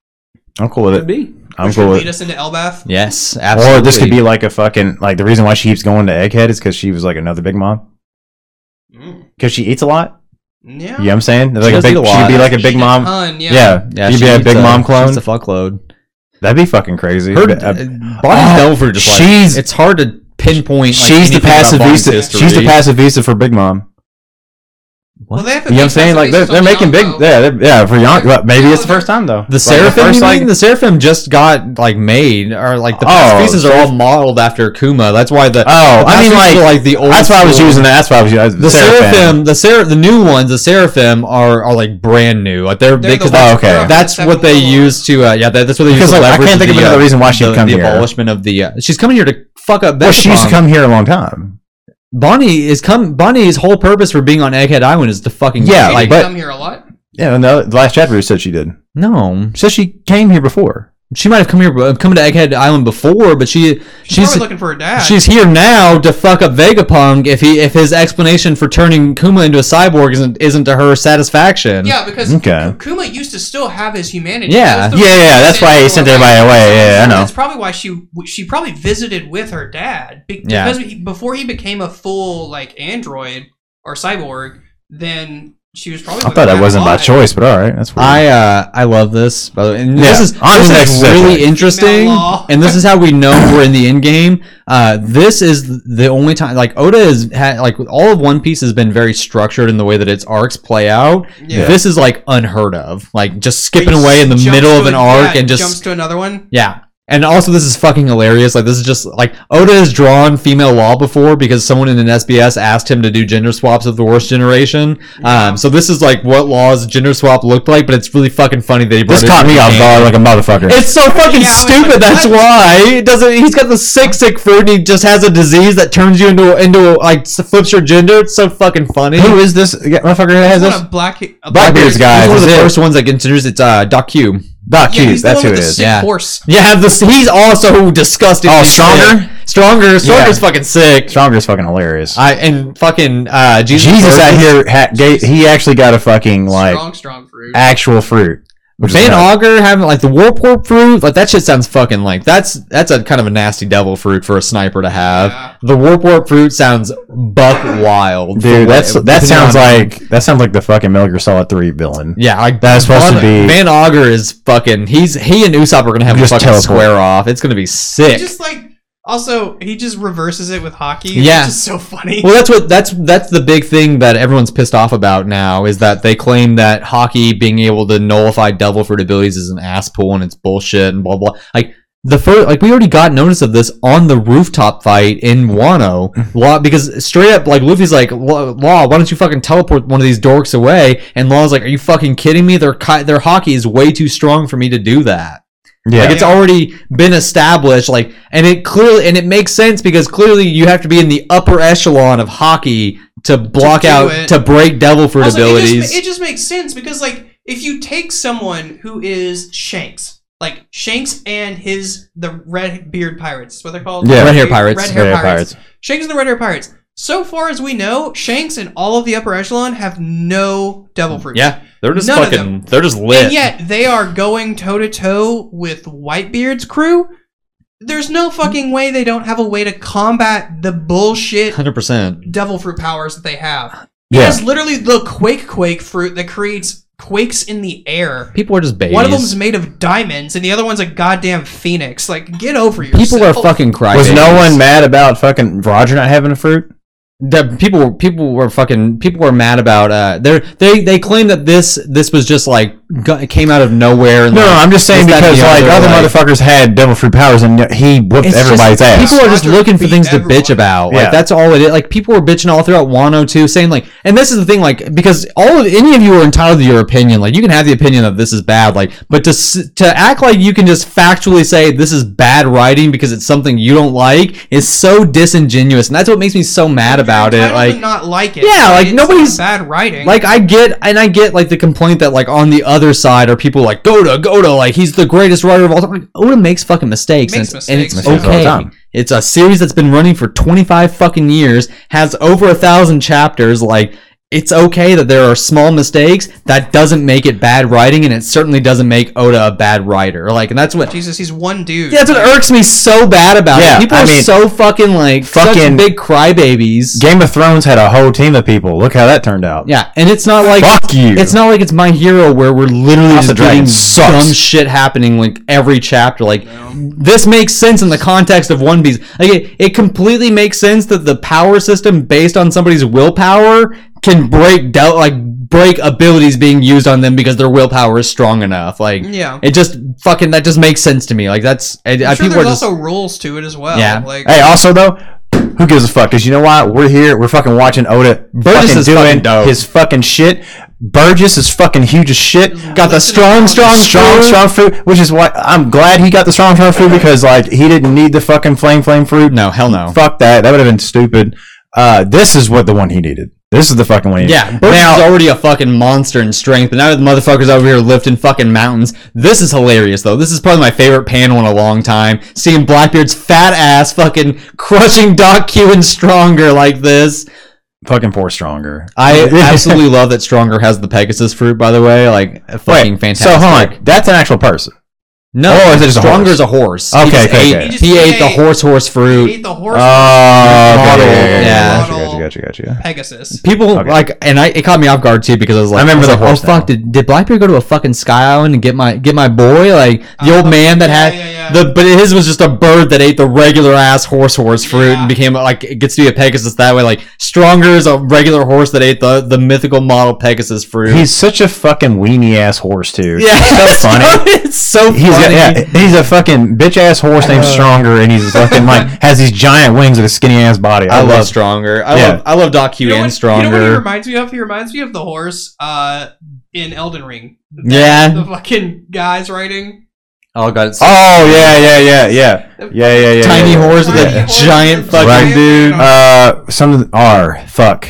D: I'm cool with
F: Could
D: it.
F: be.
D: I'm
E: which
D: cool
E: would
D: with
E: lead
D: it.
E: us into Elbath.
F: Yes, absolutely.
D: Or this could be like a fucking like the reason why she keeps going to Egghead is because she was like another Big Mom
E: Mm.
D: because she eats a lot.
E: Yeah.
D: You know what I'm saying? Like
F: She
D: a
F: does
D: big,
F: eat a
D: she'd
F: lot.
D: be like a Big
E: She
D: Mom.
E: ton, yeah.
D: Yeah,
F: Yeah,
D: you'd be a
F: eats
D: Big Mom clone.
F: She's a fuckload.
D: That'd be fucking crazy.
F: Her,
D: But, uh,
F: Bonnie's
D: oh,
F: Belfort just like
D: she's-
F: it's hard to pinpoint. like,
D: she's the
F: anything about
D: passive
F: Bonnie's
D: visa.
F: history.
D: She's the passive visa for Big Mom.
F: What?
E: Well, they have to
D: You know what I'm
E: make
D: saying? Like they're,
E: sacrifices
D: they're making
E: on
D: big,
E: Yonko.
D: yeah, they're, yeah. For Yon, well, maybe it's the first time though.
F: The
D: Like,
F: Seraphim,
D: first,
F: you
D: like-
F: mean? The Seraphim just got like made, or like the past
D: Oh,
F: pieces are all modeled after Kuma. That's why the
D: Oh,
F: the
D: I mean,
F: past pieces
D: like,
F: are, the old.
D: that's why I was
F: school-
D: using that. That's why I was using
F: the Seraphim. The ser the new ones, the Seraphim are are like brand new. Like they're,
E: They're
F: they
E: the
F: because
E: ones
D: oh,
E: that
D: okay.
E: are
F: that's
E: seven
F: what they
E: below.
F: use to uh, yeah that, that's what they use
D: Because,
F: to
D: like, I
F: leverage
D: can't think of
F: the,
D: another
F: uh,
D: reason why she'd
F: the,
D: come
F: the
D: here.
F: abolishment of the uh, she's coming here to fuck up
D: Well, she used to
F: Vegapunk.
D: come here a long time.
F: Bonnie is come Bonnie's whole purpose for being on Egghead Island is to fucking
D: Yeah,
E: They
F: like
D: but-
E: come here a lot.
D: Yeah, in the the last chapter, it said she did.
F: no
D: She said she came here before.
F: she might have come here uh, come to Egghead Island before but she
E: She's
F: she's
E: probably looking for a dad.
F: she's here now to fuck up Vegapunk if he if his explanation for turning Kuma into a cyborg isn't isn't to her satisfaction
E: yeah, because
D: Okay.
E: K- Kuma used to still have his humanity.
F: Yeah.
E: He was
D: Yeah,
E: the
D: yeah,
E: one
D: yeah,
E: who
D: that's why he sent everybody away. Yeah, I know.
E: That's probably why she she probably visited with her dad be-
F: Yeah.
E: because he, before he became a full like android or cyborg, then she was probably.
D: I
E: looking
D: thought
E: for
D: that wasn't by
E: alive.
D: choice, but all right, that's weird.
F: I uh, I love this. By the way. And this
D: Yeah,
F: is
D: on to the
F: this
D: next
F: is
D: subject.
F: really interesting,
E: Female law.
F: and this is how we know we're in the end game. Uh, this is the only time like Oda has had like all of One Piece has been very structured in the way that its arcs play out.
E: Yeah.
F: This is like unheard of, like just
E: Where
F: skipping
E: he
F: away in the
E: jumps
F: middle
E: to
F: of
E: a-
F: an arc
E: yeah,
F: and
E: jumps
F: just
E: to another one.
F: yeah. And also, this is fucking hilarious. Like, this is just like Oda has drawn female law before because someone in an SBS asked him to do gender swaps of the worst generation. Um, so this is like what laws gender swap looked like, but it's really fucking funny that he brought
D: this
F: it
D: caught
F: into
D: me
F: the
D: off
F: game.
D: guard like a motherfucker.
F: It's so fucking
E: Yeah, I was
F: stupid.
E: like,
F: that's
E: what?
F: why it doesn't. He's got the sick, sick food. And he just has a disease that turns you into into like s- flips your gender. It's so fucking funny.
D: Who is this yeah, motherfucker that has
E: What
D: this?
E: a black a
D: Blackbeard's guy.
F: He's one of the
D: That's it.
F: first ones that introduced it's uh, Doc Q.
D: Doc
E: Yeah,
D: Hughes,
E: he's
D: Ah,
E: the
D: that's
E: one
D: who
E: with
D: it
E: the
D: is.
E: sick
F: Yeah.
E: horse.
F: Yeah, have this. He's also disgusting.
D: Oh, stronger?
F: stronger,
D: Yeah.
F: stronger's fucking sick.
D: Stronger's fucking hilarious.
F: I and fucking uh, Jesus.
D: Jesus out
F: Christ.
D: here, ha- ga- he actually got a fucking like
E: strong, strong fruit.
D: actual fruit. Which is
F: Van
D: nuts.
F: Auger having like the warp fruit, like that shit sounds fucking like that's that's a kind of a nasty devil fruit for a sniper to have.
E: Yeah.
F: The warp warp fruit sounds buck wild, for
D: Dude,
F: what-
D: that's that
F: depending
D: sounds
F: on-
D: like that sounds like the fucking Metal Gear Solid Three villain.
F: yeah, like
D: That's supposed to be-
F: Van Auger is fucking. He's he and Usopp are gonna have a
D: Just
F: fucking
D: teleport.
F: square off. It's gonna be
E: He
F: sick.
E: just like also he just reverses it with hockey.
F: Yeah.
E: which is so funny.
F: Well, that's what that's that's the big thing that everyone's pissed off about now is that they claim that hockey being able to nullify devil fruit abilities is an ass pull and it's bullshit and blah blah. Like the first, like we already got notice of this on the rooftop fight in Wano, Law because straight up like Luffy's like "Law, Law, why don't you fucking teleport one of these dorks away? And Law's like, are you fucking kidding me? Their ki- their hockey is way too strong for me to do that. Like
D: Yeah,
F: it's already been established, like, and it clearly and it makes sense because clearly you have to be in the upper echelon of hockey to block
E: do
F: out
E: it.
F: to break devil fruit
E: Also, it just-
F: abilities.
E: It just, makes sense because, like, if you take someone who is Shanks, like Shanks and his the red beard pirates, is what they're called,
D: Yeah.
F: Red hair pirates.
E: red hair
D: Red hair
E: pirates.
D: pirates.
E: Shanks and the red hair pirates. So far as we know, Shanks and all of the upper echelon have no devil fruit.
F: yeah, they're
E: just None of fucking- them.
F: They're just lit.
E: and yet they are going toe to toe with Whitebeard's crew. There's no fucking way they don't have a way to combat the bullshit
F: hundred percent.
E: devil fruit powers that they have. He
D: yeah.
E: has literally the quake quake fruit that creates quakes in the air.
F: People are just babies.
E: One of them's made of diamonds, and the other one's a goddamn phoenix. Like, get over yourself.
F: people are fucking crying.
D: Was no one mad about fucking Roger not having a fruit?
F: the people were people were fucking people were mad about uh they they they claim that this this was just like gu- it came out of nowhere and
D: No, no,
F: like,
D: I'm just saying
F: this, that, and
D: because
F: the
D: like other
F: like-
D: motherfuckers had devil fruit powers and he whooped
F: It's just-
D: everybody's ass.
F: People are just
E: Roger
F: looking for
E: beat
F: things to bitch
E: everyone.
F: about. Like
D: Yeah.
F: that's all it is. Like people were bitching all throughout Wano too, saying like, and this is the thing, like because all of any of you are entitled to your opinion. Like you can have the opinion that this is bad, like, but to s- to act like you can just factually say this is bad writing because it's something you don't like is so disingenuous, and that's what makes me so mad about
E: You're
F: it.
E: entitled to
F: Like
E: not like it.
F: Yeah, like,
E: It's
F: nobody's-
E: not bad writing.
F: like I get, and I get like the complaint that like on the other side are people like Goda, Goda, like he's the greatest writer of all time. Like, Oda makes fucking mistakes,
E: Makes
F: and, it's- and it's
E: mistakes, yeah.
D: Mistakes all the
F: okay.
D: time.
F: It's a series that's been running for 25 fucking years, has over a thousand chapters. Like it's okay that there are small mistakes. That doesn't make it bad writing, and it certainly doesn't make Oda a bad writer. Like, and that's what.
E: Jesus, he's one dude.
F: Yeah, that's what irks me so bad about
D: Yeah,
F: it. People
D: I
F: are
D: mean,
F: so fucking like such
D: fucking-
F: big crybabies.
D: Game of Thrones had a whole team of people. Look how that turned out.
F: Yeah, and it's not like
D: Fuck you.
F: It's not like it's my hero where we're literally
D: House
F: just
D: of Dragon
F: getting
D: sucks.
F: dumb shit happening like every chapter. Like this makes sense in the context of One Piece. Like it, it completely makes sense that the power system based on somebody's willpower can break del- like break abilities being used on them because their willpower is strong enough. Like
E: Yeah.
F: it just fucking that just makes sense to me. Like that's I, I,
E: I'm sure
F: people are
E: there's
F: just
E: also rules to it as well.
F: Yeah.
E: Like
D: Hey, also though, who gives a fuck? Because you know why? We're here. We're fucking watching Oda
F: Burgess
D: fucking
F: is
D: doing
F: fucking dope.
D: his fucking shit. Burgess is fucking huge as shit.
F: got the strong, strong,
D: strong,
F: fruit.
D: strong fruit, which is why I'm glad he got the strong, strong fruit because like he didn't need the fucking flame, flame fruit.
F: No, hell no.
D: Fuck that. That would have been stupid. Uh, this is what the one he needed. This is the fucking one. He
F: Yeah,
D: needed.
F: Burgess
D: Now-
F: is already a fucking monster in strength, but now the motherfucker's over here lifting fucking mountains. This is hilarious, though. This is probably my favorite panel in a long time. Seeing Blackbeard's fat ass fucking crushing Doc Q and Stronger like this.
D: fucking poor stronger.
F: I absolutely love that Stronger has the Pegasus fruit, by the way. Like, fucking fantastic.
D: So hold on, that's an actual person.
F: No,
D: Oh, is it just a
F: Stronger
D: horse?
F: is a horse.
D: Okay,
F: he just
D: okay,
F: ate,
D: okay. He
E: just
F: He ate the
E: ate-
F: horse horse
E: he
F: fruit.
E: ate the
D: Oh,
E: horse
F: uh,
D: yeah,
F: Model,
D: yeah, yeah,
F: yeah.
D: Gotcha, gotcha, gotcha, gotcha. yeah.
E: Pegasus.
F: People
D: Okay.
F: like, and I it caught me off guard too because I was like,
D: I remember
F: was
D: the
F: like,
D: horse
F: Oh fuck!
D: now.
F: Did, did Blackbeard go to a fucking Sky Island and get my get my boy? Like the
E: Uh,
F: old man that
E: yeah,
F: had
E: yeah, yeah.
F: the, but his was just a bird that ate the regular ass horse horse fruit
E: Yeah.
F: and became like it gets to be a Pegasus that way. Like stronger is a regular horse that ate the the mythical model Pegasus fruit.
D: He's such a fucking weenie ass horse too.
F: yeah,
D: It's so funny.
F: it's so
D: He's got,
F: funny. Uh.
D: yeah, he's a fucking bitch ass horse named Stronger, and he's fucking like has these giant wings with a skinny ass body.
F: I,
D: I,
F: love
D: love.
F: stronger. I
D: Yeah.
F: love I love Doc Q
E: You know
F: and
E: what-
F: stronger.
E: You know what he reminds me of? He reminds me of the horse uh, in Elden Ring.
F: yeah.
E: The fucking guys riding.
F: oh god. It's
D: Oh yeah, yeah, yeah, yeah, yeah, yeah, yeah. yeah
F: tiny
D: yeah.
F: horse with
E: Tiny
F: a
E: horse
F: giant
E: with a
F: fucking
D: giant-
F: dude.
D: Uh, some of the- R fuck.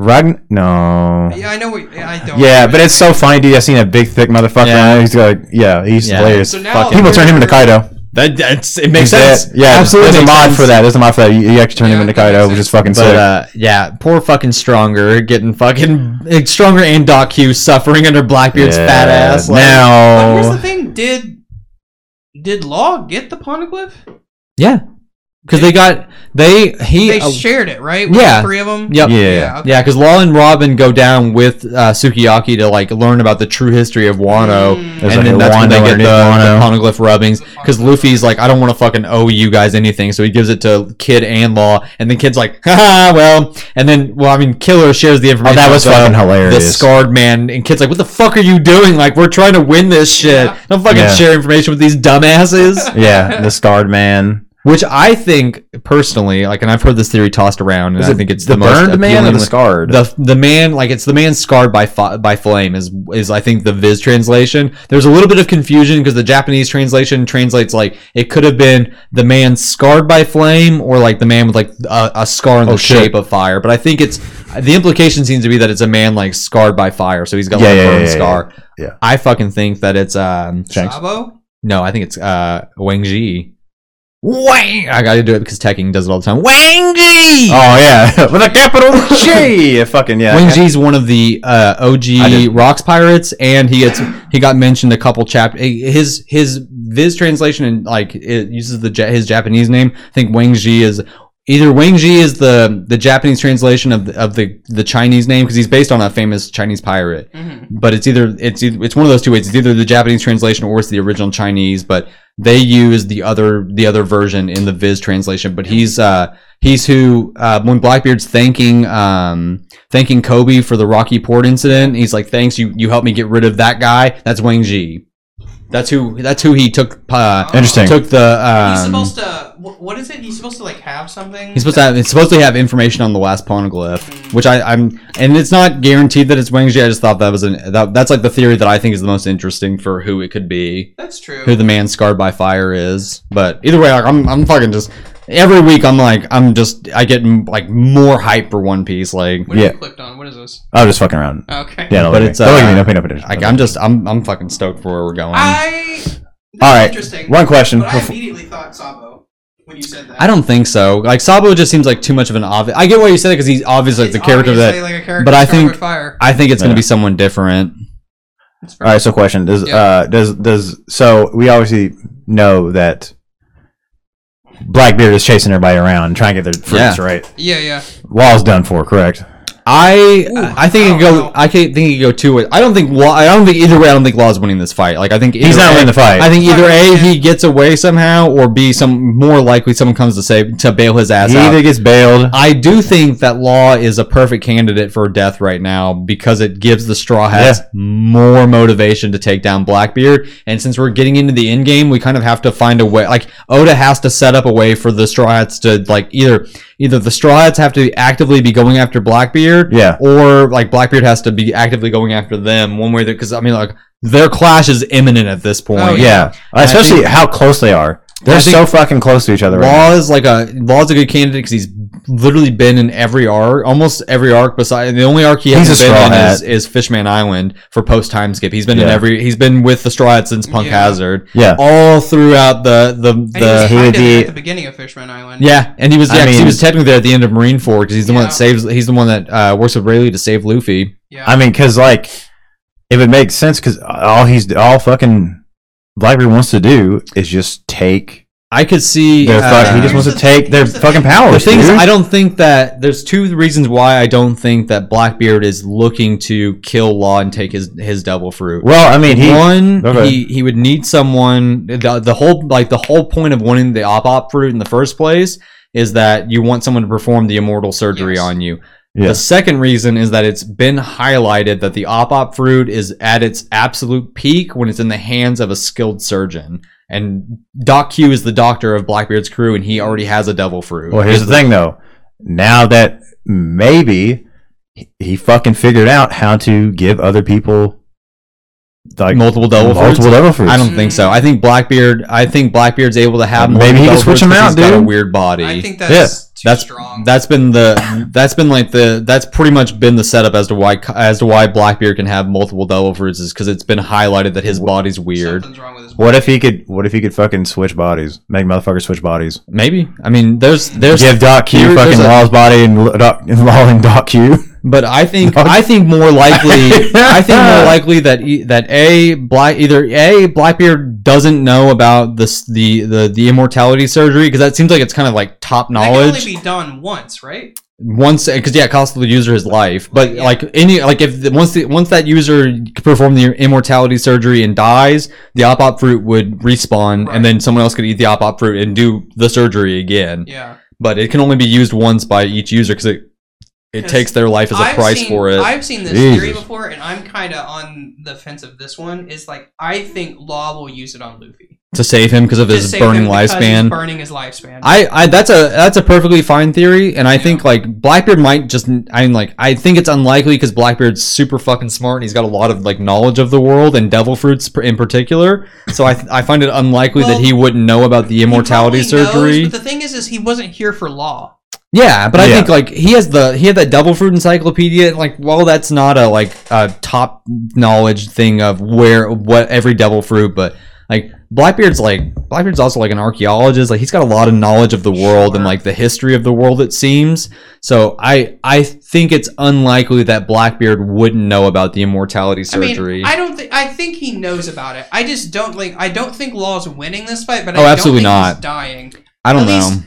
D: Ragn no.
E: Yeah, I know. What, yeah, I don't.
D: Yeah, but it's so funny, dude. I seen a big thick motherfucker.
F: Yeah.
D: And he's like, yeah, he's
F: Yeah.
D: hilarious.
E: So now-
D: People turn him into Kaido.
F: That that's, it makes
D: He's dead.
F: sense.
D: Yeah,
F: absolutely.
D: There's a
F: makes
D: mod
F: sense.
D: for that. There's a mod for that. You, you actually turn
E: Yeah,
D: him into
E: that makes
D: Kaido, which
E: sense.
D: is fucking
F: But
D: sick.
F: uh, yeah, poor fucking Stronger getting fucking like, Stronger and Doc Q suffering under Blackbeard's
D: Yeah.
F: fat ass. Like,
E: But here's the
D: now.
E: thing: did did Law get the Poneglyph?
F: yeah, because they got they he
E: They
F: uh,
E: shared it, right? With
F: yeah.
E: the three of them.
F: yep.
D: Yeah.
E: okay.
F: Yeah, because Law and Robin go down with uh, Sukiyaki to like learn about the true history of Wano,
E: Mm.
F: and
D: There's, like,
F: then
D: a
F: that's when
D: Wano
F: they get the,
D: underneath
F: the
D: Wano.
F: Poneglyph rubbings. Because Luffy's like, I don't want to fucking owe you guys anything, so he gives it to Kid and Law, and then Kid's like, haha, well, and then well, I mean, Killer shares the
D: Oh,
F: information.
D: that was
F: about the-
D: fucking
F: the
D: hilarious.
F: scarred man and kids like what the fuck are you doing like we're trying to win this shit
E: Yeah.
F: don't fucking
D: Yeah.
F: share information with these dumbasses
D: yeah, the scarred man.
F: which i think personally like and i've heard this theory tossed around and
D: Is
F: i
D: it
F: think it's
D: the,
F: the, most
D: burned man or
F: appealing
D: the
F: li-
D: scarred?
F: the, the man like it's the man scarred by fi- by flame is is I think the Viz translation. There's a little bit of confusion because the Japanese translation translates like it could have been the man scarred by flame or like the man with like a, a scar in the
D: Oh, shit.
F: shape of fire. But I think it's the implication seems to be that it's a man like scarred by fire, so he's got
D: Yeah,
F: like
D: yeah,
F: a burn
D: yeah, yeah,
F: scar.
D: yeah. Yeah.
F: I fucking think that it's um
D: Shanks.
E: Sabo?
F: no, I think it's uh Wang Ji. Wang! I gotta do it because Tekken does it all the time. Wang Ji.
D: Oh yeah, with a capital G. fucking yeah.
F: Wing G's one of the uh,
D: I
F: OG
D: didn't-
F: Rocks Pirates, and he gets he got mentioned a couple chapters. His his Viz translation and like it uses the Ja- his Japanese name. I think Wang Ji is either Wang Ji is the the Japanese translation of the, of the the Chinese name because he's based on a famous Chinese pirate.
E: Mhm.
D: Mm-hmm.
F: But it's either it's eith- it's one of those two ways. It's either the Japanese translation or it's the original Chinese. But they use the other the other version in the Viz translation. But he's uh he's who uh, when Blackbeard's thanking um thanking Kobe for the Rocky Port incident. He's like, "Thanks, you you helped me get rid of that guy." That's Wang Ji. That's who. That's who he took. Uh,
D: Interesting.
F: Took the. Um,
E: he's supposed to. wh- What is it? He's supposed to like have something.
F: He's supposed to have, it's supposed to have information on the last poneglyph, which I, I'm, and it's not guaranteed that it's Wang Ji. I just thought that was an that, that's like the theory that I think is the most interesting for who it could be,
E: That's true.
F: who the man scarred by fire is. But either way, like, I'm I'm fucking just every week I'm like I'm just I get m- like more hype for One Piece. Like
E: what have
D: Yeah.
E: you clicked on? What is this?
D: I'm just fucking around.
E: Okay.
D: Yeah,
F: But
D: but
F: it's,
D: it's don't look at me.
F: uh,
D: Don't pay no attention.
F: I, I'm just I'm I'm fucking stoked for where we're going.
E: I. That's
D: All right,
E: Interesting.
D: one question.
E: But I
D: befo-
E: immediately thought Sabo when you said that.
F: I don't think so. Like Sabo just seems like too much of an obvious. I get why you said it because he's obviously like
E: It's
F: the character
E: obviously,
F: that.
E: like, a character
F: but I
E: started
F: think-
E: with fire.
F: I think it's gonna
D: Yeah.
F: be someone different.
E: It's
D: All right, so question does
E: Yeah.
D: uh does does so we obviously know that Blackbeard is chasing everybody around trying to get their fruits
F: Yeah.
D: right.
E: Yeah, yeah.
D: Law's done for, correct?
F: I
E: Ooh,
F: I think
E: I
F: it
E: don't
F: could go.
E: know.
F: I can think it could go two ways. I don't think. Law, I don't think either way. I don't think Law's winning this fight. Like I think
D: He's
F: either
D: not
F: A-
D: winning the fight.
F: I think
E: He's
F: either
E: not
F: a
E: winning
F: he
E: it.
F: gets away somehow, or b some more likely someone comes to save to bail his ass
D: he
F: out.
D: either gets bailed.
F: I do think that Law is a perfect candidate for death right now because it gives the Straw Hats
D: Yeah.
F: more motivation to take down Blackbeard. And since we're getting into the end game, we kind of have to find a way. Like Oda has to set up a way for the Straw Hats to like either either the Straw Hats have to actively be going after Blackbeard,
D: Yeah.
F: or like Blackbeard has to be actively going after them one way. Because I mean, like their clash is imminent at this point.
E: Oh,
D: Yeah.
F: I
D: Especially
F: think-
D: how close they are.
F: I
D: They're
F: think-
D: so fucking close to each other. Right now.
F: Law is like a Law's a good candidate because he's literally been in every arc, almost every arc. Besides the only arc he
D: He's
F: hasn't
D: a
F: been
D: straw
F: in
D: hat.
F: is, is Fishman Island for post time skip. He's been in
D: Yeah.
F: every. He's been with the Straw Hat since Punk
E: Yeah.
F: Hazard.
D: Yeah.
F: all throughout the the,
E: And he was
F: the
D: he would
E: kind of
D: be-
E: at the beginning of Fishman Island.
F: yeah, and he was
D: I
F: yeah 'cause he
D: mean-
F: was technically there at the end of Marine Four because he's the one that
E: Yeah.
F: saves. He's the one that uh, works with Rayleigh to save Luffy.
E: yeah.
D: I mean, because like, it would make sense because all he's all fucking Blackbeard wants to do is just take
F: I could see
D: their
F: uh,
D: fuck. He just wants
E: Here's
D: to
E: the-
D: take their
E: here's the
D: fucking
E: thing.
F: The
D: powers.
F: thing is,
D: dude.
F: I don't think that there's two reasons why I don't think that Blackbeard is looking to kill Law and take his his devil fruit.
D: well, I mean, he.
F: One,
D: okay.
F: he, he would need someone. The, the whole like the whole point of wanting the op op fruit in the first place is that you want someone to perform the immortal surgery
E: Yes.
F: on you.
D: Yeah.
F: The second reason is that it's been highlighted that the op op fruit is at its absolute peak when it's in the hands of a skilled surgeon. And Doc Q is the doctor of Blackbeard's crew, and he already has a devil fruit.
D: Well, here's the thing though. Now that maybe he- he fucking figured out how to give other people like
F: multiple devil fruits.
D: multiple devil fruits.
F: I don't think so. I think Blackbeard. I think Blackbeard's able to have.
D: Maybe
F: multiple
D: he can
F: devil
D: switch
F: fruits 'cause
D: them
F: he's
D: out,
F: Got a
D: dude.
F: weird body.
E: I think that's
D: Yeah,
E: too
F: that's
E: strong.
F: that's been the that's been like the that's pretty much been the setup as to why as to why Blackbeard can have multiple devil fruits is because it's been highlighted that his body's weird.
E: Something's wrong with his
D: What if he could? What if he could fucking switch bodies? Make motherfuckers switch bodies.
F: Maybe I mean there's there's
D: Give Doc Q
F: here-
D: fucking
F: there's a-
D: Law's body and L- Doc, Law and Doc Q.
F: But I think I think more likely I think more likely that e, that a black either a Blackbeard doesn't know about this the the the immortality surgery because that seems like it's kind of like top
E: That can
F: knowledge
E: only be done once, right?
F: once because yeah it costs the user his life but
E: Yeah.
F: like any like if the, once the, once that user performed the immortality surgery and dies the op op fruit would respawn
E: Right.
F: and then someone else could eat the op op fruit and do the surgery again
E: Yeah.
F: but it can only be used once by each user because it it
E: 'Cause
F: takes their life as a
E: I've
F: price
E: seen,
F: for it.
E: I've seen this theory
D: Jesus.
E: before, and I'm kind of on the fence of this one. Is like I think Law will use it on Luffy
F: to save him because of
E: To
F: his
E: save
F: burning
E: him because he's
F: lifespan.
E: burning his lifespan.
F: I, I that's a that's a perfectly fine theory, and I think like Blackbeard might just I'm like I think it's unlikely because Blackbeard's super fucking smart and he's got a lot of like knowledge of the world and devil fruits pr- in particular. So I I find it unlikely
E: Well,
F: that he wouldn't know about the
E: He
F: immortality
E: probably knows,
F: surgery.
E: but the thing is, is he wasn't here for Law.
F: Yeah, but I
D: Yeah.
F: think like he has the he had that devil fruit encyclopedia. And, like, while that's not a like a top knowledge thing of where what every devil fruit, but like Blackbeard's like Blackbeard's also like an archaeologist. Like he's got a lot of knowledge of the world and
E: Sure.
F: like the history of the world. It seems so. I I think it's unlikely that Blackbeard wouldn't know about the immortality surgery.
E: I mean, I don't think. I think he knows about it. I just don't like. I don't think Law's winning this fight, but
F: Oh,
E: I
F: absolutely
E: don't think
F: not.
E: He's dying,
F: I don't
E: at
F: know.
E: least-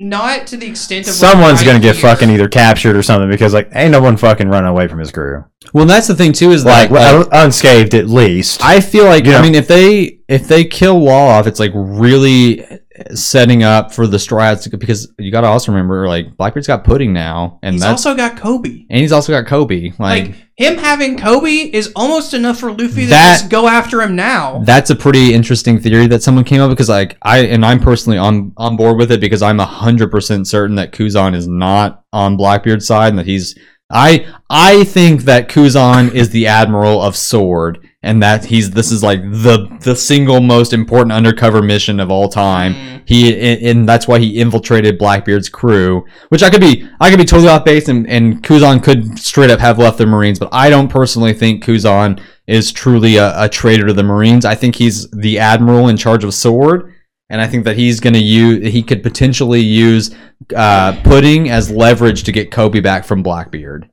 E: not to the extent of. like,
D: Someone's
E: right
D: gonna get
E: here.
D: fucking either captured or something because like ain't no one fucking running away from his crew.
F: well, that's the thing too is
D: Like,
F: that, like
D: well, unscathed at least.
F: I feel like
D: Yeah.
F: I mean if they if they kill Law off, it's like really setting up for the Straw Hats because you got to also remember like Blackbeard's got pudding now, and
E: He's
F: that's
E: also got Kobe.
F: and he's also got Kobe. Like,
E: Like him having Kobe is almost enough for Luffy to
F: That-
E: just go after him now.
F: that's a pretty interesting theory that someone came up because like I and I'm personally on on board with it because I'm hundred percent certain that Kuzan is not on Blackbeard's side and that he's I I think that Kuzan is the admiral of Sword and that he's this is like the the single most important undercover mission of all time.
E: Mm.
F: He and, and that's why he infiltrated Blackbeard's crew, which I could be I could be totally off base, and and Kuzan could straight up have left the Marines, but I don't personally think Kuzan is truly a, a traitor to the Marines. I think he's the admiral in charge of Sword, and I think that he's going to use he could potentially use uh, Pudding as leverage to get Kobe back from Blackbeard,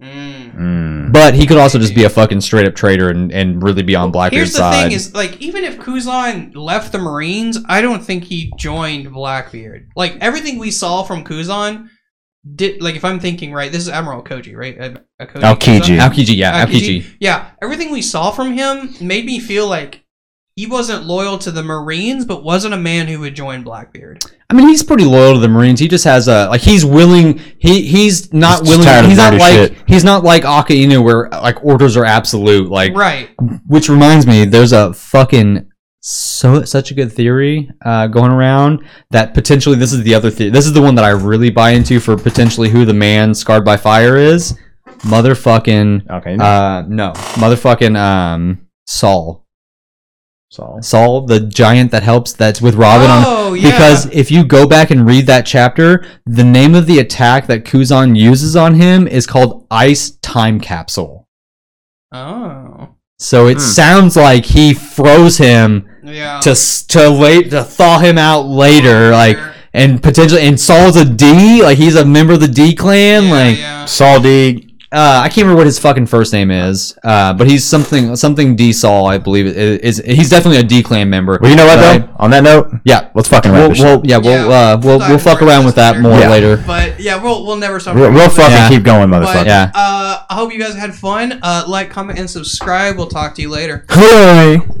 E: Mm.
D: Mm.
F: but he could also just be a fucking straight up traitor and and really be on Blackbeard's
E: Here's the
F: side.
E: thing: is like even if Kuzan left the Marines, I don't think he joined Blackbeard. Like everything we saw from Kuzan did like if I'm thinking right, this is Admiral Koji, right? Ad- a Koji
F: Oh,
D: Aokiji.
E: Kenzo?
F: Aokiji, yeah,
E: Aokiji.
F: Aokiji.
E: Uh, Yeah, everything we saw from him made me feel like he wasn't loyal to the Marines, but wasn't a man who would join Blackbeard.
F: I mean, he's pretty loyal to the Marines. He just has a like. He's willing. He he's not
D: just
F: willing.
D: tired of
F: he's not
D: nerdy
F: like
D: shit.
F: he's not like Aka Inu, where like orders are absolute. Like
E: Right.
F: Which reminds me, there's a fucking so such a good theory uh, going around that potentially this is the other theory. This is the one that I really buy into for potentially who the man scarred by fire is. Motherfucking
D: Okay.
F: uh no, motherfucking um Saul.
D: so.
F: Saul, the giant that helps that's with Robin on
E: oh yeah.
F: because if you go back and read that chapter, the name of the attack that Kuzan uses on him is called Ice Time Capsule.
E: oh
F: So it
D: Hmm.
F: sounds like he froze him
E: yeah.
F: to s- to late to thaw him out later, like
E: Oh, Yeah,
F: and potentially and Saul's a D, like he's a member of the D clan, like
E: yeah.
D: Saul D.
F: uh, I can't remember what his fucking first name is, uh, but he's something something D Saul, I believe it is. He's definitely a D clan member.
D: Well, you know what
F: Right.
D: though? On that note,
F: yeah,
D: let's fucking wrap
F: we'll,
D: this shit.
F: we'll yeah we'll
E: Yeah.
F: uh, we'll
E: Sorry,
F: we'll fuck
E: we're
F: around with that
E: just
F: more
D: here. Yeah.
F: later.
E: But yeah, we'll we'll never stop.
D: We'll, we'll fucking
F: Yeah.
D: keep going, motherfucker.
E: But
F: Yeah.
E: uh, I hope you guys had fun. Uh, like, comment, and subscribe. We'll talk to you later.
D: Clearly.